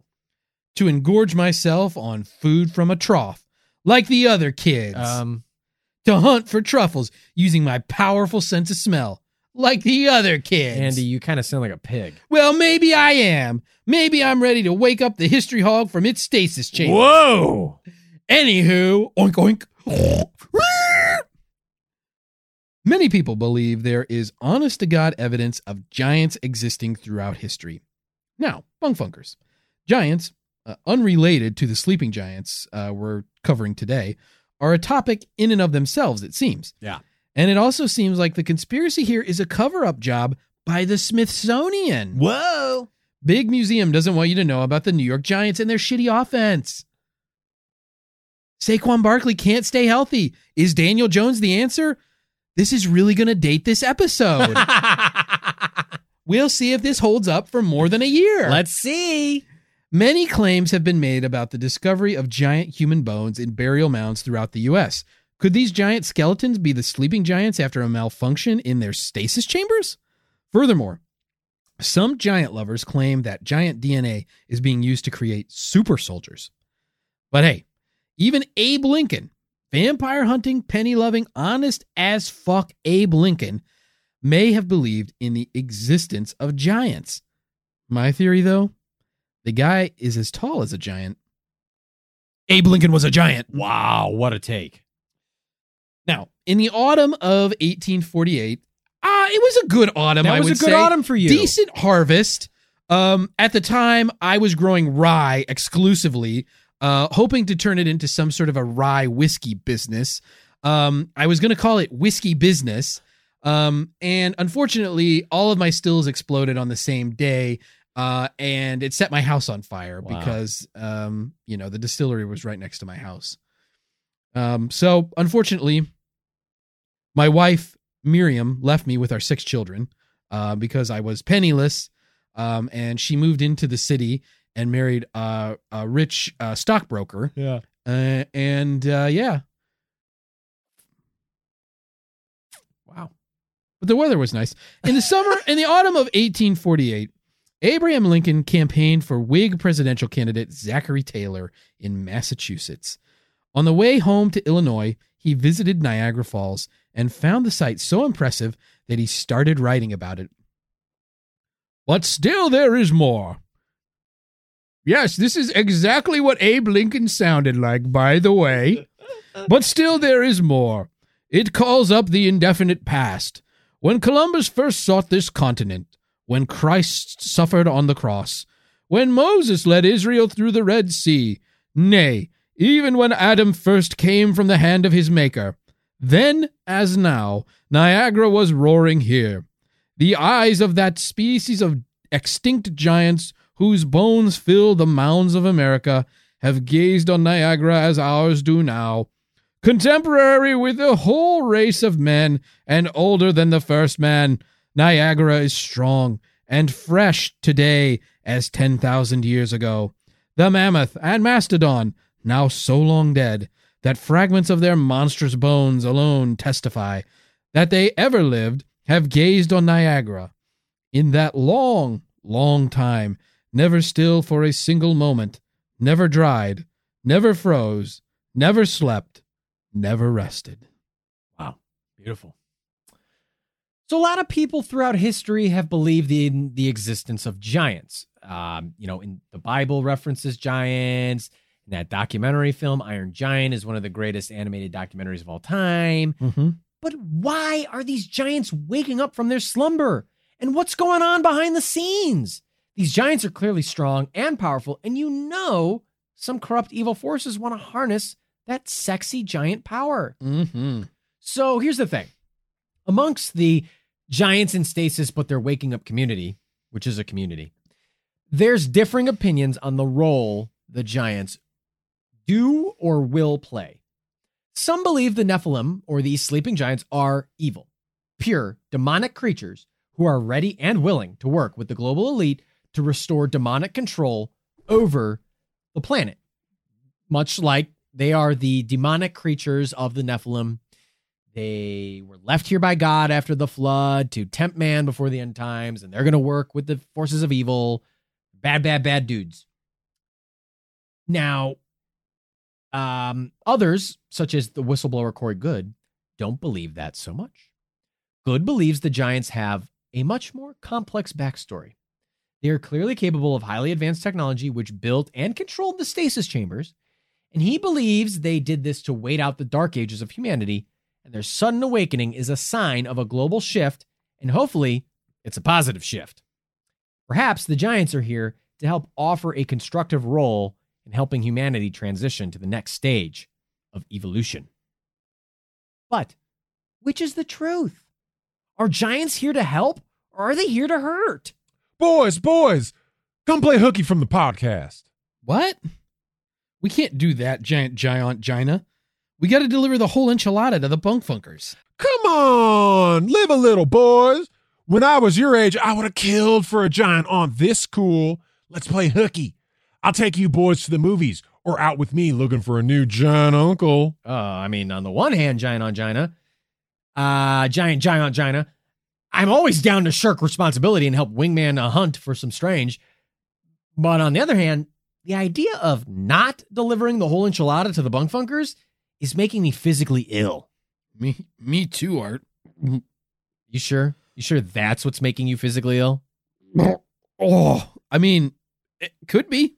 Speaker 2: To engorge myself on food from a trough, like the other kids.
Speaker 1: Um,
Speaker 2: to hunt for truffles using my powerful sense of smell, like the other kids.
Speaker 1: Andy, you kind of sound like a pig.
Speaker 2: Well, maybe I am. Maybe I'm ready to wake up the history hog from its stasis chamber.
Speaker 3: Whoa!
Speaker 2: Anywho, oink oink. Many people believe there is honest to God evidence of giants existing throughout history. Now, bungfunkers. Giants, uh, unrelated to the sleeping giants uh, we're covering today, are a topic in and of themselves, it seems.
Speaker 1: Yeah.
Speaker 2: And it also seems like the conspiracy here is a cover up job by the Smithsonian.
Speaker 1: Whoa.
Speaker 2: Big Museum doesn't want you to know about the New York Giants and their shitty offense. Saquon Barkley can't stay healthy. Is Daniel Jones the answer? This is really going to date this episode. we'll see if this holds up for more than a year.
Speaker 1: Let's see.
Speaker 2: Many claims have been made about the discovery of giant human bones in burial mounds throughout the U.S. Could these giant skeletons be the sleeping giants after a malfunction in their stasis chambers? Furthermore, some giant lovers claim that giant DNA is being used to create super soldiers. But hey, even Abe Lincoln, vampire hunting, penny loving, honest as fuck Abe Lincoln, may have believed in the existence of giants. My theory, though, the guy is as tall as a giant. Abe Lincoln was a giant.
Speaker 1: Wow. What a take.
Speaker 2: Now, in the autumn of 1848, ah, it was a good autumn.
Speaker 1: that
Speaker 2: I
Speaker 1: was a
Speaker 2: would
Speaker 1: good
Speaker 2: say.
Speaker 1: autumn for you.
Speaker 2: Decent harvest. Um, at the time, I was growing rye exclusively, uh, hoping to turn it into some sort of a rye whiskey business. Um, I was going to call it whiskey business. Um, and unfortunately, all of my stills exploded on the same day. Uh, and it set my house on fire
Speaker 1: Wow.
Speaker 2: because, um, you know, the distillery was right next to my house. Um, so unfortunately, my wife Miriam left me with our six children uh, because I was penniless, um, and she moved into the city and married uh, a rich uh, stockbroker.
Speaker 1: Yeah.
Speaker 2: Uh, and uh, yeah,
Speaker 1: Wow.
Speaker 2: but the weather was nice. In the summer, in the autumn of 1848, Abraham Lincoln campaigned for Whig presidential candidate Zachary Taylor in Massachusetts. On the way home to Illinois, he visited Niagara Falls and found the site so impressive that he started writing about it. But still, there is more. Yes, this is exactly what Abe Lincoln sounded like, by the way. But still, there is more. It calls up the indefinite past. When Columbus first sought this continent, when Christ suffered on the cross, when Moses led Israel through the Red Sea, nay, even when Adam first came from the hand of his Maker, then, as now, Niagara was roaring here. The eyes of that species of extinct giants whose bones fill the mounds of America have gazed on Niagara as ours do now contemporary with the whole race of men and older than the first man. Niagara is strong and fresh today as 10,000 years ago. The mammoth and mastodon, now so long dead that fragments of their monstrous bones alone testify that they ever lived, have gazed on Niagara. In that long, long time, never still for a single moment, never dried, never froze, never slept, never rested.
Speaker 1: Beautiful. So a lot of people throughout history have believed in the existence of giants. Um, you know, in the Bible references giants. In that documentary film, Iron Giant, is one of the greatest animated documentaries of all time.
Speaker 2: Mm-hmm.
Speaker 1: But why are these giants waking up from their slumber? And what's going on behind the scenes? These giants are clearly strong and powerful, and you know some corrupt evil forces want to harness that sexy giant power.
Speaker 2: Mm-hmm.
Speaker 1: So here's the thing amongst the giants in stasis, but they're waking up community, which is a community, there's differing opinions on the role the giants do or will play. Some believe the Nephilim, or these sleeping giants, are evil, pure, demonic creatures who are ready and willing to work with the global elite to restore demonic control over the planet, much like they are the demonic creatures of the Nephilim. They were left here by God after the flood to tempt man before the end times, and they're going to work with the forces of evil. Bad, bad, bad dudes. Now, um, others, such as the whistleblower Corey Good, don't believe that so much. Good believes the Giants have a much more complex backstory. They are clearly capable of highly advanced technology, which built and controlled the stasis chambers. And he believes they did this to wait out the dark ages of humanity. And their sudden awakening is a sign of a global shift. And hopefully, it's a positive shift. Perhaps the Giants are here to help offer a constructive role in helping humanity transition to the next stage of evolution. But which is the truth? Are giants here to help or are they here to hurt?
Speaker 3: Boys, boys, come play hooky from the podcast.
Speaker 2: What? We can't do that, giant giant Gina. We got to deliver the whole enchilada to the bunk funkers.
Speaker 3: Come on, live a little, boys. When I was your age, I would have killed for a giant on this cool. Let's play hooky. I'll take you boys to the movies or out with me looking for a new giant uncle.
Speaker 1: Uh, I mean, on the one hand, giant on Gina, uh, giant giant on Gina. I'm always down to shirk responsibility and help wingman a hunt for some strange. But on the other hand, the idea of not delivering the whole enchilada to the bunk funkers is making me physically ill.
Speaker 2: Me, me too, Art.
Speaker 1: You sure? You sure that's what's making you physically ill?
Speaker 2: Oh, I mean, it could be.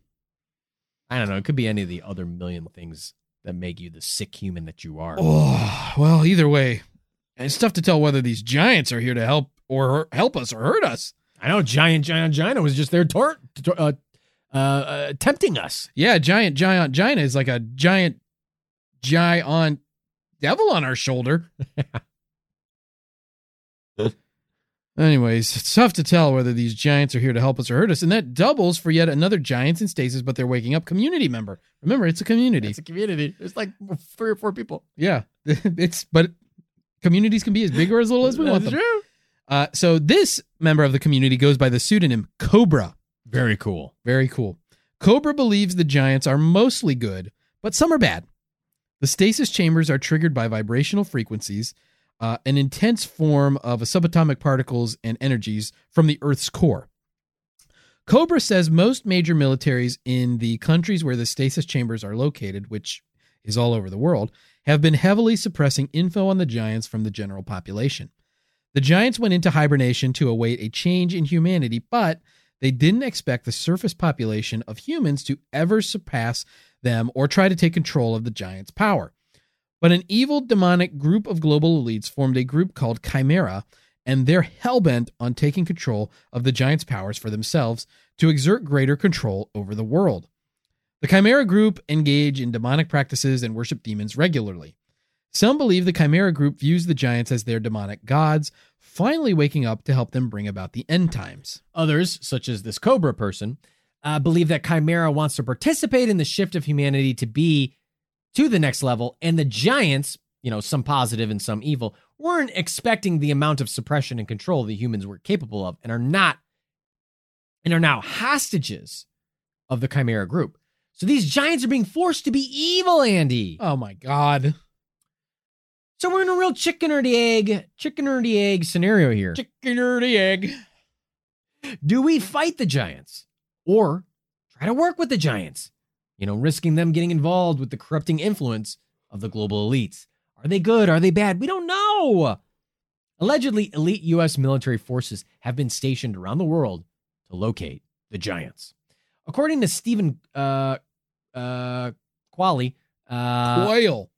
Speaker 1: I don't know. It could be any of the other million things that make you the sick human that you are.
Speaker 2: Oh, well, either way, it's tough to tell whether these giants are here to help or hurt, help us or hurt us.
Speaker 1: I know giant giant Gina was just there tor- tor- uh, uh, uh, tempting us.
Speaker 2: Yeah, giant giant Gina is like a giant giant devil on our shoulder. Anyways, it's tough to tell whether these giants are here to help us or hurt us, and that doubles for yet another giants in stasis, but they're waking up community member. Remember, it's a community.
Speaker 1: It's a community. There's like three or four people.
Speaker 2: yeah, it's but communities can be as big or as little as we want them.
Speaker 1: True.
Speaker 2: Uh, so this member of the community goes by the pseudonym Cobra.
Speaker 1: Very cool.
Speaker 2: Very cool. Cobra believes the giants are mostly good, but some are bad. The stasis chambers are triggered by vibrational frequencies, uh, an intense form of subatomic particles and energies from the Earth's core. Cobra says most major militaries in the countries where the stasis chambers are located, which is all over the world, have been heavily suppressing info on the giants from the general population. The giants went into hibernation to await a change in humanity, but they didn't expect the surface population of humans to ever surpass them or try to take control of the giants' power. But an evil demonic group of global elites formed a group called Chimera, and they're hellbent on taking control of the giants' powers for themselves to exert greater control over the world. The Chimera group engage in demonic practices and worship demons regularly. Some believe the Chimera group views the giants as their demonic gods, finally waking up to help them bring about the end times.
Speaker 1: Others, such as this Cobra person, uh, believe that Chimera wants to participate in the shift of humanity to be to the next level, and the giants, you know, some positive and some evil, weren't expecting the amount of suppression and control the humans were capable of, and are not, and are now hostages of the Chimera group. So these giants are being forced to be evil, Andy.
Speaker 2: Oh my god.
Speaker 1: So we're in a real chicken or the egg, chicken or the egg scenario here.
Speaker 2: Chicken or the egg.
Speaker 1: Do we fight the Giants or try to work with the Giants? You know, risking them getting involved with the corrupting influence of the global elites. Are they good? Are they bad? We don't know. A Allegedly, elite U.S. military forces have been stationed around the world to locate the giants. According to Stephen uh, uh, Qualley, uh,
Speaker 2: Quail.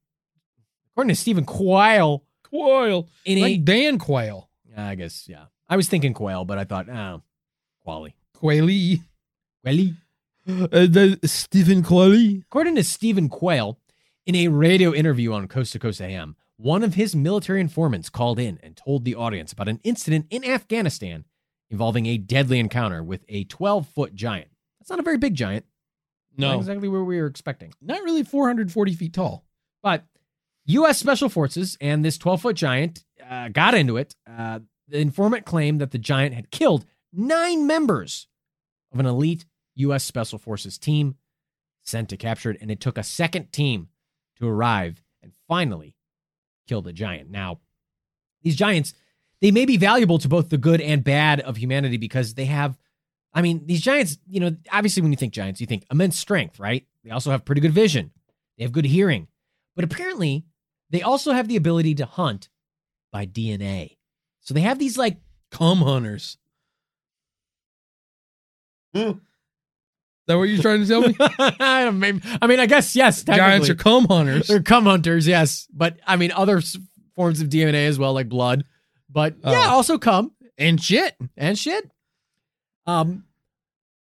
Speaker 1: according to Stephen Quayle,
Speaker 2: Quail.
Speaker 1: in
Speaker 2: Like
Speaker 1: a
Speaker 2: Dan Quail.
Speaker 1: I guess, yeah. I was thinking quail, but I thought, oh, Qualley.
Speaker 2: Quaily. Uh,
Speaker 1: Qualley.
Speaker 2: Stephen Quaily.
Speaker 1: According to Stephen Quayle, in a radio interview on Coast to Coast AM, one of his military informants called in and told the audience about an incident in Afghanistan involving a deadly encounter with a 12 foot giant. That's not a very big giant. Not
Speaker 2: No.
Speaker 1: exactly where we were expecting.
Speaker 2: Not really 440 feet tall.
Speaker 1: But U.S. Special Forces and this 12 foot giant uh, got into it. Uh, the informant claimed that the giant had killed nine members of an elite U.S. Special Forces team sent to capture it, and it took a second team to arrive and finally kill the giant. Now, these giants, they may be valuable to both the good and bad of humanity because they have. I mean, these giants, you know, obviously when you think giants, you think immense strength, right? They also have pretty good vision. They have good hearing. But apparently, they also have the ability to hunt by DNA. So they have these like
Speaker 2: Cum hunters.
Speaker 3: Hmm.
Speaker 2: Is that what you're trying to tell me?
Speaker 1: I mean, I mean, I guess yes.
Speaker 2: Giants are
Speaker 1: technically.
Speaker 2: cum hunters.
Speaker 1: they're cum hunters, yes. But I mean, other s- forms of DNA as well, like blood. But yeah,
Speaker 2: Oh.
Speaker 1: also cum
Speaker 2: and shit.
Speaker 1: and shit. Um,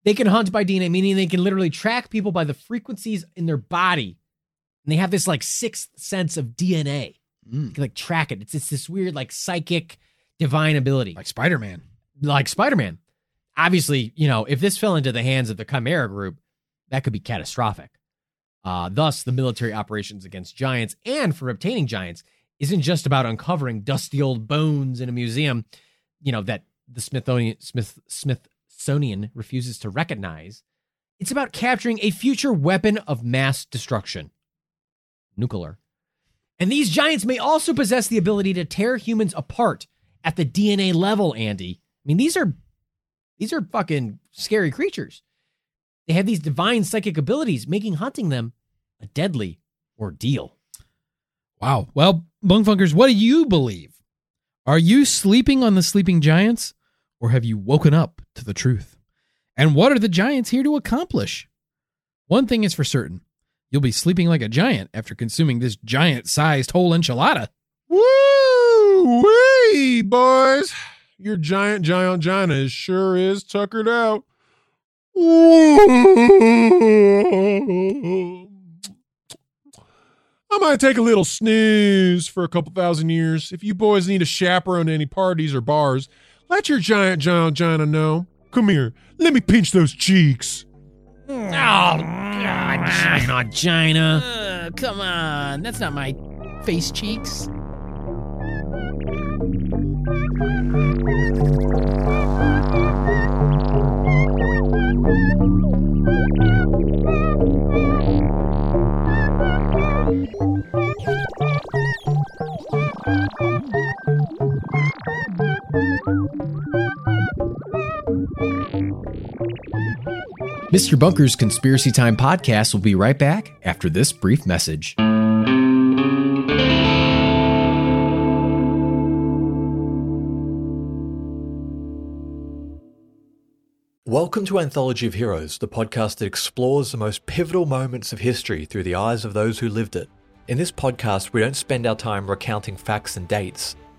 Speaker 1: they can hunt by DNA, meaning they can literally track people by the frequencies in their body, and they have this like sixth sense of DNA. You
Speaker 2: Mm,
Speaker 1: can like track it. It's it's this weird like psychic divine ability.
Speaker 2: like Spider Man.
Speaker 1: like Spider-Man. Obviously, you know, if this fell into the hands of the Chimera group, that could be catastrophic. Uh, thus, the military operations against giants and for obtaining giants isn't just about uncovering dusty old bones in a museum, you know, that the Smithsonian Smith Smithsonian refuses to recognize. It's about capturing a future weapon of mass destruction. Nuclear. And these giants may also possess the ability to tear humans apart at the DNA level, Andy. I mean, these are these are fucking scary creatures. They have these divine psychic abilities, making hunting them a deadly ordeal.
Speaker 2: Wow. Well, Bungfunkers, what do you believe? Are you sleeping on the sleeping giants or have you woken up to the truth? And what are the giants here to accomplish? One thing is for certain you'll be sleeping like a giant after consuming this giant sized whole enchilada.
Speaker 3: Woo! Wee, boys! Your giant giant gina is sure is tuckered out. I might take a little snooze for a couple thousand years. If you boys need a chaperone to any parties or bars, let your giant giant gina know. Come here, let me pinch those cheeks.
Speaker 1: Oh, God, China, China.
Speaker 2: Uh, come on. That's not my face cheeks.
Speaker 1: Mr. Bunker's Conspiracy Time podcast will be right back after this brief message.
Speaker 4: Welcome to Anthology of Heroes, the podcast that explores the most pivotal moments of history through the eyes of those who lived it. In this podcast, we don't spend our time recounting facts and dates.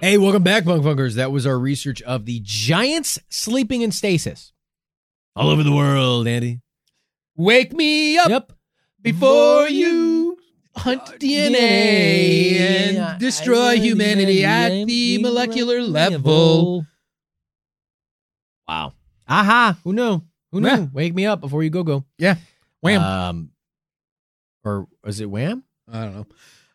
Speaker 1: Hey, welcome back, Bunk Funkers. That was our research of the giants sleeping in stasis. All over the world, Andy.
Speaker 2: Wake me up
Speaker 1: Yep.
Speaker 2: before you hunt DNA and destroy humanity at the molecular level.
Speaker 1: Wow. Aha. Who knew? Who knew?
Speaker 2: Yeah.
Speaker 1: Wake me up before you go go.
Speaker 2: Yeah. Wham.
Speaker 1: Um, or is it wham?
Speaker 2: I don't know.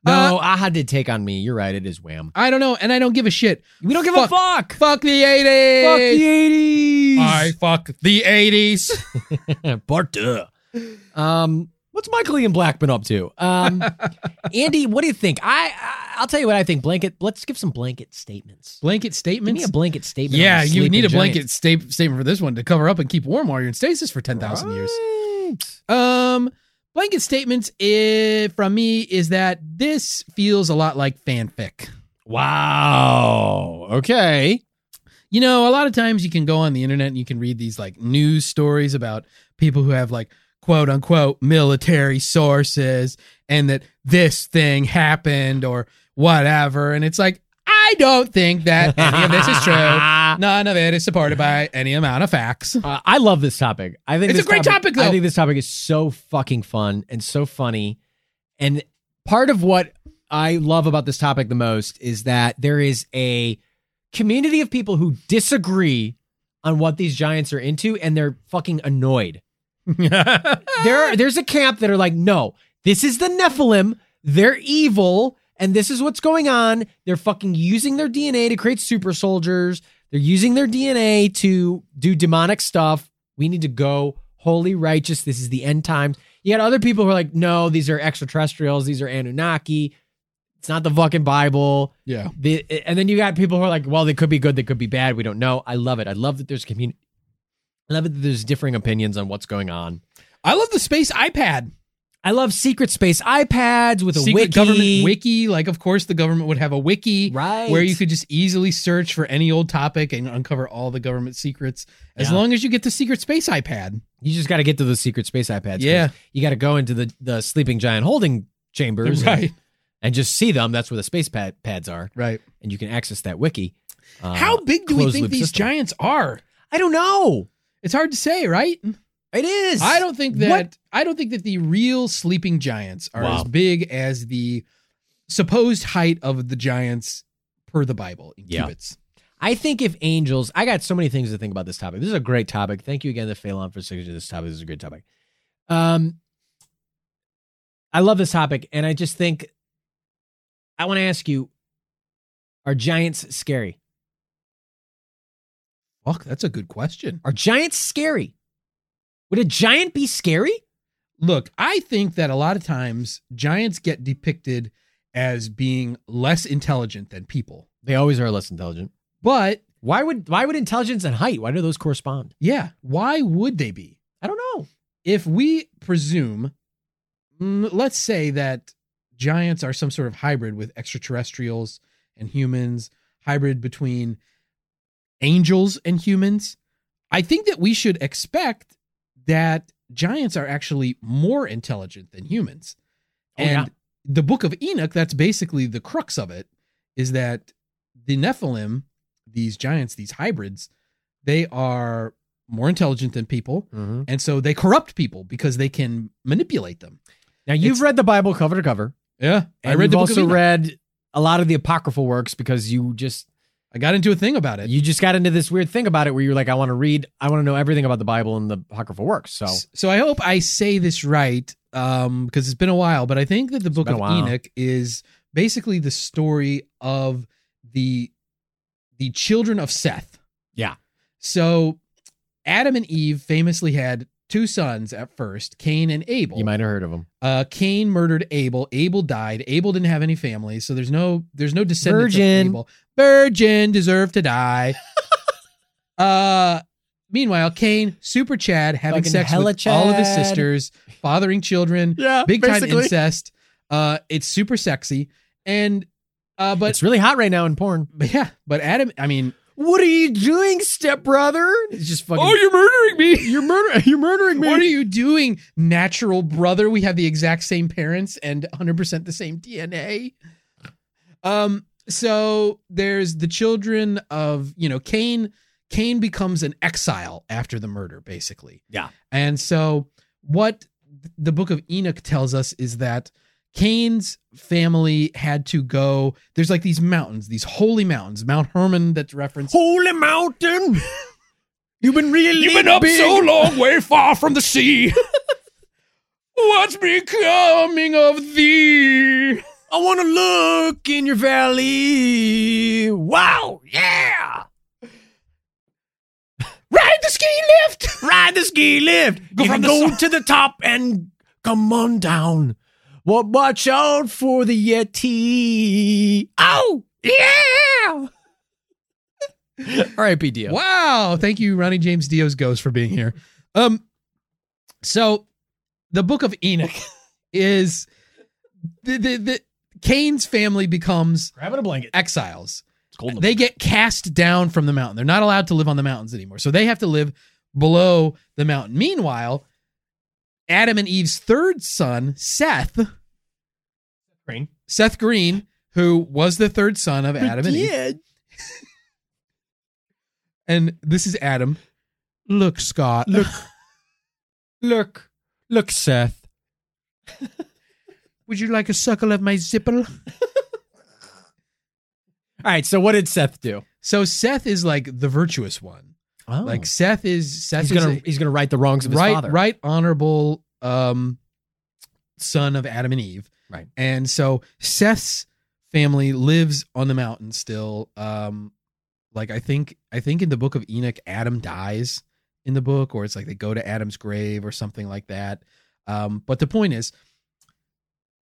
Speaker 2: Uh,
Speaker 1: No, aha did take on me. You're right. It is wham.
Speaker 2: I don't know, and I don't give a shit.
Speaker 1: We don't give a fuck.
Speaker 2: Fuck the 80s.
Speaker 1: Fuck the 80s.
Speaker 2: I fuck the 80s.
Speaker 1: Part two. Um, what's Michael Ian Black been up to? Um, Andy, what do you think? I, I I'll tell you what I think. Blanket. Let's give some blanket statements.
Speaker 2: blanket
Speaker 1: Give me
Speaker 2: statements.
Speaker 1: a blanket statement.
Speaker 2: yeah,
Speaker 1: on
Speaker 2: you
Speaker 1: sleeping
Speaker 2: need a
Speaker 1: giants.
Speaker 2: blanket sta- statement for this one to cover up and keep warm while you're in stasis for 10,000 years. Um, blanket statements i- from me is that this feels a lot like fanfic.
Speaker 1: Wow. Okay.
Speaker 2: You know, a lot of times you can go on the internet and you can read these like news stories about people who have like quote unquote military sources and that this thing happened or whatever. And it's like, I don't think that any of this is true.
Speaker 1: Uh,
Speaker 2: None of it is supported by any amount of facts.
Speaker 1: I love this topic. I think
Speaker 2: It's
Speaker 1: this
Speaker 2: a great topic, though.
Speaker 1: I think this topic is so fucking fun and so funny. And part of what I love about this topic the most is that there is a community of people who disagree on what these giants are into and they're fucking annoyed. There are, there's a camp that are like, "No, this is the Nephilim. They're evil and this is what's going on. They're fucking using their DNA to create super soldiers. They're using their DNA to do demonic stuff. We need to go holy righteous. This is the end times." You got other people who are like, "No, these are extraterrestrials. These are Anunnaki. It's not the fucking Bible."
Speaker 2: yeah.
Speaker 1: the and then you got people who are like, well, they could be good, they could be bad. We don't know. I love it. I love that there's community. I love it that there's differing opinions on what's going on.
Speaker 2: I love the space iPad.
Speaker 1: I love secret space iPads with a
Speaker 2: Secret
Speaker 1: wiki.
Speaker 2: government wiki. Like, of course, the government would have a wiki
Speaker 1: right?
Speaker 2: where you could just easily search for any old topic and uncover all the government secrets as
Speaker 1: Yeah.
Speaker 2: long as you get the secret space iPad.
Speaker 1: you just got to get to those secret space iPads. 'cause
Speaker 2: Yeah.
Speaker 1: you got to go into the the sleeping giant holding chambers, and-
Speaker 2: Right.
Speaker 1: And just see them. That's where the space pad, pads are,
Speaker 2: Right.
Speaker 1: and you can access that wiki. Uh,
Speaker 2: How big do we
Speaker 1: closed
Speaker 2: think
Speaker 1: loop
Speaker 2: these
Speaker 1: system.
Speaker 2: giants are?
Speaker 1: I don't know.
Speaker 2: It's hard to say, right?
Speaker 1: It is.
Speaker 2: I don't think that
Speaker 1: What?
Speaker 2: I don't think that the real sleeping giants are
Speaker 1: Wow.
Speaker 2: as big as the supposed height of the giants per the Bible in
Speaker 1: Yeah.
Speaker 2: cubits.
Speaker 1: I think if angels, I got so many things to think about this topic. This is a great topic. Thank you again to Phelan for suggesting this topic. This is a great topic. Um, I love this topic, and I just think I want to ask you: Are giants scary?
Speaker 2: Fuck, that's a good question.
Speaker 1: Are giants scary? Would a giant be scary?
Speaker 2: Look, I think that a lot of times giants get depicted as being less intelligent than people.
Speaker 1: They always are less intelligent.
Speaker 2: But
Speaker 1: Why would why would intelligence and height? Why do those correspond?
Speaker 2: yeah, why would they be?
Speaker 1: I don't know.
Speaker 2: if we presume, mm, let's say that giants are some sort of hybrid with extraterrestrials and humans, hybrid between angels and humans, I think that we should expect that giants are actually more intelligent than humans.
Speaker 1: Oh,
Speaker 2: and
Speaker 1: yeah.
Speaker 2: the book of Enoch, that's basically the crux of it, is that the Nephilim, these giants, these hybrids, they are more intelligent than people.
Speaker 3: Mm-hmm.
Speaker 2: And so they corrupt people because they can manipulate them.
Speaker 1: Now you've
Speaker 2: It's-
Speaker 1: read the Bible cover to cover.
Speaker 2: Yeah. I
Speaker 1: and
Speaker 2: read
Speaker 1: you've
Speaker 2: the book
Speaker 1: also
Speaker 2: of Enoch.
Speaker 1: read a lot of the apocryphal works because you just
Speaker 2: I got into a thing about it.
Speaker 1: you just got into this weird thing about it where you're like, I want to read, I want to know everything about the Bible and the apocryphal works. So
Speaker 2: S- So I hope I say this right um because it's been a while, but I think that the book
Speaker 1: been
Speaker 2: of
Speaker 1: a while.
Speaker 2: Enoch is basically the story of the the children of Seth.
Speaker 1: Yeah.
Speaker 2: So Adam and Eve famously had two sons at first, Cain and Abel.
Speaker 1: you might have heard of them.
Speaker 2: Uh, Cain murdered Abel. Abel died. Abel didn't have any family, so there's no there's no descendants
Speaker 1: Virgin.
Speaker 2: of Abel. Virgin deserved to die. uh, meanwhile, Cain, super Chad, having
Speaker 1: Fucking
Speaker 2: sex
Speaker 1: hella
Speaker 2: with all of his
Speaker 1: Chad.
Speaker 2: sisters, fathering children,
Speaker 1: Yeah,
Speaker 2: big time incest. Uh, it's super sexy, and uh, but
Speaker 1: it's really hot right now in porn.
Speaker 2: but yeah, but Adam, I mean,
Speaker 1: What are you doing, stepbrother? It's just fucking.
Speaker 2: oh, you're murdering me.
Speaker 1: you're murder. You're murdering
Speaker 2: What are you doing, natural brother? We have the exact same parents and 100% the same DNA. Um, so there's the children of you know Cain. Cain becomes an exile after the murder, basically.
Speaker 1: Yeah.
Speaker 2: And so what the Book of Enoch tells us is that Cain's family had to go. There's like these mountains, these holy mountains, Mount Hermon that's referenced.
Speaker 3: Holy mountain!
Speaker 2: You've been really
Speaker 3: You've been up
Speaker 2: big.
Speaker 3: so long, way far from the sea.
Speaker 2: What's becoming of thee?
Speaker 3: I want to look in your valley. Wow, yeah!
Speaker 2: Ride the ski lift.
Speaker 3: Ride the ski lift. Go,
Speaker 2: from the
Speaker 3: go to the top and come on down. Wa- Watch out for the Yeti. Oh, yeah!
Speaker 1: R.I.P. Dio.
Speaker 2: Wow. Thank you, Ronnie James Dio's Ghost, for being here. Um, so the Book of Enoch is the the, the Cain's family becomes
Speaker 1: Grabbing a blanket.
Speaker 2: exiles.
Speaker 1: It's cold. in the-
Speaker 2: They get cast down from the mountain. They're not allowed to live on the mountains anymore. So they have to live below the mountain. Meanwhile, Adam and Eve's third son, Seth,
Speaker 1: Green.
Speaker 2: Seth Green, who was the third son of Adam and Eve, and this is Adam. Look, Scott. Look,
Speaker 1: Look. Look, Seth.
Speaker 2: would you like a suckle of my zipple?
Speaker 1: All right, so what did Seth do?
Speaker 2: So Seth is like the virtuous one.
Speaker 1: Oh.
Speaker 2: Like Seth is Seth
Speaker 1: he's
Speaker 2: is
Speaker 1: gonna
Speaker 2: a-
Speaker 1: he's gonna right the wrongs of his
Speaker 2: right,
Speaker 1: father.
Speaker 2: right honorable um, son of Adam and Eve.
Speaker 1: Right.
Speaker 2: And so Seth's family lives on the mountain still. Um, like I think I think in the book of Enoch, Adam dies in the book, or it's like they go to Adam's grave or something like that. Um, but the point is,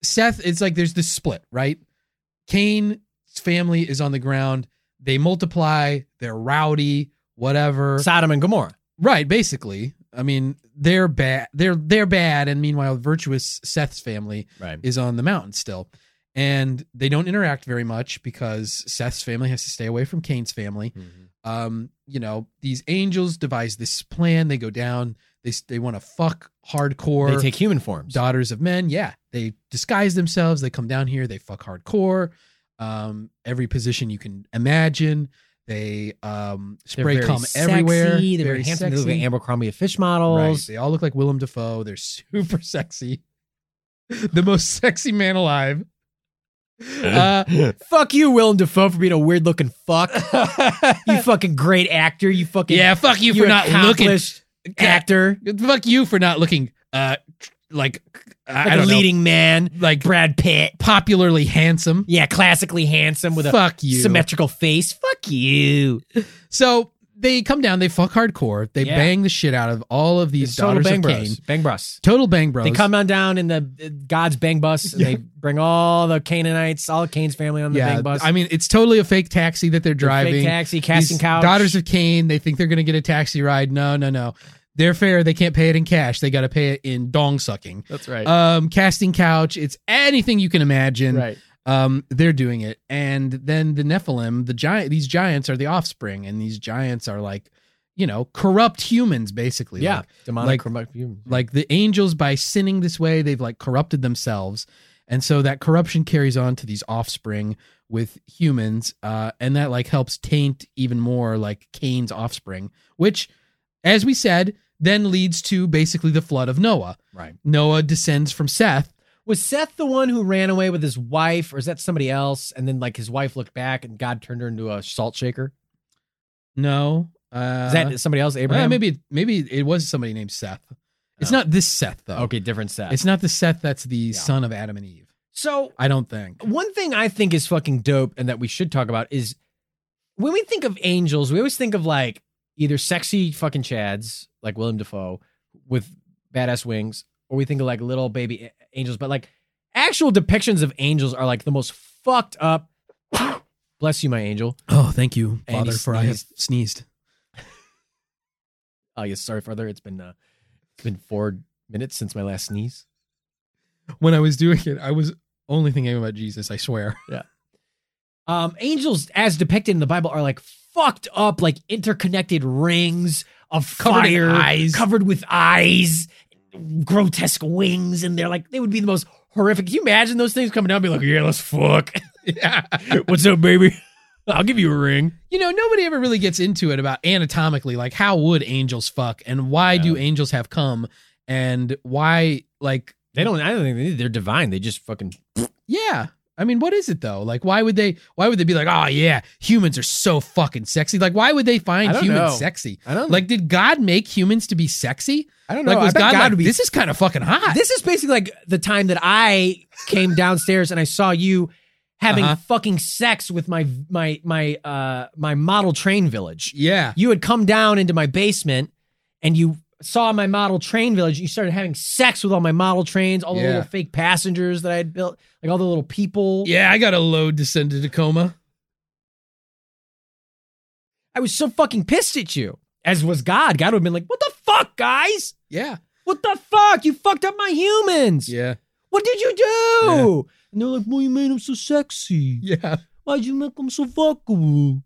Speaker 2: Seth, it's like there's this split, right? Cain's family is on the ground. They multiply. They're rowdy, whatever.
Speaker 1: Sodom and Gomorrah.
Speaker 2: Right, basically. I mean, they're bad. They're they're bad, and meanwhile, virtuous Seth's family
Speaker 1: Right.
Speaker 2: is on the mountain still, and they don't interact very much because Seth's family has to stay away from Cain's family. Um, you know, these angels devise this plan. They go down. They s- they want to fuck hardcore
Speaker 1: They take human forms.
Speaker 2: daughters of men. Yeah, they disguise themselves. They come down here. They fuck hardcore. Um, every position you can imagine. They um
Speaker 1: They're
Speaker 2: spray
Speaker 1: very
Speaker 2: cum
Speaker 1: sexy,
Speaker 2: everywhere.
Speaker 1: They're very handsome. They look like Abercrombie fish models.
Speaker 2: Right. They all look like Willem Dafoe. They're super sexy. the most sexy man alive. Uh,
Speaker 1: Fuck you, Willem Dafoe, for being a weird looking fuck. you fucking great actor. You fucking
Speaker 2: yeah, fuck you for not looking.
Speaker 1: accomplished actor.
Speaker 2: Fuck you for not looking uh tr- like I-
Speaker 1: Like
Speaker 2: I
Speaker 1: a
Speaker 2: don't know,
Speaker 1: leading man,
Speaker 2: like
Speaker 1: Brad Pitt.
Speaker 2: popularly handsome.
Speaker 1: Yeah, classically handsome with a
Speaker 2: fuck you.
Speaker 1: symmetrical face. Fuck you.
Speaker 2: So they come down. They fuck hardcore. They
Speaker 1: Yeah.
Speaker 2: bang the shit out of all of these
Speaker 1: It's
Speaker 2: daughters
Speaker 1: bang
Speaker 2: of Cain.
Speaker 1: bros. Bang bros.
Speaker 2: Total bang bros.
Speaker 1: They come on down in the uh, God's bang bus and they bring all the Canaanites, all of Cain's family on the
Speaker 2: yeah,
Speaker 1: bang bus.
Speaker 2: I mean, it's totally a fake taxi that they're
Speaker 1: The
Speaker 2: driving.
Speaker 1: Fake taxi, casting
Speaker 2: These
Speaker 1: couch.
Speaker 2: Daughters of Cain, they think they're going to get a taxi ride. No, no, no. They're fair. They can't pay it in cash. They got to pay it in dong sucking.
Speaker 1: That's right.
Speaker 2: Um, casting couch. It's anything you can imagine.
Speaker 1: right.
Speaker 2: Um, they're doing it. And then the Nephilim, the giant, these giants are the offspring, and these giants are like, you know, corrupt humans, basically.
Speaker 1: Yeah.
Speaker 2: Like,
Speaker 1: Demonic.
Speaker 2: like the angels, by sinning this way, they've like corrupted themselves. And so that corruption carries on to these offspring with humans. Uh, and that like helps taint even more like Cain's offspring, which, as we said, then leads to basically the flood of Noah.
Speaker 1: right.
Speaker 2: Noah descends from Seth.
Speaker 1: Was Seth the one who ran away with his wife, or is that somebody else? And then like his wife looked back and God turned her into a salt shaker.
Speaker 2: No. Uh,
Speaker 1: Is that somebody else? Abraham?
Speaker 2: uh, maybe maybe it was somebody named Seth. It's
Speaker 1: Oh.
Speaker 2: not this Seth though.
Speaker 1: Okay, different Seth.
Speaker 2: It's not the Seth that's the son of Adam and Eve.
Speaker 1: so
Speaker 2: I don't think.
Speaker 1: one thing I think is fucking dope and that we should talk about is when we think of angels, we always think of like either sexy fucking chads like Willem Dafoe with badass wings, or we think of like little baby a- angels. But like actual depictions of angels are like the most fucked up. Bless you, my angel.
Speaker 2: Oh, thank you,
Speaker 1: And he
Speaker 2: Father, for I have
Speaker 1: sneezed.
Speaker 2: sneezed.
Speaker 1: Oh yes, sorry, Father. It's been uh, it's been four minutes since my last sneeze.
Speaker 2: when I was doing it, I was only thinking about Jesus, I swear.
Speaker 1: Um, angels, as depicted in the Bible, are like fucked up, like interconnected rings of
Speaker 2: Covered
Speaker 1: fire,
Speaker 2: in eyes.
Speaker 1: covered with eyes, grotesque wings, and they're like they would be the most horrific. Can you imagine those things coming down? And be like, yeah, let's fuck.
Speaker 2: yeah.
Speaker 1: What's up, baby? I'll give you a ring.
Speaker 2: You know, nobody ever really gets into it about anatomically, like how would angels fuck and why do angels have cum and why, like,
Speaker 1: They don't. I don't think they need. They're divine. They just fucking.
Speaker 2: yeah. I mean, what is it though? Like, why would they? Why would they be like, oh yeah, humans are so fucking sexy? Like, why would they
Speaker 1: I
Speaker 2: find
Speaker 1: don't
Speaker 2: humans
Speaker 1: know.
Speaker 2: sexy?
Speaker 1: I don't
Speaker 2: Like, did God make humans to be sexy?
Speaker 1: I don't know.
Speaker 2: Like,
Speaker 1: I
Speaker 2: was
Speaker 1: bet
Speaker 2: God,
Speaker 1: God
Speaker 2: like,
Speaker 1: would be-
Speaker 2: this is kind of fucking hot?
Speaker 1: This is basically like the time that I came downstairs and I saw you having
Speaker 2: Uh-huh.
Speaker 1: fucking sex with my my my uh my model train village.
Speaker 2: yeah,
Speaker 1: You had come down into my basement and you saw my model train village. You started having sex with all my model trains, all the
Speaker 2: Yeah.
Speaker 1: little fake passengers that I had built, like all the little people.
Speaker 2: yeah. I got a load to send to Tacoma.
Speaker 1: I was so fucking pissed at you. As was God. God would have been like, "What the fuck, guys?
Speaker 2: Yeah,
Speaker 1: What the fuck? You fucked up my humans.
Speaker 2: yeah,
Speaker 1: What did you do?" And they're like, "Well, you made them so sexy."
Speaker 2: yeah.
Speaker 1: Why'd you make him so fuckable?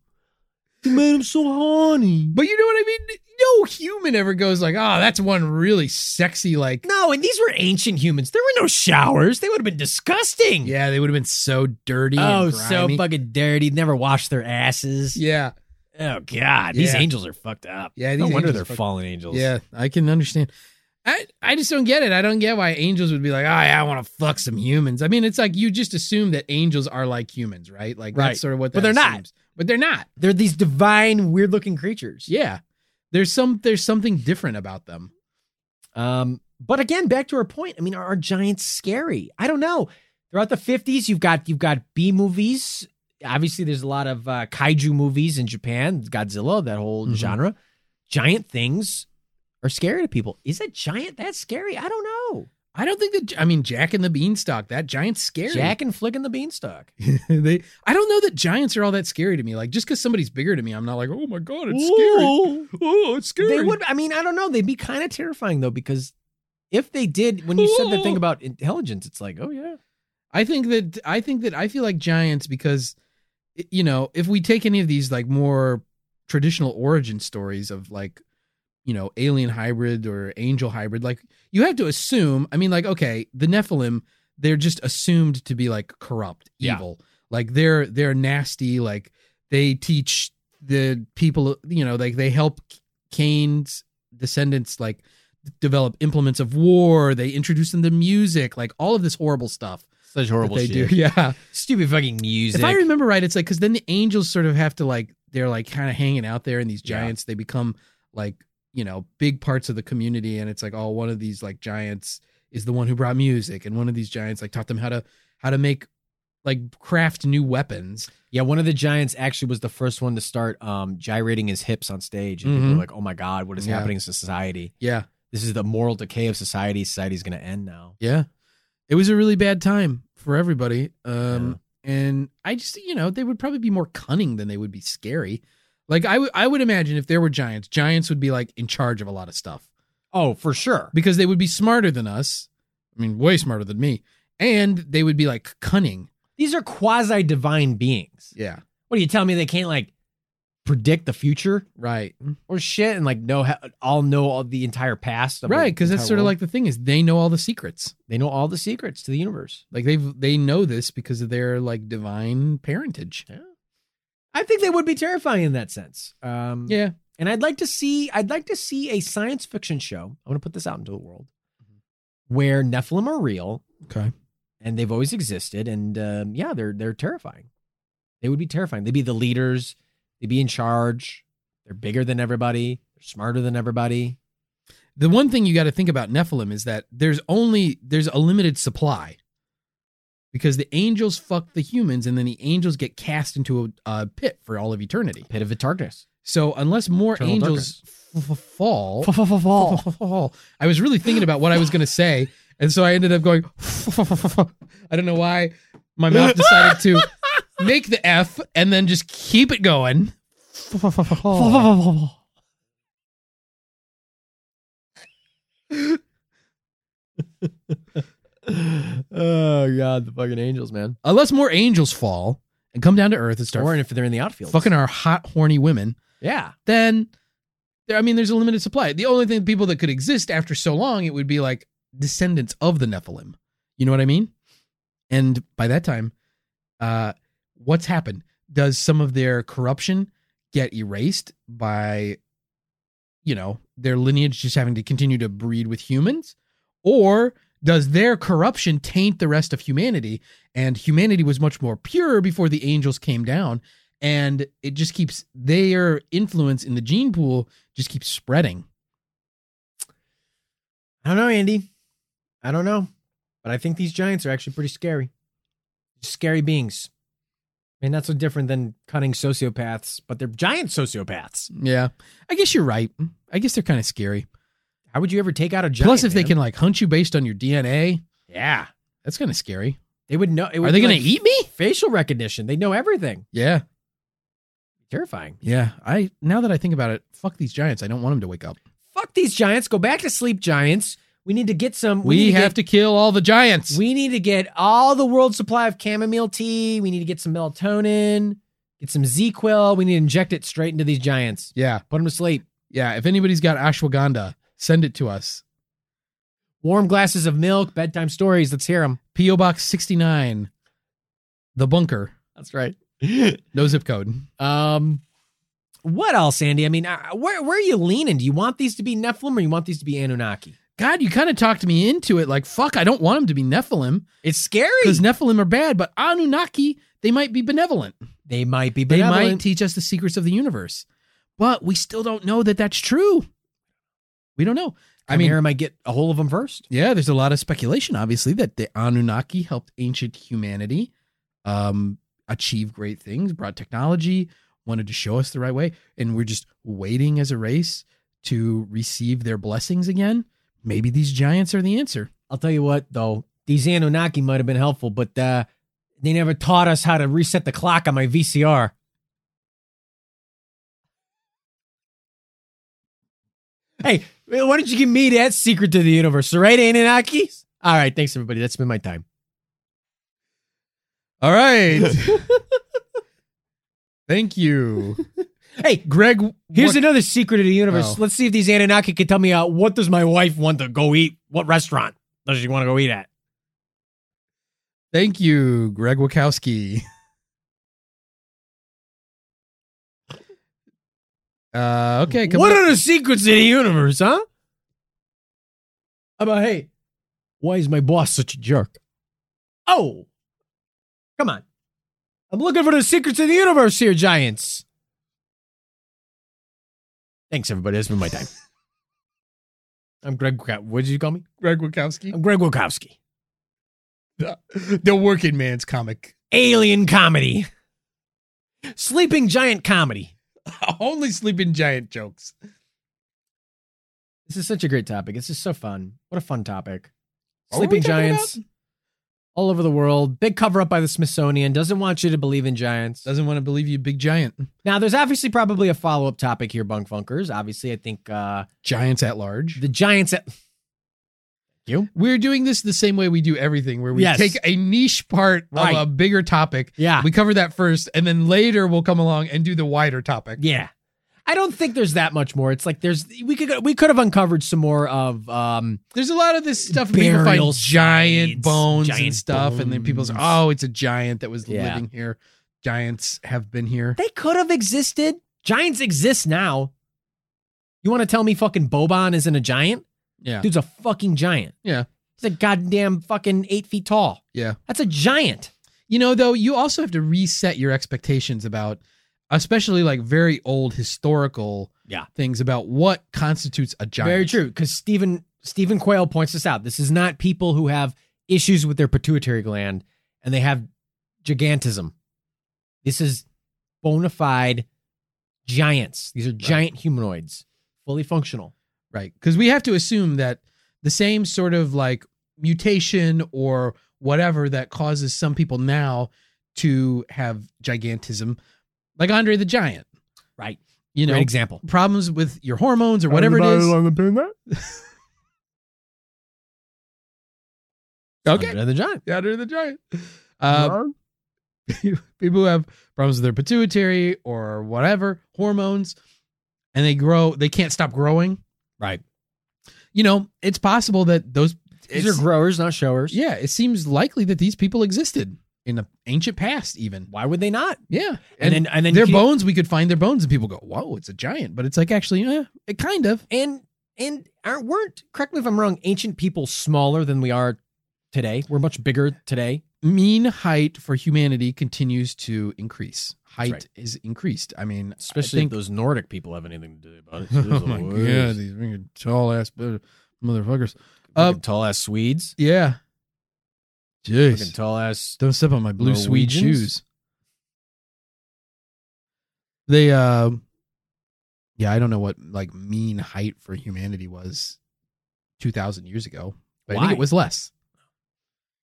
Speaker 1: You made him so horny.
Speaker 2: But you know what I mean? No human ever goes like, oh, that's one really sexy, like,
Speaker 1: No, and these were ancient humans. There were no showers. They would have been disgusting.
Speaker 2: yeah, they would have been so dirty.
Speaker 1: Oh,
Speaker 2: and
Speaker 1: so
Speaker 2: grimy.
Speaker 1: fucking dirty. Never washed their asses.
Speaker 2: Yeah,
Speaker 1: Oh God, these
Speaker 2: Yeah.
Speaker 1: angels are fucked up.
Speaker 2: yeah.
Speaker 1: No
Speaker 2: these
Speaker 1: wonder
Speaker 2: angels
Speaker 1: they're
Speaker 2: fuck-
Speaker 1: fallen angels.
Speaker 2: Yeah, I can understand. I, I just don't get it. I don't get why angels would be like, oh, yeah, I want to fuck some humans. I mean, it's like you just assume that angels are like humans, right? Like
Speaker 1: Right.
Speaker 2: that's sort of what.
Speaker 1: But
Speaker 2: that
Speaker 1: they're not.
Speaker 2: assumes. But they're not.
Speaker 1: they're these divine, weird-looking creatures.
Speaker 2: Yeah, there's some there's something different about them.
Speaker 1: Um, but again, back to our point. I mean, are, are giants scary? I don't know. Throughout the fifties, you've got you've got B movies. Obviously, there's a lot of uh, kaiju movies in Japan, Godzilla, that whole
Speaker 2: Mhm.
Speaker 1: genre. Giant things are scary to people. Is a giant that scary? I don't know.
Speaker 2: I don't think that. I mean, Jack and the Beanstalk. That giant's scary.
Speaker 1: Jack and Flick and the Beanstalk.
Speaker 2: they. I don't know that giants are all that scary to me. Like just because somebody's bigger to me, I'm not like, oh my god, it's scary.
Speaker 1: Ooh.
Speaker 2: Oh, it's scary.
Speaker 1: They would. I mean, I don't know. They'd be kind of terrifying though, because if they did, when you said the thing
Speaker 2: Ooh.
Speaker 1: about intelligence, it's like, oh yeah,
Speaker 2: I think that I think that I feel like giants because i- you know, if we take any of these like more traditional origin stories of like you know, alien hybrid or angel hybrid, like you have to assume, I mean like okay, the Nephilim, they're just assumed to be like corrupt,
Speaker 1: Yeah.
Speaker 2: evil. Like they're they're nasty, like they teach the people, you know, like they help Cain's descendants like develop implements of war, they introduce them to music, like all of this horrible stuff
Speaker 1: such
Speaker 2: that they do. Yeah.
Speaker 1: Stupid fucking music.
Speaker 2: If I remember right, it's like because then the angels sort of have to like they're like kind of hanging out there, and these
Speaker 1: Yeah.
Speaker 2: giants they become like you know big parts of the community, and it's like oh one of these like giants is the one who brought music, and one of these giants like taught them how to how to make like craft new weapons.
Speaker 1: Yeah, one of the Giants actually was the first one to start um, gyrating his hips on stage. And people
Speaker 2: Mhm.
Speaker 1: were like, oh my God, what is
Speaker 2: Yeah.
Speaker 1: happening to society?
Speaker 2: Yeah,
Speaker 1: This is the moral decay of society. Society's going to end now.
Speaker 2: yeah. It was a really bad time for everybody. Um, and I just you know they would probably be more cunning than they would be scary. Like I would I would imagine if there were giants, giants would be like in charge of a lot of stuff.
Speaker 1: Oh, for sure.
Speaker 2: because they would be smarter than us. I mean, way smarter than me. And they would be like cunning.
Speaker 1: These are quasi divine beings.
Speaker 2: Yeah.
Speaker 1: What are you telling me? They can't like predict the future
Speaker 2: Right.
Speaker 1: or shit and like know, how, all know all the entire past. Of
Speaker 2: Right.
Speaker 1: the
Speaker 2: Because that's
Speaker 1: entire
Speaker 2: sort of
Speaker 1: world?
Speaker 2: like the thing is they know all the secrets.
Speaker 1: they know all the secrets to the universe.
Speaker 2: Like they've they know this because of their like divine parentage.
Speaker 1: I think they would be terrifying in that sense. Um,
Speaker 2: Yeah.
Speaker 1: And I'd like to see I'd like to see a science fiction show. I'm going to put this out into the world where Nephilim are real
Speaker 2: Okay.
Speaker 1: and they've always existed and um, yeah, they're they're terrifying. They would be terrifying. They'd be the leaders, they'd be in charge. They're bigger than everybody, they're smarter than everybody.
Speaker 2: The one thing you got to think about Nephilim is that there's only there's a limited supply. Because the angels fuck the humans and then the angels get cast into a, a pit for all of eternity.
Speaker 1: Pit of the darkness.
Speaker 2: So unless more
Speaker 1: Eternal
Speaker 2: angels f- f- fall,
Speaker 1: Fall.
Speaker 2: Oh. I was really thinking about what I was going to say, and so I ended up going. I don't know why my mouth decided to make the F and then just keep it going.
Speaker 1: oh god, the fucking angels, man.
Speaker 2: Unless more angels fall and come down to Earth and start
Speaker 1: Or if they're in the outfield.
Speaker 2: fucking our hot, horny women,
Speaker 1: yeah.
Speaker 2: then there, I mean, there's a limited supply. The only thing people that could exist after so long, it would be like descendants of the Nephilim. You know what I mean? And by that time, uh, what's happened? Does some of their corruption get erased by, you know, their lineage just having to continue to breed with humans? Or does their corruption taint the rest of humanity? And humanity was much more pure before the angels came down. And it just keeps their influence in the gene pool just keeps spreading.
Speaker 1: I don't know, Andy. I don't know. But I think these giants are actually pretty scary. Scary beings. I mean, that's so different than cunning sociopaths, but they're giant sociopaths.
Speaker 2: Yeah. I guess you're right. I guess they're kind of scary.
Speaker 1: How would you ever take out a giant?
Speaker 2: Plus, if they
Speaker 1: man?
Speaker 2: can like hunt you based on your DNA,
Speaker 1: Yeah.
Speaker 2: that's kind of scary.
Speaker 1: They would know. It would
Speaker 2: Are they
Speaker 1: be
Speaker 2: going
Speaker 1: like
Speaker 2: to eat me?
Speaker 1: Facial recognition. They know everything.
Speaker 2: Yeah.
Speaker 1: Terrifying.
Speaker 2: Yeah, I now that I think about it, fuck these giants. I don't want them to wake up.
Speaker 1: Fuck these giants. Go back to sleep, giants. We need to get some.
Speaker 2: We,
Speaker 1: need to
Speaker 2: have
Speaker 1: get-
Speaker 2: to kill all the giants.
Speaker 1: We need to get all the world's supply of chamomile tea. We need to get some melatonin. Get some Z-Quil. We need to inject it straight into these giants.
Speaker 2: yeah,
Speaker 1: Put them to sleep.
Speaker 2: yeah. If anybody's got ashwagandha, send it to us.
Speaker 1: Warm glasses of milk. Bedtime stories. Let's hear them.
Speaker 2: PO Box sixty nine, the bunker.
Speaker 1: That's right.
Speaker 2: No zip code. Uh,
Speaker 1: Um, what else, Andy? I mean, uh, where where are you leaning? Do you want these to be Nephilim or you want these to be Anunnaki?
Speaker 2: God, you kind of talked me into it. Like, fuck, I don't want them to be Nephilim
Speaker 1: It's scary.
Speaker 2: because Nephilim are bad, but Anunnaki they might be benevolent.
Speaker 1: They might be
Speaker 2: They
Speaker 1: benevolent.
Speaker 2: might teach us the secrets of the universe, but we still don't know that that's true. We don't know. I mean,
Speaker 1: Chimera might get a hold of them first.
Speaker 2: Yeah, there's a lot of speculation, obviously, that the Anunnaki helped ancient humanity um, achieve great things, brought technology, wanted to show us the right way, and we're just waiting as a race to receive their blessings again. Maybe these giants are the answer.
Speaker 1: I'll tell you what, though, these Anunnaki might have been helpful, but uh, they never taught us how to reset the clock on my VCR. Hey, why don't you give me that secret to the universe? Right, Anunnaki? All right, thanks everybody. That's been my time.
Speaker 2: All right. Thank you.
Speaker 1: Hey,
Speaker 2: Greg,
Speaker 1: here's
Speaker 2: what-
Speaker 1: another secret of the universe.
Speaker 2: Oh.
Speaker 1: Let's see if these Anunnaki can tell me uh, what does my wife want to go eat? What restaurant does she want to go eat at?
Speaker 2: Thank you, Greg Wachowski. Uh, okay, come
Speaker 1: what
Speaker 2: on.
Speaker 1: are the secrets of the universe, huh? How about hey, why is my boss such a jerk? Oh, come on! I'm looking for the secrets of the universe here, giants. Thanks, everybody. That's been my time. I'm Greg. Waka- What did you call me?
Speaker 2: Greg Wachowski.
Speaker 1: I'm Greg Wokowski.
Speaker 2: the, the working man's comic.
Speaker 1: Alien comedy, sleeping giant comedy.
Speaker 2: Only sleeping giant jokes.
Speaker 1: This is such a great topic. It's just so fun. What a fun topic.
Speaker 2: What were we
Speaker 1: Sleeping
Speaker 2: talking
Speaker 1: giants all over the world. Big cover up by the Smithsonian. Doesn't want you to believe in giants.
Speaker 2: Doesn't want to believe you, big giant.
Speaker 1: Now, there's obviously probably a follow up topic here, Bunk Funkers. Obviously, I think uh,
Speaker 2: Giants at large.
Speaker 1: the giants. At-
Speaker 2: We're doing this the same way we do everything, where we
Speaker 1: Yes.
Speaker 2: take a niche part
Speaker 1: Right.
Speaker 2: of a bigger topic.
Speaker 1: yeah.
Speaker 2: We cover that first, and then later we'll come along and do the wider topic.
Speaker 1: yeah. I don't think there's that much more. It's like there's we could go- we could have uncovered some more of um
Speaker 2: There's a lot of this stuff. where People
Speaker 1: Burial
Speaker 2: find giant
Speaker 1: sites,
Speaker 2: bones
Speaker 1: giant
Speaker 2: and stuff, and then people say,
Speaker 1: bones.
Speaker 2: "Oh, it's a giant that was
Speaker 1: Yeah.
Speaker 2: living here. Giants have been here."
Speaker 1: they could have existed. Giants exist now. You want to tell me fucking Boban isn't a giant?
Speaker 2: Yeah,
Speaker 1: Dude's a fucking giant.
Speaker 2: Yeah.
Speaker 1: He's a goddamn fucking eight feet tall.
Speaker 2: yeah.
Speaker 1: That's a giant.
Speaker 2: You know, though, you also have to reset your expectations about, especially like very old historical
Speaker 1: Yeah.
Speaker 2: things about what constitutes a giant.
Speaker 1: Very true. Because Stephen Stephen Quayle points this out. This is not people who have issues with their pituitary gland and they have gigantism. This is bona fide giants. These are giant humanoids, fully functional.
Speaker 2: Right. Because we have to assume that the same sort of like mutation or whatever that causes some people now to have gigantism, like Andre the Giant,
Speaker 1: Right.
Speaker 2: you know,
Speaker 1: Great example.
Speaker 2: problems with your hormones or whatever it is. Okay.
Speaker 1: Another giant.
Speaker 2: Andre the Giant. Uh, people who have problems with their pituitary or whatever hormones and they grow they can't stop growing
Speaker 1: Right.
Speaker 2: you know it's possible that those
Speaker 1: These
Speaker 2: it's-
Speaker 1: are growers, not showers.
Speaker 2: yeah it seems likely that these people existed in the ancient past, even.
Speaker 1: Why would they not?
Speaker 2: Yeah,
Speaker 1: And, then and then you
Speaker 2: their
Speaker 1: keep-
Speaker 2: bones, we could find their bones, and people go, "Whoa, it's a giant!" But it's like actually, eh, it kind of.
Speaker 1: and and aren't weren't correct me if I'm wrong. Ancient people smaller than we are today. We're much bigger today.
Speaker 2: Mean height for humanity continues to increase. Height
Speaker 1: right.
Speaker 2: is increased. I mean,
Speaker 1: Especially
Speaker 2: I
Speaker 1: if
Speaker 2: think,
Speaker 1: those Nordic people have anything to do about it.
Speaker 2: oh my god, these freaking tall ass motherfuckers. Uh,
Speaker 1: tall ass Swedes.
Speaker 2: yeah.
Speaker 1: Fucking
Speaker 2: Jeez,
Speaker 1: tall ass.
Speaker 2: don't step on my blue suede
Speaker 1: Norwegians?
Speaker 2: shoes. They, uh, yeah, I don't know what like mean height for humanity was two thousand years ago, but I
Speaker 1: Why?
Speaker 2: think it was less.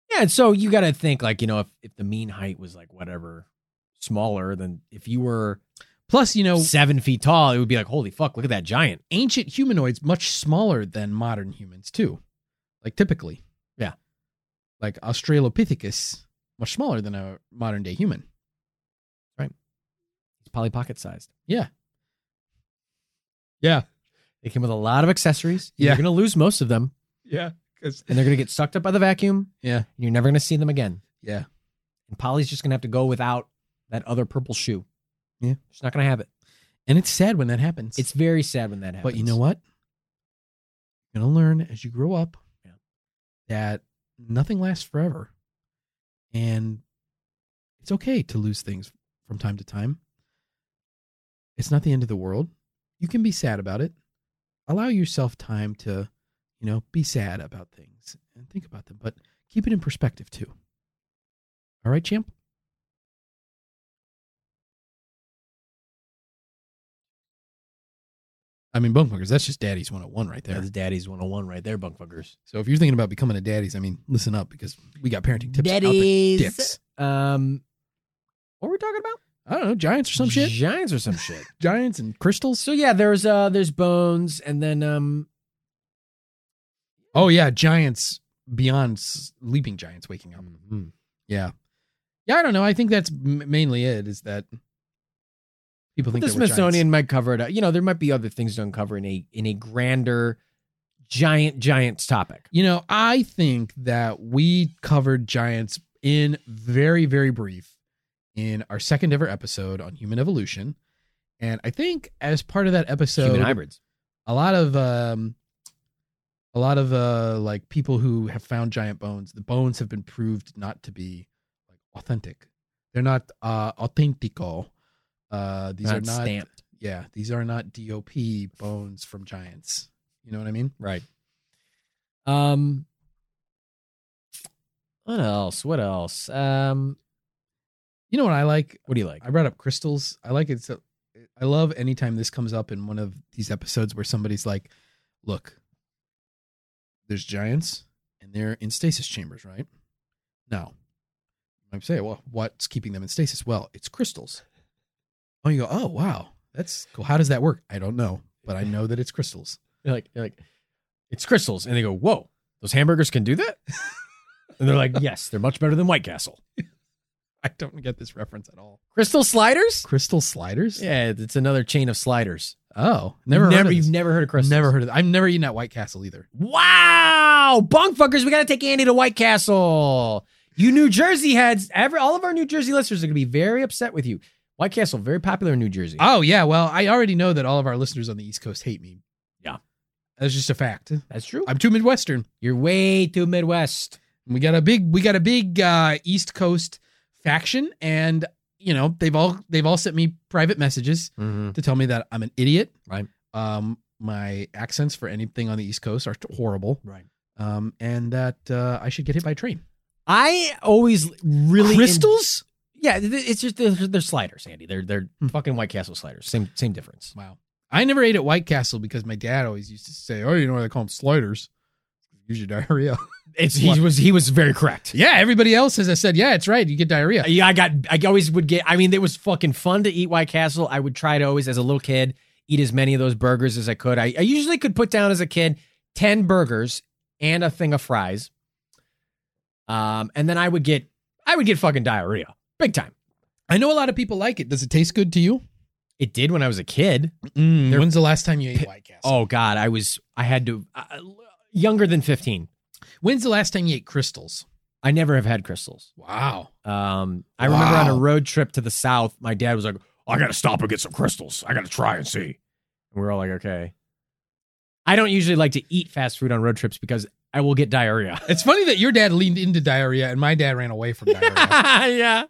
Speaker 1: Yeah, and so you got to think like you know if if the mean height was like whatever smaller than if you were
Speaker 2: Plus, you know,
Speaker 1: seven feet tall, it would be like holy fuck, look at that giant.
Speaker 2: ancient humanoids much smaller than modern humans too. Like typically.
Speaker 1: Yeah.
Speaker 2: Like Australopithecus, much smaller than a modern day human.
Speaker 1: It's probably pocket sized.
Speaker 2: Yeah. Yeah.
Speaker 1: They came with a lot of accessories.
Speaker 2: Yeah.
Speaker 1: You're gonna lose most of them,
Speaker 2: Yeah. Cause
Speaker 1: and they're gonna get sucked up by the vacuum.
Speaker 2: Yeah.
Speaker 1: and you're never gonna see them again.
Speaker 2: yeah.
Speaker 1: And Polly's just gonna have to go without that other purple shoe.
Speaker 2: Yeah.
Speaker 1: she's not gonna have it.
Speaker 2: And it's sad when that happens.
Speaker 1: It's very sad when that happens.
Speaker 2: but you know what? You're gonna learn as you grow up
Speaker 1: Yeah.
Speaker 2: that nothing lasts forever. And it's okay to lose things from time to time. It's not the end of the world. You can be sad about it. Allow yourself time to, you know, be sad about things and think about them, but keep it in perspective too. All right, champ? I mean, bunkers, that's just daddy's 101 right there.
Speaker 1: That's Daddy's 101 right there, bunkfuckers.
Speaker 2: So if you're thinking about becoming a daddy's, I mean, listen up because we got parenting tips. out the
Speaker 1: Daddies.
Speaker 2: dicks.
Speaker 1: Um, what were we talking about?
Speaker 2: I don't know, giants or some shit.
Speaker 1: Giants or some shit.
Speaker 2: Giants and crystals.
Speaker 1: So yeah, there's uh there's bones and then um
Speaker 2: Oh yeah, giants beyond s- leaping giants waking up.
Speaker 1: Mm-hmm.
Speaker 2: Yeah, yeah. I don't know. I think that's m- mainly it. Is that people think
Speaker 1: the
Speaker 2: there were giants.
Speaker 1: Smithsonian might cover it. up. You know, there might be other things to uncover in a in a grander giant giants topic.
Speaker 2: You know, I think that we covered giants in very, very brief in our second ever episode on human evolution. And I think as part of that episode,
Speaker 1: Human hybrids.
Speaker 2: a lot of um a lot of uh like people who have found giant bones the bones have been proved not to be like authentic they're not uh authentico uh these
Speaker 1: Not
Speaker 2: are not
Speaker 1: stamped.
Speaker 2: yeah these are not dop bones from giants you know what i mean
Speaker 1: Right. Um what else? What else? Um
Speaker 2: you know what i like
Speaker 1: what do you like?
Speaker 2: i brought up crystals i like it so i love anytime this comes up in one of these episodes where somebody's like look there's giants and they're in stasis chambers right now i'm saying well what's keeping them in stasis well it's crystals oh you go oh wow that's cool how does that work i don't know but i know that it's crystals
Speaker 1: You're like you're like it's crystals and they go, "Whoa, those hamburgers can do that?" and they're like, "Yes, they're much better than White Castle."
Speaker 2: i don't get this reference at all
Speaker 1: Crystal sliders?
Speaker 2: crystal sliders
Speaker 1: Yeah, it's another chain of sliders.
Speaker 2: oh
Speaker 1: You've
Speaker 2: never heard
Speaker 1: never,
Speaker 2: of
Speaker 1: you've
Speaker 2: this.
Speaker 1: never heard of crystals.
Speaker 2: never heard of i've never eaten at white castle either
Speaker 1: Wow, bunkfuckers, we got to take Andy to White Castle. You New Jersey heads, every all of our New Jersey listeners are going to be very upset with you. White Castle, very popular in New Jersey.
Speaker 2: Oh yeah, well, I already know that all of our listeners on the East Coast hate me.
Speaker 1: Yeah.
Speaker 2: That's just a fact.
Speaker 1: That's true.
Speaker 2: I'm too Midwestern.
Speaker 1: You're way too Midwest.
Speaker 2: We got a big we got a big uh East Coast faction and you know, they've all they've all sent me private messages
Speaker 1: Mm-hmm.
Speaker 2: to tell me that I'm an idiot.
Speaker 1: Right.
Speaker 2: Um my accents for anything on the East Coast are horrible.
Speaker 1: Right.
Speaker 2: Um and that uh I should get hit by a train.
Speaker 1: I always really
Speaker 2: Crystals?
Speaker 1: yeah, th- it's just they're, they're sliders, Andy. They're they're
Speaker 2: Hmm.
Speaker 1: fucking White Castle sliders. Same same difference.
Speaker 2: Wow. I never ate at White Castle because my dad always used to say, "Oh, you know why they call them sliders? Use your diarrhea."
Speaker 1: It's he was he was very correct.
Speaker 2: yeah, everybody else has said, "Yeah, it's right. You get diarrhea."
Speaker 1: Uh, Yeah, I got. I always would get. I mean, it was fucking fun to eat White Castle. I would try to always, as a little kid, eat as many of those burgers as I could. I, I usually could put down as a kid ten burgers and a thing of fries. Um, and then I would get, I would get fucking diarrhea, big time.
Speaker 2: I know a lot of people like it. Does it taste good to you?
Speaker 1: It did when I was a kid. They're-
Speaker 2: When's the last time you ate White Castle?
Speaker 1: Mm-hmm. Oh God, I was. I had to. Uh, younger than fifteen.
Speaker 2: When's the last time you ate crystals?
Speaker 1: I never have had crystals.
Speaker 2: Wow.
Speaker 1: Um, I remember on a
Speaker 5: Wow.
Speaker 1: road trip to the south, my dad was like, "I got to stop and get some crystals. I got to try and see." And we were all like, "Okay." I don't usually like to eat fast food on road trips because I will get diarrhea.
Speaker 2: It's funny that your dad leaned into diarrhea and my dad ran away from diarrhea.
Speaker 1: yeah.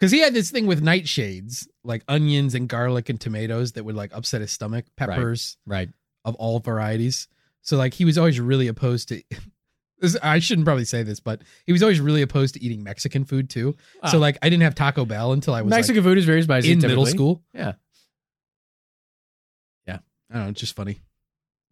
Speaker 2: Because he had this thing with nightshades, like onions and garlic and tomatoes that would like upset his stomach, peppers
Speaker 1: Right.
Speaker 2: of all varieties. So like he was always really opposed to this, I shouldn't probably say this, but he was always really opposed to eating Mexican food too.
Speaker 1: Ah.
Speaker 2: So like I didn't have Taco Bell until I was like,
Speaker 1: Mexican food is very spicy
Speaker 2: in middle
Speaker 1: typically.
Speaker 2: school.
Speaker 1: Yeah.
Speaker 2: Yeah. I don't know, it's just funny.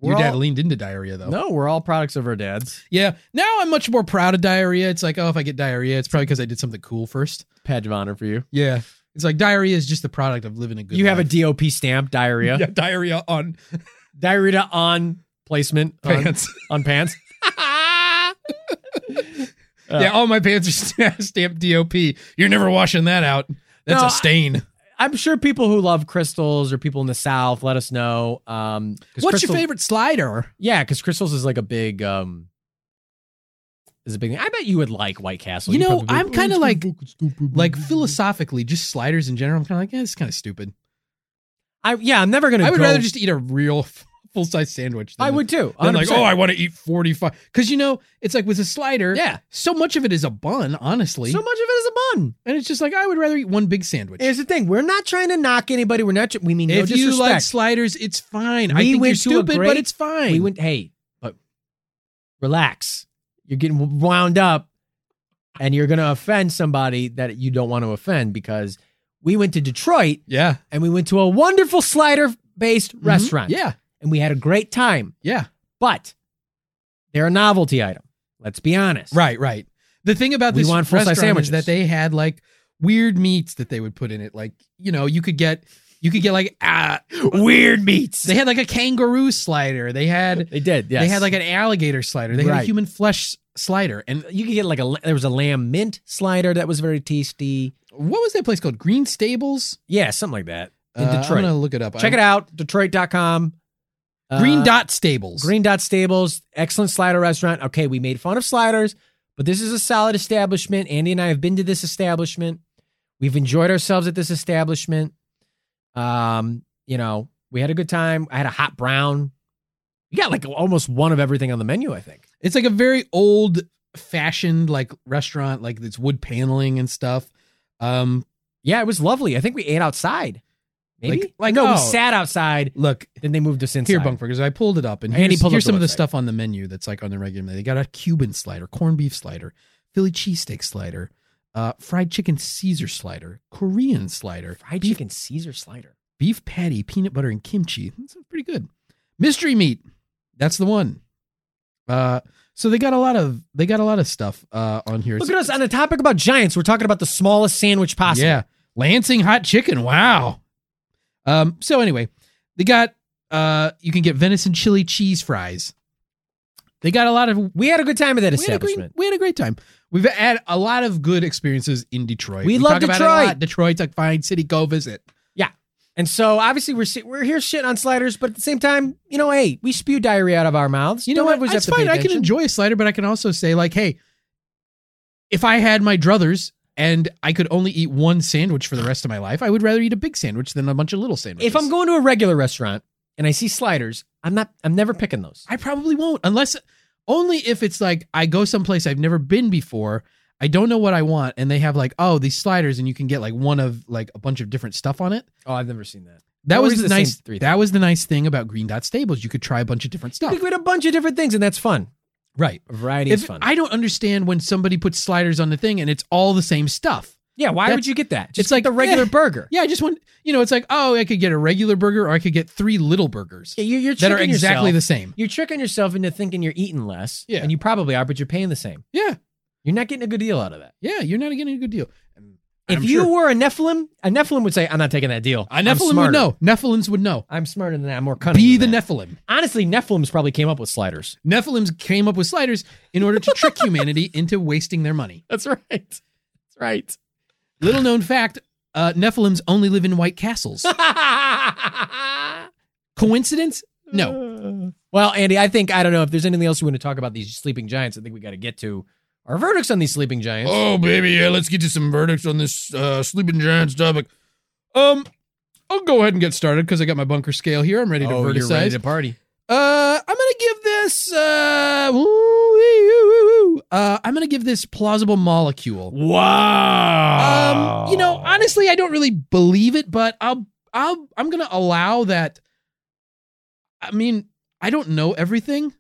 Speaker 1: We're
Speaker 2: your dad
Speaker 1: all-
Speaker 2: leaned into diarrhea though.
Speaker 1: No, we're all products of our dads.
Speaker 2: Yeah. Now I'm much more proud of diarrhea. It's like, oh, if I get diarrhea, it's probably because I did something cool first.
Speaker 1: Badge of honor for you.
Speaker 2: Yeah. It's like diarrhea is just the product of living a good
Speaker 1: you have a
Speaker 2: life.
Speaker 1: DOP stamp, diarrhea.
Speaker 2: yeah, diarrhea on
Speaker 1: Diarrhea on placement on-
Speaker 2: pants.
Speaker 1: On, pants.
Speaker 2: yeah, all my pants are st- stamped DOP. You're never washing that out. That's
Speaker 1: No,
Speaker 2: a stain.
Speaker 1: I'm sure people who love crystals or people in the South, let us know. Um, 'cause crystal-
Speaker 2: favorite slider?
Speaker 1: Yeah, because crystals is like a big um is a big thing. I bet you would like White Castle.
Speaker 2: You know,
Speaker 1: probably- Oh,
Speaker 2: I'm kind of like, like philosophically, just sliders in general. I'm kind of like, yeah, it's kind of stupid.
Speaker 1: I yeah, I'm never gonna.
Speaker 2: I would
Speaker 1: go-
Speaker 2: rather just eat a real full size sandwich. Than
Speaker 1: I would too.
Speaker 2: Than like,
Speaker 1: 100%.
Speaker 2: oh, I want to eat 45. Because you know, it's like with a slider,
Speaker 1: yeah.
Speaker 2: so much of it is a bun, honestly.
Speaker 1: So much of it is a bun.
Speaker 2: and it's just like I would rather eat one big sandwich.
Speaker 1: Here's the thing: we're not trying to knock anybody. We're not. tr- We mean no
Speaker 2: if you like
Speaker 1: disrespect.
Speaker 2: sliders, it's fine. I
Speaker 1: We
Speaker 2: think you're
Speaker 1: went to a
Speaker 2: stupid, but
Speaker 1: great-
Speaker 2: it's fine.
Speaker 1: we went. Hey, but relax. You're getting wound up, and you're gonna offend somebody that you don't want to offend because we went to Detroit
Speaker 2: yeah, Mm-hmm.
Speaker 1: and we went to a wonderful slider-based restaurant.
Speaker 2: Yeah,
Speaker 1: and we had a great time.
Speaker 2: yeah.
Speaker 1: But they're a novelty item. Let's be honest.
Speaker 2: Right, right. The thing about
Speaker 1: We
Speaker 2: this
Speaker 1: want full-size
Speaker 2: restaurant
Speaker 1: sandwiches.
Speaker 2: is that they had like weird meats that they would put in it. Like you know, you could get you could get like ah,
Speaker 1: Weird meats.
Speaker 2: they had like a kangaroo slider. They had
Speaker 1: They did. Yes.
Speaker 2: they had like an alligator slider. They had a
Speaker 1: Right.
Speaker 2: human flesh slider. And
Speaker 1: and you could get like a la- there was a lamb mint slider that was very tasty.
Speaker 2: what was that place called? Green Stables
Speaker 1: Yeah, something like that in
Speaker 2: Uh, I'm
Speaker 1: Detroit.
Speaker 2: gonna look it up.
Speaker 1: Check it out, detroit.com. Uh,
Speaker 2: Green Dot Stables.
Speaker 1: Green Dot Stables, excellent slider restaurant. Okay, we made fun of sliders, but this is a solid establishment. Andy and I have been to this establishment. We've enjoyed ourselves at this establishment. Um, you know, we had a good time. I had a hot brown. You got like almost one of everything on the menu, I think.
Speaker 2: It's like a very old fashioned like restaurant, like it's wood paneling and stuff. Um,
Speaker 1: Yeah, it was lovely. I think we ate outside. Maybe?
Speaker 2: Like- like,
Speaker 1: no, we
Speaker 2: oh.
Speaker 1: sat outside.
Speaker 2: look
Speaker 1: Then they moved us inside.
Speaker 2: here, Bunkburgers. I pulled it up, and
Speaker 1: Andy
Speaker 2: here's,
Speaker 1: pulled up
Speaker 2: here's
Speaker 1: the
Speaker 2: some of the
Speaker 1: website.
Speaker 2: stuff on the menu that's like on the regular menu. They got a Cuban slider, corned beef slider, Philly cheesesteak slider, uh, fried chicken Caesar slider, Korean slider,
Speaker 1: Fried
Speaker 2: beef,
Speaker 1: chicken Caesar slider.
Speaker 2: beef patty, peanut butter, and kimchi. That's pretty good. Mystery meat, that's the one. Uh, so they got a lot of they got a lot of stuff uh on here.
Speaker 1: Look at us on the topic about giants. We're talking about the smallest sandwich possible.
Speaker 2: Yeah. Lansing hot chicken. Wow. Um, so anyway, they got uh you can get venison chili cheese fries. They got a lot of
Speaker 1: We had a good time at that
Speaker 2: we had, a great,
Speaker 1: establishment.
Speaker 2: we had a great time. We've had a lot of good experiences in Detroit.
Speaker 1: We love
Speaker 2: talk about it a
Speaker 1: Detroit.
Speaker 2: lot. Detroit's a fine city. Go visit.
Speaker 1: And so obviously we're si- we're here shitting on sliders, but at the same time, you know, hey, we spew diarrhea out of our mouths.
Speaker 2: You know
Speaker 1: Don't
Speaker 2: what?
Speaker 1: always have
Speaker 2: That's
Speaker 1: to pay
Speaker 2: fine. I can
Speaker 1: attention.
Speaker 2: enjoy a slider, but I can also say like, hey, if I had my druthers and I could only eat one sandwich for the rest of my life, I would rather eat a big sandwich than a bunch of little sandwiches.
Speaker 1: If I'm going to a regular restaurant and I see sliders, I'm not. I'm never picking those.
Speaker 2: I probably won't unless only if it's like I go someplace I've never been before. I don't know what I want, and they have like oh these sliders, and you can get like one of like a bunch of different stuff on it.
Speaker 1: Oh, I've never seen that.
Speaker 2: That
Speaker 1: Always
Speaker 2: was
Speaker 1: the
Speaker 2: the,
Speaker 1: same
Speaker 2: nice.
Speaker 1: three
Speaker 2: That
Speaker 1: things.
Speaker 2: was the nice thing about Green Dot Stables. You could try a bunch of different stuff.
Speaker 1: We had a bunch of different things, and that's fun.
Speaker 2: Right.
Speaker 1: A variety is
Speaker 2: Oh. If,
Speaker 1: fun.
Speaker 2: I don't understand when somebody puts sliders on the thing and it's all the same stuff.
Speaker 1: yeah, why
Speaker 2: that's-
Speaker 1: would you get that?
Speaker 2: it's
Speaker 1: get
Speaker 2: like-
Speaker 1: the regular
Speaker 2: yeah.
Speaker 1: burger.
Speaker 2: Yeah, I just want you know it's like oh I could get a regular burger or I could get three little burgers
Speaker 1: Yeah, you're, you're
Speaker 2: that are
Speaker 1: tricking
Speaker 2: exactly
Speaker 1: yourself.
Speaker 2: the same.
Speaker 1: You're tricking yourself into thinking you're eating less.
Speaker 2: Yeah.
Speaker 1: and you probably are, but you're paying the same.
Speaker 2: Yeah,
Speaker 1: You're not getting a good deal out of that.
Speaker 2: yeah, you're not getting a good deal. And
Speaker 1: If
Speaker 2: I'm
Speaker 1: you
Speaker 2: sure-
Speaker 1: were a Nephilim, a Nephilim would say, "I'm not taking that deal.
Speaker 2: a
Speaker 1: I'm
Speaker 2: Nephilim
Speaker 1: smarter.
Speaker 2: would know. Nephilims would know.
Speaker 1: I'm smarter than that. I'm more cunning.
Speaker 2: Be the
Speaker 1: than that."
Speaker 2: Nephilim.
Speaker 1: Honestly, Nephilims probably came up with sliders.
Speaker 2: Nephilims came up with sliders in order to trick humanity into wasting their money.
Speaker 1: That's right. That's right.
Speaker 2: Little known fact uh, Nephilims only live in white castles. Coincidence? No.
Speaker 1: Well, Andy, I think I don't know if there's anything else you want to talk about these sleeping giants. I think we got to get to our verdicts on these sleeping giants.
Speaker 2: Oh, baby, yeah, let's get to some verdicts on this uh, sleeping giants topic. Um, I'll go ahead and get started because I got my bunker scale here. I'm ready to
Speaker 1: Oh,
Speaker 2: verticize.
Speaker 1: you're ready to party.
Speaker 2: Uh, I'm gonna give this. Uh, woo, wee, woo, woo, woo. uh, I'm gonna give this plausible molecule.
Speaker 3: Wow.
Speaker 2: Um, you know, honestly, I don't really believe it, but I'll, I'll, I'm gonna allow that. I mean, I don't know everything,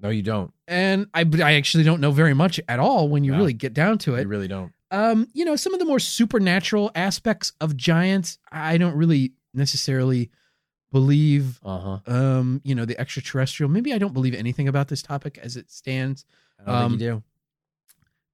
Speaker 1: No, you don't.
Speaker 2: and I, but I actually don't know very much at all when you
Speaker 1: Yeah.
Speaker 2: really get down to it.
Speaker 1: You really don't.
Speaker 2: um, you know, some of the more supernatural aspects of giants, I don't really necessarily believe
Speaker 1: Uh huh.
Speaker 2: um, you know, the extraterrestrial. Maybe I don't believe anything about this topic as it stands.
Speaker 1: I don't
Speaker 2: Um,
Speaker 1: think you do.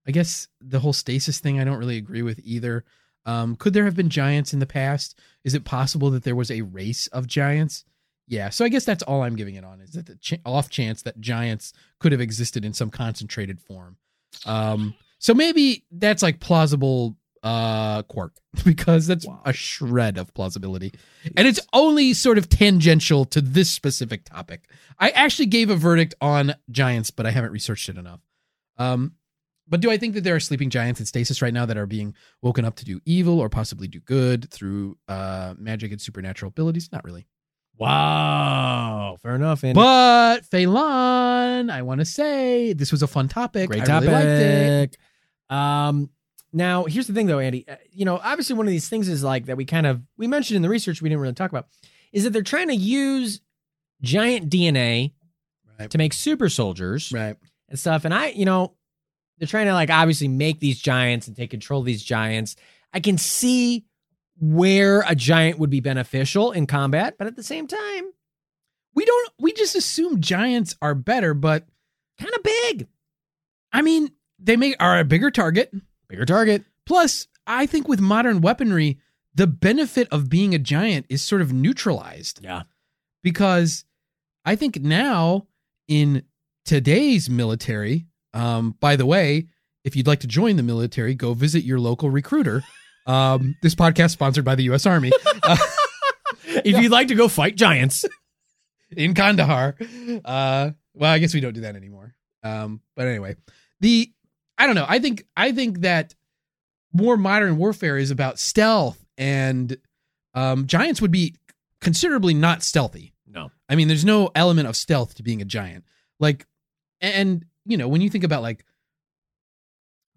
Speaker 2: I guess the whole stasis thing I don't really agree with either. Um, could there have been giants in the past? Is it possible that there was a race of giants? Yeah, so I guess that's all I'm giving it on is that the ch- off chance that giants could have existed in some concentrated form. Um, so maybe that's like plausible uh quark because that's a shred of plausibility and it's only sort of tangential to this specific topic i actually gave a verdict on giants but i haven't researched it enough um but do I think that there are sleeping giants in stasis right now that are being woken up to do evil or possibly do good through uh, magic and supernatural abilities? Not really.
Speaker 1: Wow. Oh, Fair enough. Andy.
Speaker 2: But Phelan, I want to say this was a fun topic.
Speaker 1: Great
Speaker 2: I
Speaker 1: topic.
Speaker 2: really liked it.
Speaker 1: Um, now here's the thing though, Andy. Uh, You know, obviously one of these things is like that we kind of we mentioned in the research we didn't really talk about is that they're trying to use giant DNA
Speaker 2: Right.
Speaker 1: to make super soldiers
Speaker 2: Right.
Speaker 1: and stuff. And I, you know, they're trying to like obviously make these giants and take control of these giants. I can see where a giant would be beneficial in combat, but at the same time,
Speaker 2: We don't. We just assume giants are better, but
Speaker 1: kind of big.
Speaker 2: I mean they may are a bigger target.
Speaker 1: Bigger target.
Speaker 2: Plus, I think with modern weaponry, the benefit of being a giant is sort of neutralized.
Speaker 1: Yeah.
Speaker 2: Because I think now in today's military, um, by the way, if you'd like to join the military, go visit your local recruiter. Um, this podcast sponsored by the U.S. Army
Speaker 1: If you'd like to go fight giants,
Speaker 2: in Kandahar. Uh, well, I guess we don't do that anymore. Um, but anyway, the I don't know. I think I think that more modern warfare is about stealth, and um, giants would be considerably not stealthy.
Speaker 1: No.
Speaker 2: I mean, there's no element of stealth to being a giant. Like, and you know, when you think about like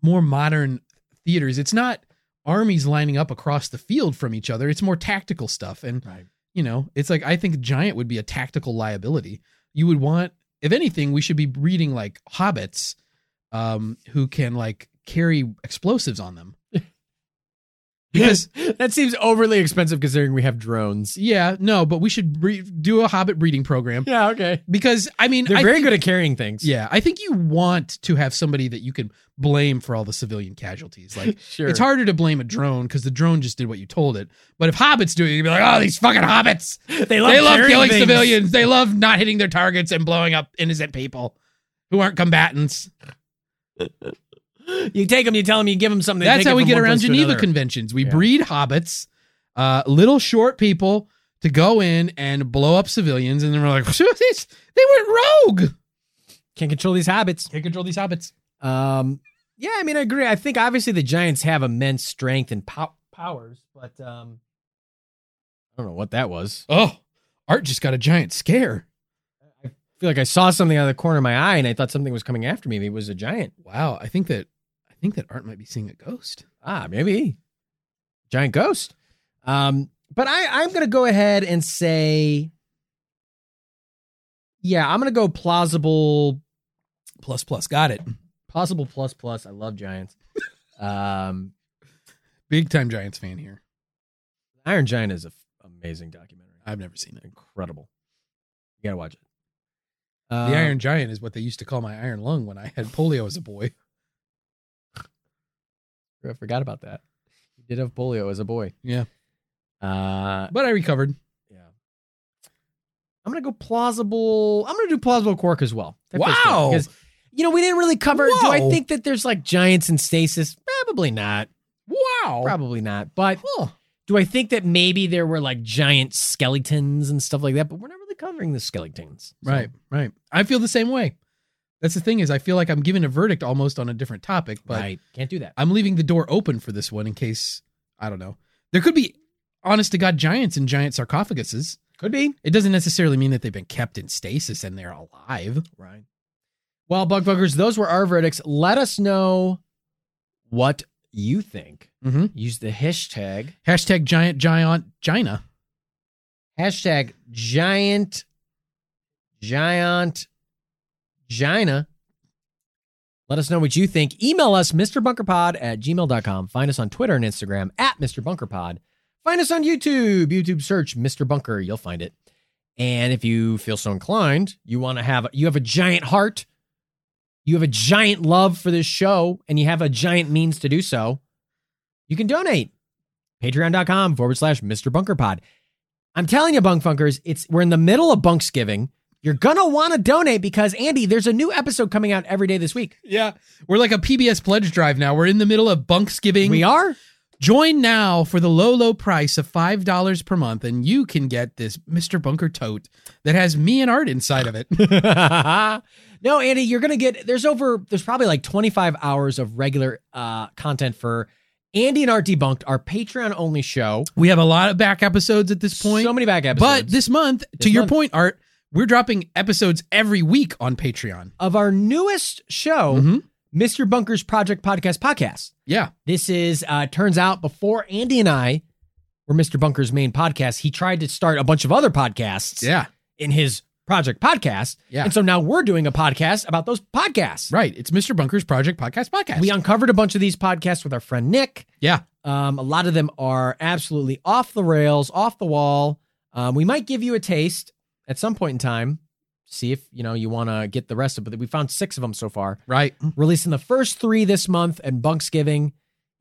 Speaker 2: more modern theaters, it's not armies lining up across the field from each other. It's more tactical stuff, and you know, it's like I think giant would be a tactical liability. You would want, if anything, we should be breeding like hobbits, um, who can like carry explosives on them. Because
Speaker 1: that seems overly expensive considering we have drones.
Speaker 2: yeah, no, but we should bre- do a hobbit breeding program
Speaker 1: Yeah, okay.
Speaker 2: because I mean,
Speaker 1: They're
Speaker 2: I
Speaker 1: very
Speaker 2: think-
Speaker 1: good at carrying things.
Speaker 2: Yeah, I think you want to have somebody that you can blame for all the civilian casualties. Like
Speaker 1: sure.
Speaker 2: it's harder to blame a drone because the drone just did what you told it. But if hobbits do it, you'd be like, oh, these fucking hobbits.
Speaker 1: They love,
Speaker 2: they love
Speaker 1: carrying
Speaker 2: killing
Speaker 1: things.
Speaker 2: civilians. They love not hitting their targets and blowing up innocent people who aren't combatants.
Speaker 1: You take them, you tell them, you give them something. they
Speaker 2: That's
Speaker 1: take
Speaker 2: how
Speaker 1: it
Speaker 2: we
Speaker 1: from
Speaker 2: get
Speaker 1: one
Speaker 2: around
Speaker 1: place to
Speaker 2: Geneva
Speaker 1: another.
Speaker 2: conventions. We
Speaker 1: Yeah.
Speaker 2: breed hobbits, uh, little short people, to go in and blow up civilians, and then we're like, "These- they went rogue.
Speaker 1: Can't control these habits.
Speaker 2: Can't control these hobbits.
Speaker 1: Um, yeah, I mean, I agree. I think obviously the Giants have immense strength and pow- powers, but um, I don't know what that was.
Speaker 2: Oh, Art just got a giant scare.
Speaker 1: I feel like I saw something out of the corner of my eye, and I thought something was coming after me. Maybe it was a giant.
Speaker 2: Wow, I think that I think that Art might be seeing a ghost.
Speaker 1: Ah, maybe giant ghost. Um, but I, I'm gonna go ahead and say, yeah, I'm gonna go plausible
Speaker 2: Plus plus, got it.
Speaker 1: Possible plus plus. I love Giants. um,
Speaker 2: Big time Giants fan here.
Speaker 1: Iron Giant is an amazing documentary.
Speaker 2: I've never seen it.
Speaker 1: Incredible. You gotta watch it. Uh,
Speaker 2: The Iron Giant is what they used to call my iron lung when I had polio as a boy.
Speaker 1: I forgot about that. You did have polio as a boy.
Speaker 2: Yeah.
Speaker 1: Uh,
Speaker 2: But I recovered.
Speaker 1: yeah. I'm gonna go plausible. I'm gonna do plausible quark as well. That feels good,
Speaker 2: Wow.
Speaker 1: Because you know we didn't really cover. Do I
Speaker 2: Whoa.
Speaker 1: think that there's like giants in stasis? Probably not.
Speaker 2: Wow.
Speaker 1: Probably not. But
Speaker 2: Huh.
Speaker 1: Do I think that maybe there were like giant skeletons and stuff like that? But we're not really covering the skeletons. So,
Speaker 2: Right, right. I feel the same way. That's the thing is I feel like I'm giving a verdict almost on a different topic, but
Speaker 1: right. Can't do that.
Speaker 2: I'm leaving the door open for this one in case I don't know. There could be honest to god giants in giant sarcophaguses.
Speaker 1: Could be.
Speaker 2: It doesn't necessarily mean that they've been kept in stasis and they're alive.
Speaker 1: Right. Well, bug buggers, those were our verdicts. Let us know what you think.
Speaker 2: Mm-hmm.
Speaker 1: Use the hashtag
Speaker 2: Hashtag giant giant gina.
Speaker 1: hashtag giant giant gina. Let us know what you think. Email us, MrBunkerPod at gmail.com. Find us on Twitter and Instagram at MrBunkerPod. Find us on YouTube. YouTube search Mr. Bunker. You'll find it. And if you feel so inclined, you want to have you have a giant heart, you have a giant love for this show, and you have a giant means to do so, you can donate. Patreon.com forward slash Mr. Bunker Pod. I'm telling you, Bunk Funkers, it's we're in the middle of Bunksgiving. You're gonna want to donate because Andy, there's a new episode coming out every day this week.
Speaker 2: Yeah. We're like a PBS pledge drive now. We're in the middle of Bunksgiving.
Speaker 1: We are.
Speaker 2: Join now for the low, low price of $5 per month, and you can get this Mr. Bunker tote that has me and art inside of it.
Speaker 1: no, Andy, you're gonna get there's over there's probably like 25 hours of regular uh content for Andy and Art Debunked, our Patreon only show.
Speaker 2: We have a lot of back episodes at this point.
Speaker 1: so many back episodes,
Speaker 2: but this month, to
Speaker 1: This
Speaker 2: your
Speaker 1: month.
Speaker 2: point, Art, we're dropping episodes every week on Patreon.
Speaker 1: of our newest show,
Speaker 2: Mhm.
Speaker 1: Mr. Bunker's Project Podcast Podcast.
Speaker 2: Yeah.
Speaker 1: This is uh it turns out before Andy and I were Mr. Bunker's main podcast, he tried to start a bunch of other podcasts
Speaker 2: Yeah.
Speaker 1: in his project podcast.
Speaker 2: Yeah.
Speaker 1: And so now we're doing a podcast about those podcasts.
Speaker 2: Right. It's Mr. Bunker's Project Podcast Podcast.
Speaker 1: We uncovered a bunch of these podcasts with our friend Nick.
Speaker 2: yeah.
Speaker 1: Um, a lot of them are absolutely off the rails, off the wall. Um, we might give you a taste at some point in time. See if you know you want to get the rest of it. We found six of them so far.
Speaker 2: Right.
Speaker 1: Releasing the first three this month and Bunksgiving,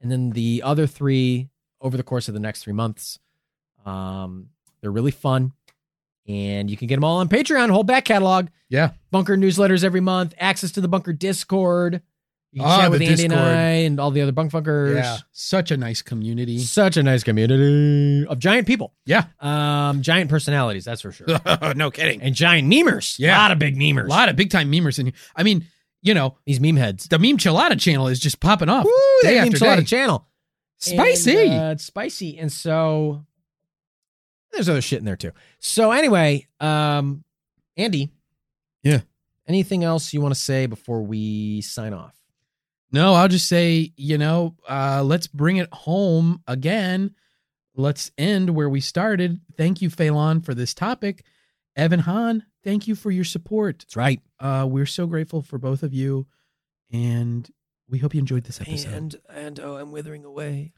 Speaker 1: and then the other three over the course of the next three months. Um, they're really fun, and you can get them all on Patreon. Whole back catalog.
Speaker 2: Yeah.
Speaker 1: Bunker newsletters every month. Access to the Bunker Discord. You can
Speaker 2: Ah,
Speaker 1: chat with
Speaker 2: the
Speaker 1: Andy and
Speaker 2: Discord.
Speaker 1: I and all the other Bunk Funkers.
Speaker 2: Yeah. Such a nice community.
Speaker 1: Such a nice community of giant people.
Speaker 2: Yeah.
Speaker 1: Um, giant personalities, that's for sure.
Speaker 2: no kidding.
Speaker 1: and giant memers.
Speaker 2: Yeah.
Speaker 1: A lot of big
Speaker 2: A
Speaker 1: memers.
Speaker 2: lot of big time memers in here. I mean, you know,
Speaker 1: These meme heads.
Speaker 2: the Meme Chilada channel is just popping off
Speaker 1: Woo,
Speaker 2: day
Speaker 1: that
Speaker 2: after
Speaker 1: meme's a lot
Speaker 2: day.
Speaker 1: of channel.
Speaker 2: Spicy.
Speaker 1: And, uh, it's spicy. And so there's other shit in there too. So anyway, um, Andy.
Speaker 2: Yeah.
Speaker 1: Anything else you want to say before we sign off?
Speaker 2: No, I'll just say, you know, uh, let's bring it home again. Let's end where we started. Thank you, Phelan, for this topic. Evan Hahn, thank you for your support.
Speaker 1: That's right.
Speaker 2: Uh, we're so grateful for both of you, and we hope you enjoyed this episode. Uh,
Speaker 1: and oh, I'm withering away.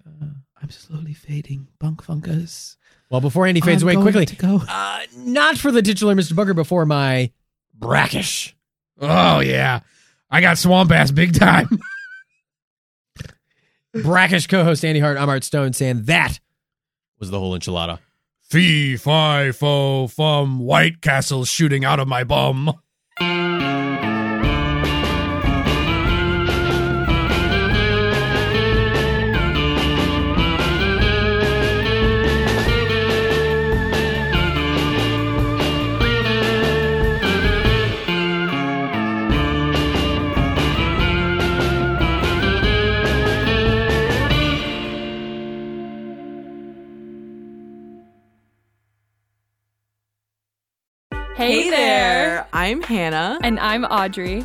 Speaker 2: I'm slowly fading, bunk funkers.
Speaker 1: Well, before Andy fades
Speaker 2: I'm
Speaker 1: away
Speaker 2: going
Speaker 1: quickly,
Speaker 2: to go.
Speaker 1: Uh, not for the titular Mr. Bunker before my brackish.
Speaker 2: Oh yeah, I got swamp ass big time.
Speaker 1: Brackish co-host Andy Hart, I'm Art Stone saying that was the whole enchilada.
Speaker 2: Fee fi fo fum, White Castle shooting out of my bum.
Speaker 6: Hey, there.
Speaker 7: I'm Hannah,
Speaker 6: And I'm Audrey,